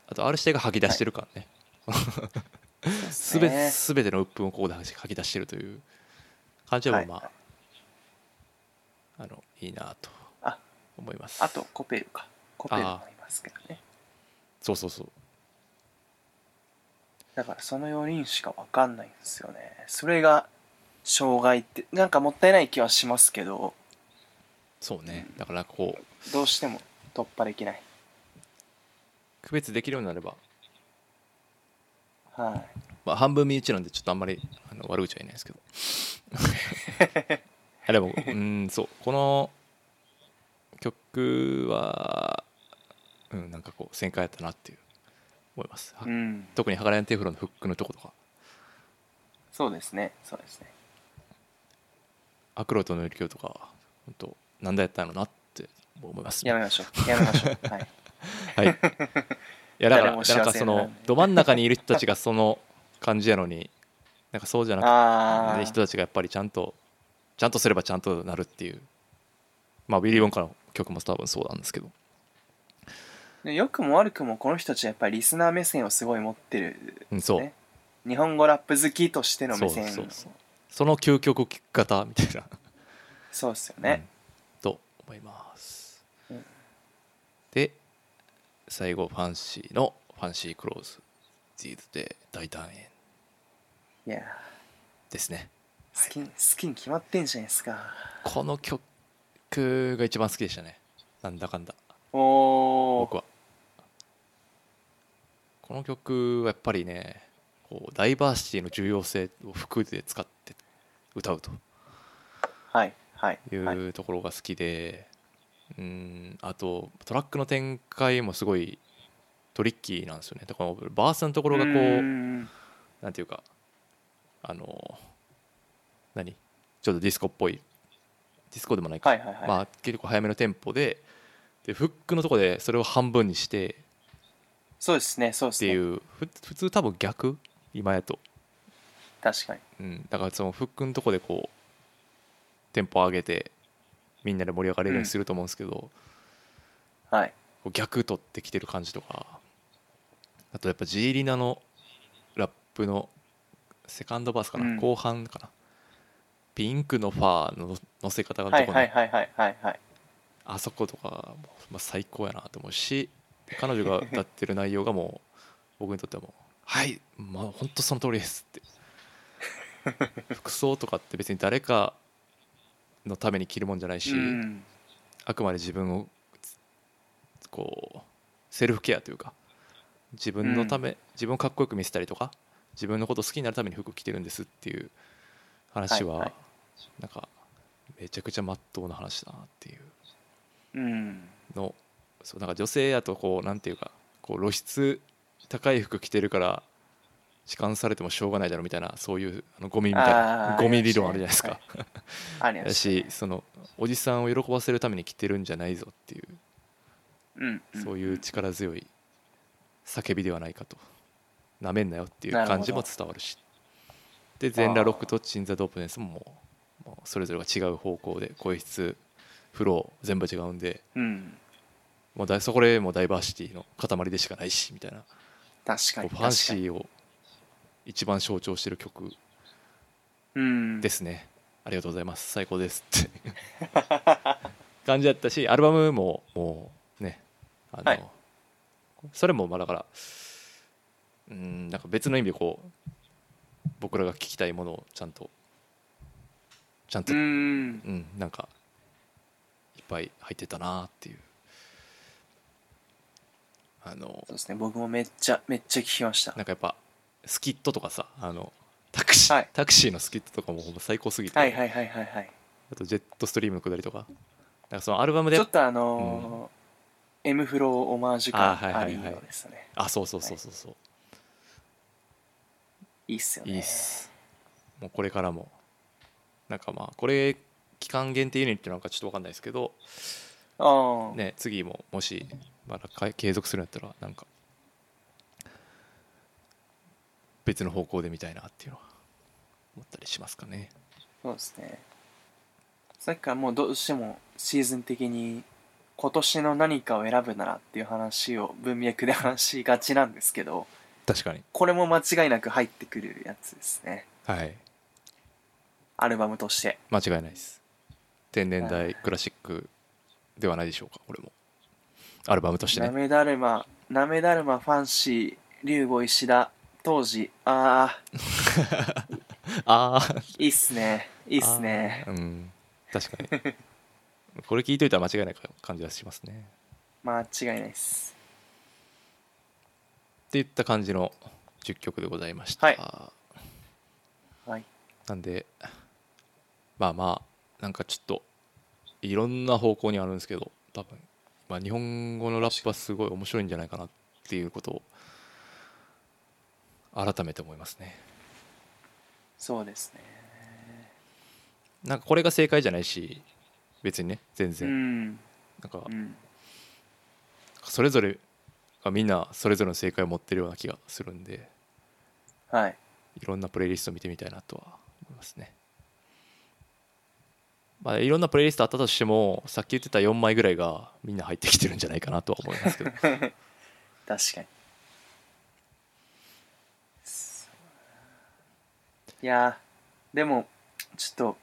[SPEAKER 2] あと R 指定が吐き出してるからね、すべ
[SPEAKER 3] ね
[SPEAKER 2] すべての鬱憤をここで吐き吐き出してるという感じはまあ、
[SPEAKER 3] はい
[SPEAKER 2] あのいいなと
[SPEAKER 3] あ
[SPEAKER 2] 思います
[SPEAKER 3] あとコペルかコペルもいますけどね
[SPEAKER 2] そうそうそう
[SPEAKER 3] だからその4人しか分かんないんですよねそれが障害ってなんかもったいない気はしますけど
[SPEAKER 2] そうねだからこう
[SPEAKER 3] どうしても突破できない
[SPEAKER 2] 区別できるようになれば、
[SPEAKER 3] は
[SPEAKER 2] まあ、半分身内なんでちょっとあんまりあの悪口は言えないですけど あでもうんそうこの曲はうんなんかこう旋回やったなっていう思います、はい
[SPEAKER 3] うん
[SPEAKER 2] 特に「ハガレンテフロ」のフックのとことか
[SPEAKER 3] そうですねそうですね
[SPEAKER 2] 「アクロとの影響」とか本当なんだやったのなって思います
[SPEAKER 3] やめましょうやめましょ うはい
[SPEAKER 2] はい、いやだか
[SPEAKER 3] 誰
[SPEAKER 2] ら
[SPEAKER 3] も
[SPEAKER 2] なん
[SPEAKER 3] 幸
[SPEAKER 2] か
[SPEAKER 3] せ
[SPEAKER 2] そ
[SPEAKER 3] にならない
[SPEAKER 2] のど真ん中にいる人たちがその感じやのになんかそうじゃなくて
[SPEAKER 3] あ
[SPEAKER 2] で
[SPEAKER 3] あ
[SPEAKER 2] 人たちがやっぱりちゃんとちゃんとすればちゃんとなるっていうまあウィリー・ウォンカの曲も多分そうなんですけど
[SPEAKER 3] で良くも悪くもこの人たちはやっぱりリスナー目線をすごい持ってる
[SPEAKER 2] うんそう、
[SPEAKER 3] ね日本語ラップ好きとしての
[SPEAKER 2] そ
[SPEAKER 3] 目
[SPEAKER 2] うそ
[SPEAKER 3] 線
[SPEAKER 2] うそうその究極聞き方みたいな、
[SPEAKER 3] そうですよ
[SPEAKER 2] うん
[SPEAKER 3] ね、
[SPEAKER 2] と思います、
[SPEAKER 3] うん
[SPEAKER 2] で最後ファンシーの「ファンシークローズ」ディーズで大団円
[SPEAKER 3] いや
[SPEAKER 2] ですね
[SPEAKER 3] ー好き好きに決まってんじゃないですか
[SPEAKER 2] この曲が一番好きでしたねなんだかんだ
[SPEAKER 3] お
[SPEAKER 2] 僕
[SPEAKER 3] お
[SPEAKER 2] はこの曲はやっぱりねこうダイバーシティの重要性を服で使って歌うと
[SPEAKER 3] はいはい
[SPEAKER 2] い
[SPEAKER 3] はいう
[SPEAKER 2] ところが好きで、うんあとトラックの展開もすごいトリッキーなんですよねだからバースのところがこう
[SPEAKER 3] ーん
[SPEAKER 2] なんていうかあの何ちょっとディスコっぽいディスコでもないか、
[SPEAKER 3] はいはいはい、
[SPEAKER 2] まあ、結構早めのテンポででフックのとこでそれを半分にして
[SPEAKER 3] そうですねそうで
[SPEAKER 2] っ
[SPEAKER 3] す
[SPEAKER 2] て
[SPEAKER 3] ね
[SPEAKER 2] いうふ普通多分逆今やと、
[SPEAKER 3] 確かに
[SPEAKER 2] うん、だからそのフックのとこでこうテンポ上げてみんなで盛り上がれるようにすると思うんですけど、こ
[SPEAKER 3] はいう
[SPEAKER 2] 逆取ってきてる感じとかあとやっぱジーリナのラップのセカンドバースかな、
[SPEAKER 3] うん
[SPEAKER 2] 後半かなピンクのファーの乗せ方がど
[SPEAKER 3] は
[SPEAKER 2] こ
[SPEAKER 3] い
[SPEAKER 2] に、
[SPEAKER 3] はいはいはいはいはい
[SPEAKER 2] あそことかもう、まあ、最高やなと思うし彼女が歌ってる内容がもう 僕にとってはもう「はい、まあ、本当その通りです」 って服装とかって別に誰かのために着るもんじゃないし、
[SPEAKER 3] うん
[SPEAKER 2] あくまで自分をこうセルフケアというか自分のため、自分をかっこよく見せたりとか自分のことを好きになるために服着てるんですっていう話は、
[SPEAKER 3] はいはい
[SPEAKER 2] なんかめちゃくちゃ真っ当な話だなっていう。
[SPEAKER 3] うん
[SPEAKER 2] のそうなんか女性やとこうなんていうかこう露出高い服着てるから痴漢されてもしょうがないだろうみたいなそういうあのゴミみたいな
[SPEAKER 3] あー
[SPEAKER 2] ゴミ理論あるじゃないです
[SPEAKER 3] は
[SPEAKER 2] か。
[SPEAKER 3] ありま
[SPEAKER 2] だ
[SPEAKER 3] す
[SPEAKER 2] しそのおじさんを喜ばせるために着てるんじゃないぞっていう
[SPEAKER 3] うんん
[SPEAKER 2] そういう力強い叫びではないかとなめんなよっていう感じも伝わるしで全裸ロックとチン・ザ・ドープネスももうもうそれぞれが違う方向で声質フロー全部違うんで
[SPEAKER 3] うん
[SPEAKER 2] もうだいそこでもうダイバーシティの塊でしかないしみたいな、
[SPEAKER 3] 確かに
[SPEAKER 2] こうファンシ
[SPEAKER 3] 確か
[SPEAKER 2] ーを一番象徴してる曲
[SPEAKER 3] にうん
[SPEAKER 2] ですね、ありがとうございます最高ですって感じだったしアルバムももうねあの、
[SPEAKER 3] はい
[SPEAKER 2] それもまあだからうんなんか別の意味でこう僕らが聞きたいものをちゃんとちゃんと、
[SPEAKER 3] う
[SPEAKER 2] うん
[SPEAKER 3] ん
[SPEAKER 2] なんかいっぱい入ってたなっていうあの
[SPEAKER 3] そうですね僕もめっちゃめっちゃ聞きました
[SPEAKER 2] なんかやっぱスキットとかさあのタクシー、
[SPEAKER 3] はい
[SPEAKER 2] タクシーのスキットとかもほんま最高すぎて、
[SPEAKER 3] はいはいはいはいはい
[SPEAKER 2] あとジェットストリームのくだりとかなんかそのアルバムで
[SPEAKER 3] ちょっとあのー M フローオマージュ
[SPEAKER 2] あはいは
[SPEAKER 3] 感
[SPEAKER 2] い
[SPEAKER 3] あ
[SPEAKER 2] はい
[SPEAKER 3] りのですね
[SPEAKER 2] あそうそうそうそうそう、
[SPEAKER 3] いいっすよ
[SPEAKER 2] い、
[SPEAKER 3] ね
[SPEAKER 2] いっすもうこれからもなんかまあこれ期間限定ユニットなんかちょっと分かんないですけど、
[SPEAKER 3] ああ、
[SPEAKER 2] ね、次ももしまだか継続するんだったらなんか別の方向で見たいなっていうのは思ったりしますかね
[SPEAKER 3] そうですねさっきからもうどうしてもシーズン的に今年の何かを選ぶならっていう話を文脈で話しがちなんですけど
[SPEAKER 2] 確かに
[SPEAKER 3] これも間違いなく入ってくるやつですね
[SPEAKER 2] はい
[SPEAKER 3] アルバムとして
[SPEAKER 2] 間違いないです天然大クラシックではないでしょうかこれもアルバムとして
[SPEAKER 3] な
[SPEAKER 2] ね
[SPEAKER 3] めだるまなめだるまファンシー龍吾石田当時ああ
[SPEAKER 2] ああ
[SPEAKER 3] いいっすねいいっすね
[SPEAKER 2] うん確かにこれ聞いといたら間違いない感じがしますね
[SPEAKER 3] 間違いないっす
[SPEAKER 2] っていった感じの10曲でございました、
[SPEAKER 3] はいはい
[SPEAKER 2] なんでまあまあなんかちょっといろんな方向にあるんですけど多分、まあ、日本語のラップはすごい面白いんじゃないかなっていうことを改めて思いますね
[SPEAKER 3] そうですね
[SPEAKER 2] なんかこれが正解じゃないし別にね全
[SPEAKER 3] う
[SPEAKER 2] 然、
[SPEAKER 3] ん
[SPEAKER 2] なんか
[SPEAKER 3] うん
[SPEAKER 2] それぞれがみんなそれぞれの正解を持ってるような気がするんで
[SPEAKER 3] はい
[SPEAKER 2] いろんなプレイリストを見てみたいなとは思いますね、まあ、いろんなプレイリストあったとしてもさっき言ってた4枚ぐらいがみんな入ってきてるんじゃないかなとは思いますけど
[SPEAKER 3] 確かにそういやーでもちょっと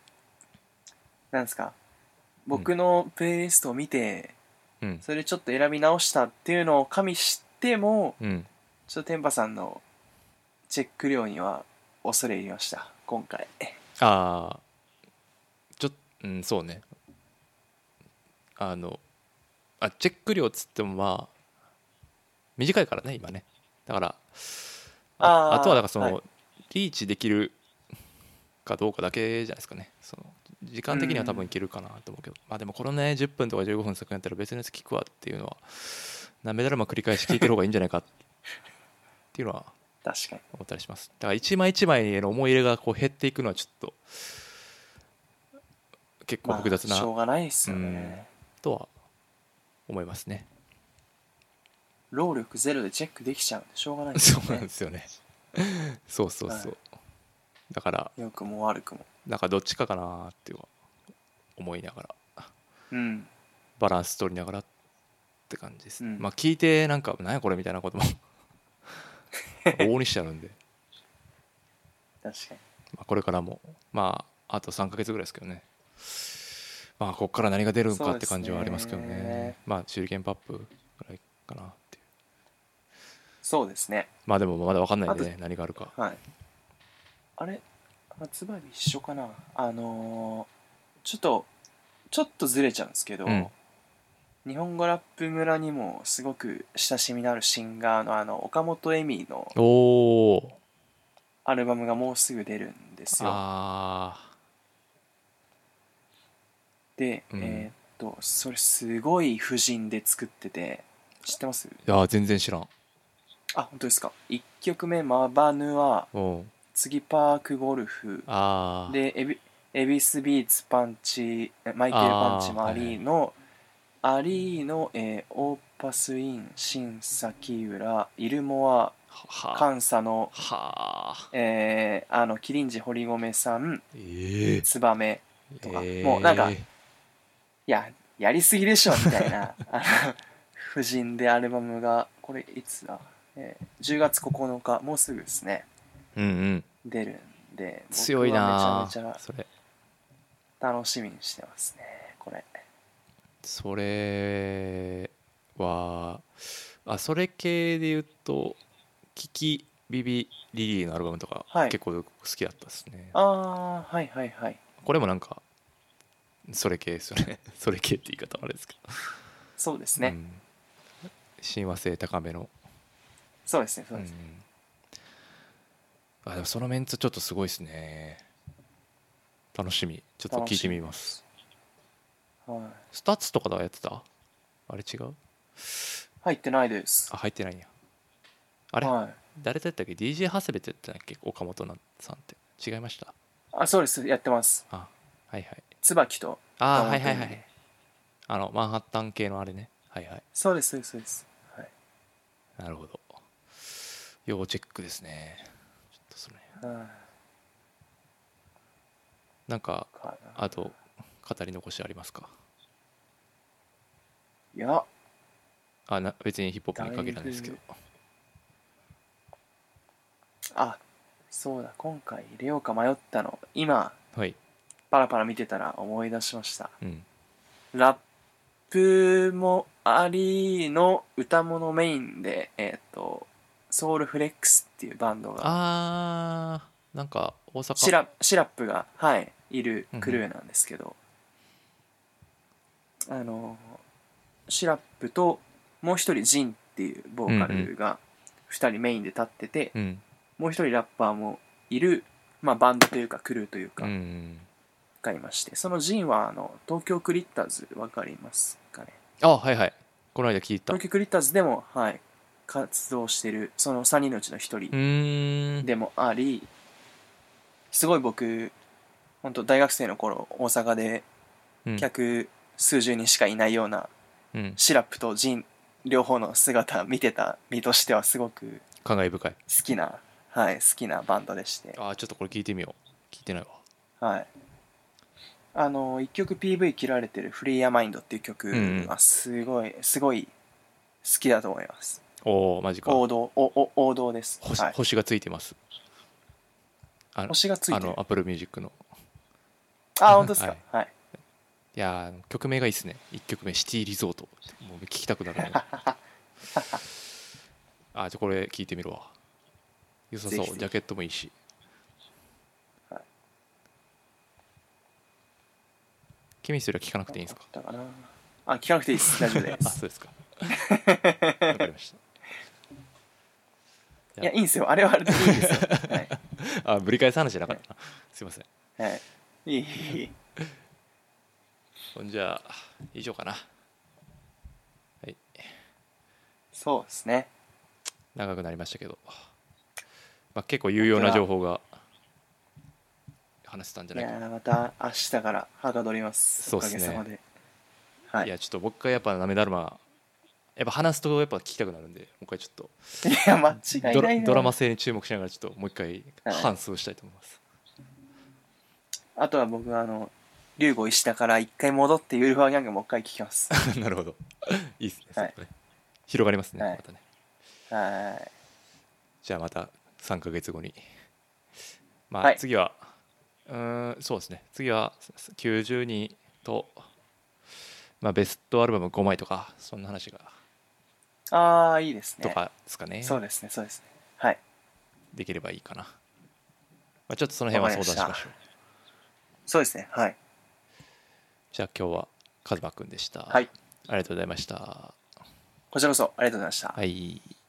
[SPEAKER 3] なんですか僕のプレイリストを見て、
[SPEAKER 2] うん
[SPEAKER 3] それちょっと選び直したっていうのを加味しても
[SPEAKER 2] うん
[SPEAKER 3] ちょっと天パさんのチェック量には恐れ入りました今回
[SPEAKER 2] ああちょっうんそうねあのあチェック量っつってもまあ短いからね今ねだからあ
[SPEAKER 3] あ
[SPEAKER 2] あ
[SPEAKER 3] ー
[SPEAKER 2] とはだからその、
[SPEAKER 3] はい
[SPEAKER 2] リーチできるかどうかだけじゃないですかねその時間的には多分いけるかなと思うけど、まあでもこのね10分とか15分の作品やったら別のやつ聞くわっていうのはなメダルマ繰り返し聞いてる方がいいんじゃないかっていうのは
[SPEAKER 3] 確かに
[SPEAKER 2] 思ったりしますだから一枚一枚への思い入れがこう減っていくのはちょっと結構
[SPEAKER 3] まあ
[SPEAKER 2] 複雑な
[SPEAKER 3] しょうがないですよね、
[SPEAKER 2] とは思います ね。
[SPEAKER 3] 労力ゼロでチェックできちゃうんでしょうがないです
[SPEAKER 2] そ
[SPEAKER 3] よ
[SPEAKER 2] うなんで
[SPEAKER 3] ね
[SPEAKER 2] すよね。そうそうそう。だから
[SPEAKER 3] 良くも悪くも
[SPEAKER 2] なんかどっちかかなーっていうのは思いながら
[SPEAKER 3] うん
[SPEAKER 2] バランス取りながらって感じです、
[SPEAKER 3] うん
[SPEAKER 2] まあ聞いてなんか「何やこれ」みたいなことも 往々にしてあるんで、
[SPEAKER 3] 確かに
[SPEAKER 2] まあ、これからもまああと3ヶ月ぐらいですけどねまあここから何が出るんかって感じはありますけどね
[SPEAKER 3] そうですね
[SPEAKER 2] まあ手裏剣パップぐらいかなっていう
[SPEAKER 3] そうですね
[SPEAKER 2] まあでもまだ分かんないんでね何があるか
[SPEAKER 3] はいあれ発売日一緒かなあのーちょっとちょっとずれちゃうんですけど、
[SPEAKER 2] うん
[SPEAKER 3] 日本語ラップ村にもすごく親しみのあるシンガーのあの岡本恵美の
[SPEAKER 2] おお
[SPEAKER 3] アルバムがもうすぐ出るんですよ
[SPEAKER 2] あ
[SPEAKER 3] で、
[SPEAKER 2] うん
[SPEAKER 3] えーっとそれすごい婦人で作ってて知ってます
[SPEAKER 2] ーいや全然知らん
[SPEAKER 3] あ本当ですか1曲目「マバヌア
[SPEAKER 2] うん」
[SPEAKER 3] 次「パークゴルフ」
[SPEAKER 2] ああ
[SPEAKER 3] でエビエビスビーツパンチえマイケルパンチ
[SPEAKER 2] あー
[SPEAKER 3] マリーのアリーの、えーオーパスイン新崎浦イルモア
[SPEAKER 2] はあ
[SPEAKER 3] 監査の、
[SPEAKER 2] はあ
[SPEAKER 3] えーあのキリンジ堀米さん
[SPEAKER 2] ええ
[SPEAKER 3] ツバメとか
[SPEAKER 2] ええ
[SPEAKER 3] もうなんかいややりすぎでしょみたい なあの婦人でアルバムがこれいつだ、えー10月9日もうすぐですね
[SPEAKER 2] うんうん
[SPEAKER 3] 出るんで僕は
[SPEAKER 2] 強いな
[SPEAKER 3] めちゃめち
[SPEAKER 2] それ
[SPEAKER 3] ゃ楽しみにしてますねこれ
[SPEAKER 2] それはあそれ系で言うとキキビビリリーのアルバムとか、
[SPEAKER 3] はい
[SPEAKER 2] 結構好きだったですね
[SPEAKER 3] ああーはいはいはい
[SPEAKER 2] これもなんかそれ系ですよね それ系って言い方はあれですけど
[SPEAKER 3] そうですね、
[SPEAKER 2] うん親和性高めの
[SPEAKER 3] そうですねそうですね、
[SPEAKER 2] うんあでもそのメンツちょっとすごいですね楽しみちょっと聞いてみます
[SPEAKER 3] はい
[SPEAKER 2] スタッツとかではやってたあれ違う
[SPEAKER 3] 入ってないです
[SPEAKER 2] あ入ってないんやあれ、
[SPEAKER 3] はい、
[SPEAKER 2] 誰とやったっけ DJ 長谷部ってやってたっけ岡本なさんって違いました
[SPEAKER 3] あそうですやってます
[SPEAKER 2] あはいはい
[SPEAKER 3] 椿と
[SPEAKER 2] あー
[SPEAKER 3] 岡
[SPEAKER 2] は
[SPEAKER 3] 本
[SPEAKER 2] いはいは
[SPEAKER 3] 恵美
[SPEAKER 2] いあのマンハッタン系のあれねはいはい
[SPEAKER 3] そうですそうですそうです、はい
[SPEAKER 2] なるほど要チェックですねちょっとそれ
[SPEAKER 3] はい
[SPEAKER 2] なんか
[SPEAKER 3] かな
[SPEAKER 2] あと語り残しありますか
[SPEAKER 3] いや
[SPEAKER 2] あな別にヒップホップに限らないですけど
[SPEAKER 3] あそうだ今回入れようか迷ったの今
[SPEAKER 2] はい
[SPEAKER 3] パラパラ見てたら思い出しました
[SPEAKER 2] うん
[SPEAKER 3] ラップもありの歌物メインでえっ、とソウルフレックスっていうバンドが
[SPEAKER 2] あーなんか大阪
[SPEAKER 3] シラシラップが、はい、いるクルーなんですけど、あのシラップともう一人ジンっていうボーカルが2人メインで立ってて、
[SPEAKER 2] うん
[SPEAKER 3] もう一人ラッパーもいる、まあ、バンドというかクルーという
[SPEAKER 2] う
[SPEAKER 3] か
[SPEAKER 2] ん
[SPEAKER 3] がいまして、そのジンはあの東京クリッターズわかりますかね
[SPEAKER 2] あはいはいこの間聞いたう
[SPEAKER 3] 東京クリッターズでも、はい、活動してるその3人のうちの1人
[SPEAKER 2] ーん
[SPEAKER 3] でもありすごい僕本当大学生の頃大阪で
[SPEAKER 2] うん
[SPEAKER 3] 客数十人しかいないような
[SPEAKER 2] うん
[SPEAKER 3] シラップとジン両方の姿見てた身としてはすごく
[SPEAKER 2] 感慨深い
[SPEAKER 3] 好きな、はい、好きなバンドでして、
[SPEAKER 2] あーちょっとこれ聞いてみよう聞いてないわ
[SPEAKER 3] はい、あの1曲 PV 切られてる「フリーアマインド」っていう曲
[SPEAKER 2] うん
[SPEAKER 3] はすごいすごい好きだと思います
[SPEAKER 2] おおマジか
[SPEAKER 3] 王道おお王道です、
[SPEAKER 2] 星,、
[SPEAKER 3] はい、
[SPEAKER 2] 星がついてますあの
[SPEAKER 3] 星がつい
[SPEAKER 2] あ
[SPEAKER 3] てる
[SPEAKER 2] のアップルミュージックの
[SPEAKER 3] あ本当ですか
[SPEAKER 2] は
[SPEAKER 3] はいい、
[SPEAKER 2] いやー曲名がいいですね1曲目「シティリゾート」もう聞きたくなる ねあーじゃあこれ聞いてみるわ良さそ
[SPEAKER 3] ぜ
[SPEAKER 2] う
[SPEAKER 3] ひぜひ
[SPEAKER 2] ジャケットもいいし
[SPEAKER 3] はい
[SPEAKER 2] ケミストリーは聞かなくていいんですか
[SPEAKER 3] だからあ聞かなくていいです大丈夫 で
[SPEAKER 2] あ
[SPEAKER 3] す
[SPEAKER 2] そうですかわかりました
[SPEAKER 3] いやいいんですよあれはあれでいいですよはい
[SPEAKER 2] あぶり返す話じゃなかったなすいません
[SPEAKER 3] はい。いいいい。
[SPEAKER 2] ほんじゃあ以上かなはい
[SPEAKER 3] そうですね。
[SPEAKER 2] 長くなりましたけど、まあ、結構有用な情報が話せたんじゃ
[SPEAKER 3] い
[SPEAKER 2] ないか
[SPEAKER 3] やーまた明日からはかどります
[SPEAKER 2] そうっすね
[SPEAKER 3] おかげさまで
[SPEAKER 2] な
[SPEAKER 3] はいい
[SPEAKER 2] やちょっと僕がやっぱなめだるまやっぱ話すとやっぱ聞きたくなるんでもう一回ちょっと
[SPEAKER 3] いや間違い
[SPEAKER 2] ド
[SPEAKER 3] ない
[SPEAKER 2] ラ
[SPEAKER 3] な
[SPEAKER 2] ドラマ性に注目しながらちょっともう一回
[SPEAKER 3] はい
[SPEAKER 2] 反数をしたいと思います、
[SPEAKER 3] あとは僕はあの龍吾石田から一回戻ってユルファーギャングもう一回聞きます
[SPEAKER 2] なるほどいいですね,、
[SPEAKER 3] はい
[SPEAKER 2] ね広がりますね、
[SPEAKER 3] はい
[SPEAKER 2] またね
[SPEAKER 3] はい
[SPEAKER 2] じゃあまた3ヶ月後にまあ、
[SPEAKER 3] はい
[SPEAKER 2] 次はうーんそうですね次は90人と、まあ、ベストアルバム5枚とかそんな話が
[SPEAKER 3] ああいいです
[SPEAKER 2] と
[SPEAKER 3] ね
[SPEAKER 2] かですかね
[SPEAKER 3] そうですねそうですねはい
[SPEAKER 2] できればいいかな、まあ、ちょっとその辺は相談し
[SPEAKER 3] わ
[SPEAKER 2] ま
[SPEAKER 3] かりまし
[SPEAKER 2] しょう
[SPEAKER 3] そうですねはい
[SPEAKER 2] じゃあ今日はカズマくんでした、
[SPEAKER 3] はい
[SPEAKER 2] ありがとうございました
[SPEAKER 3] こちらこそありがとうございました
[SPEAKER 2] はい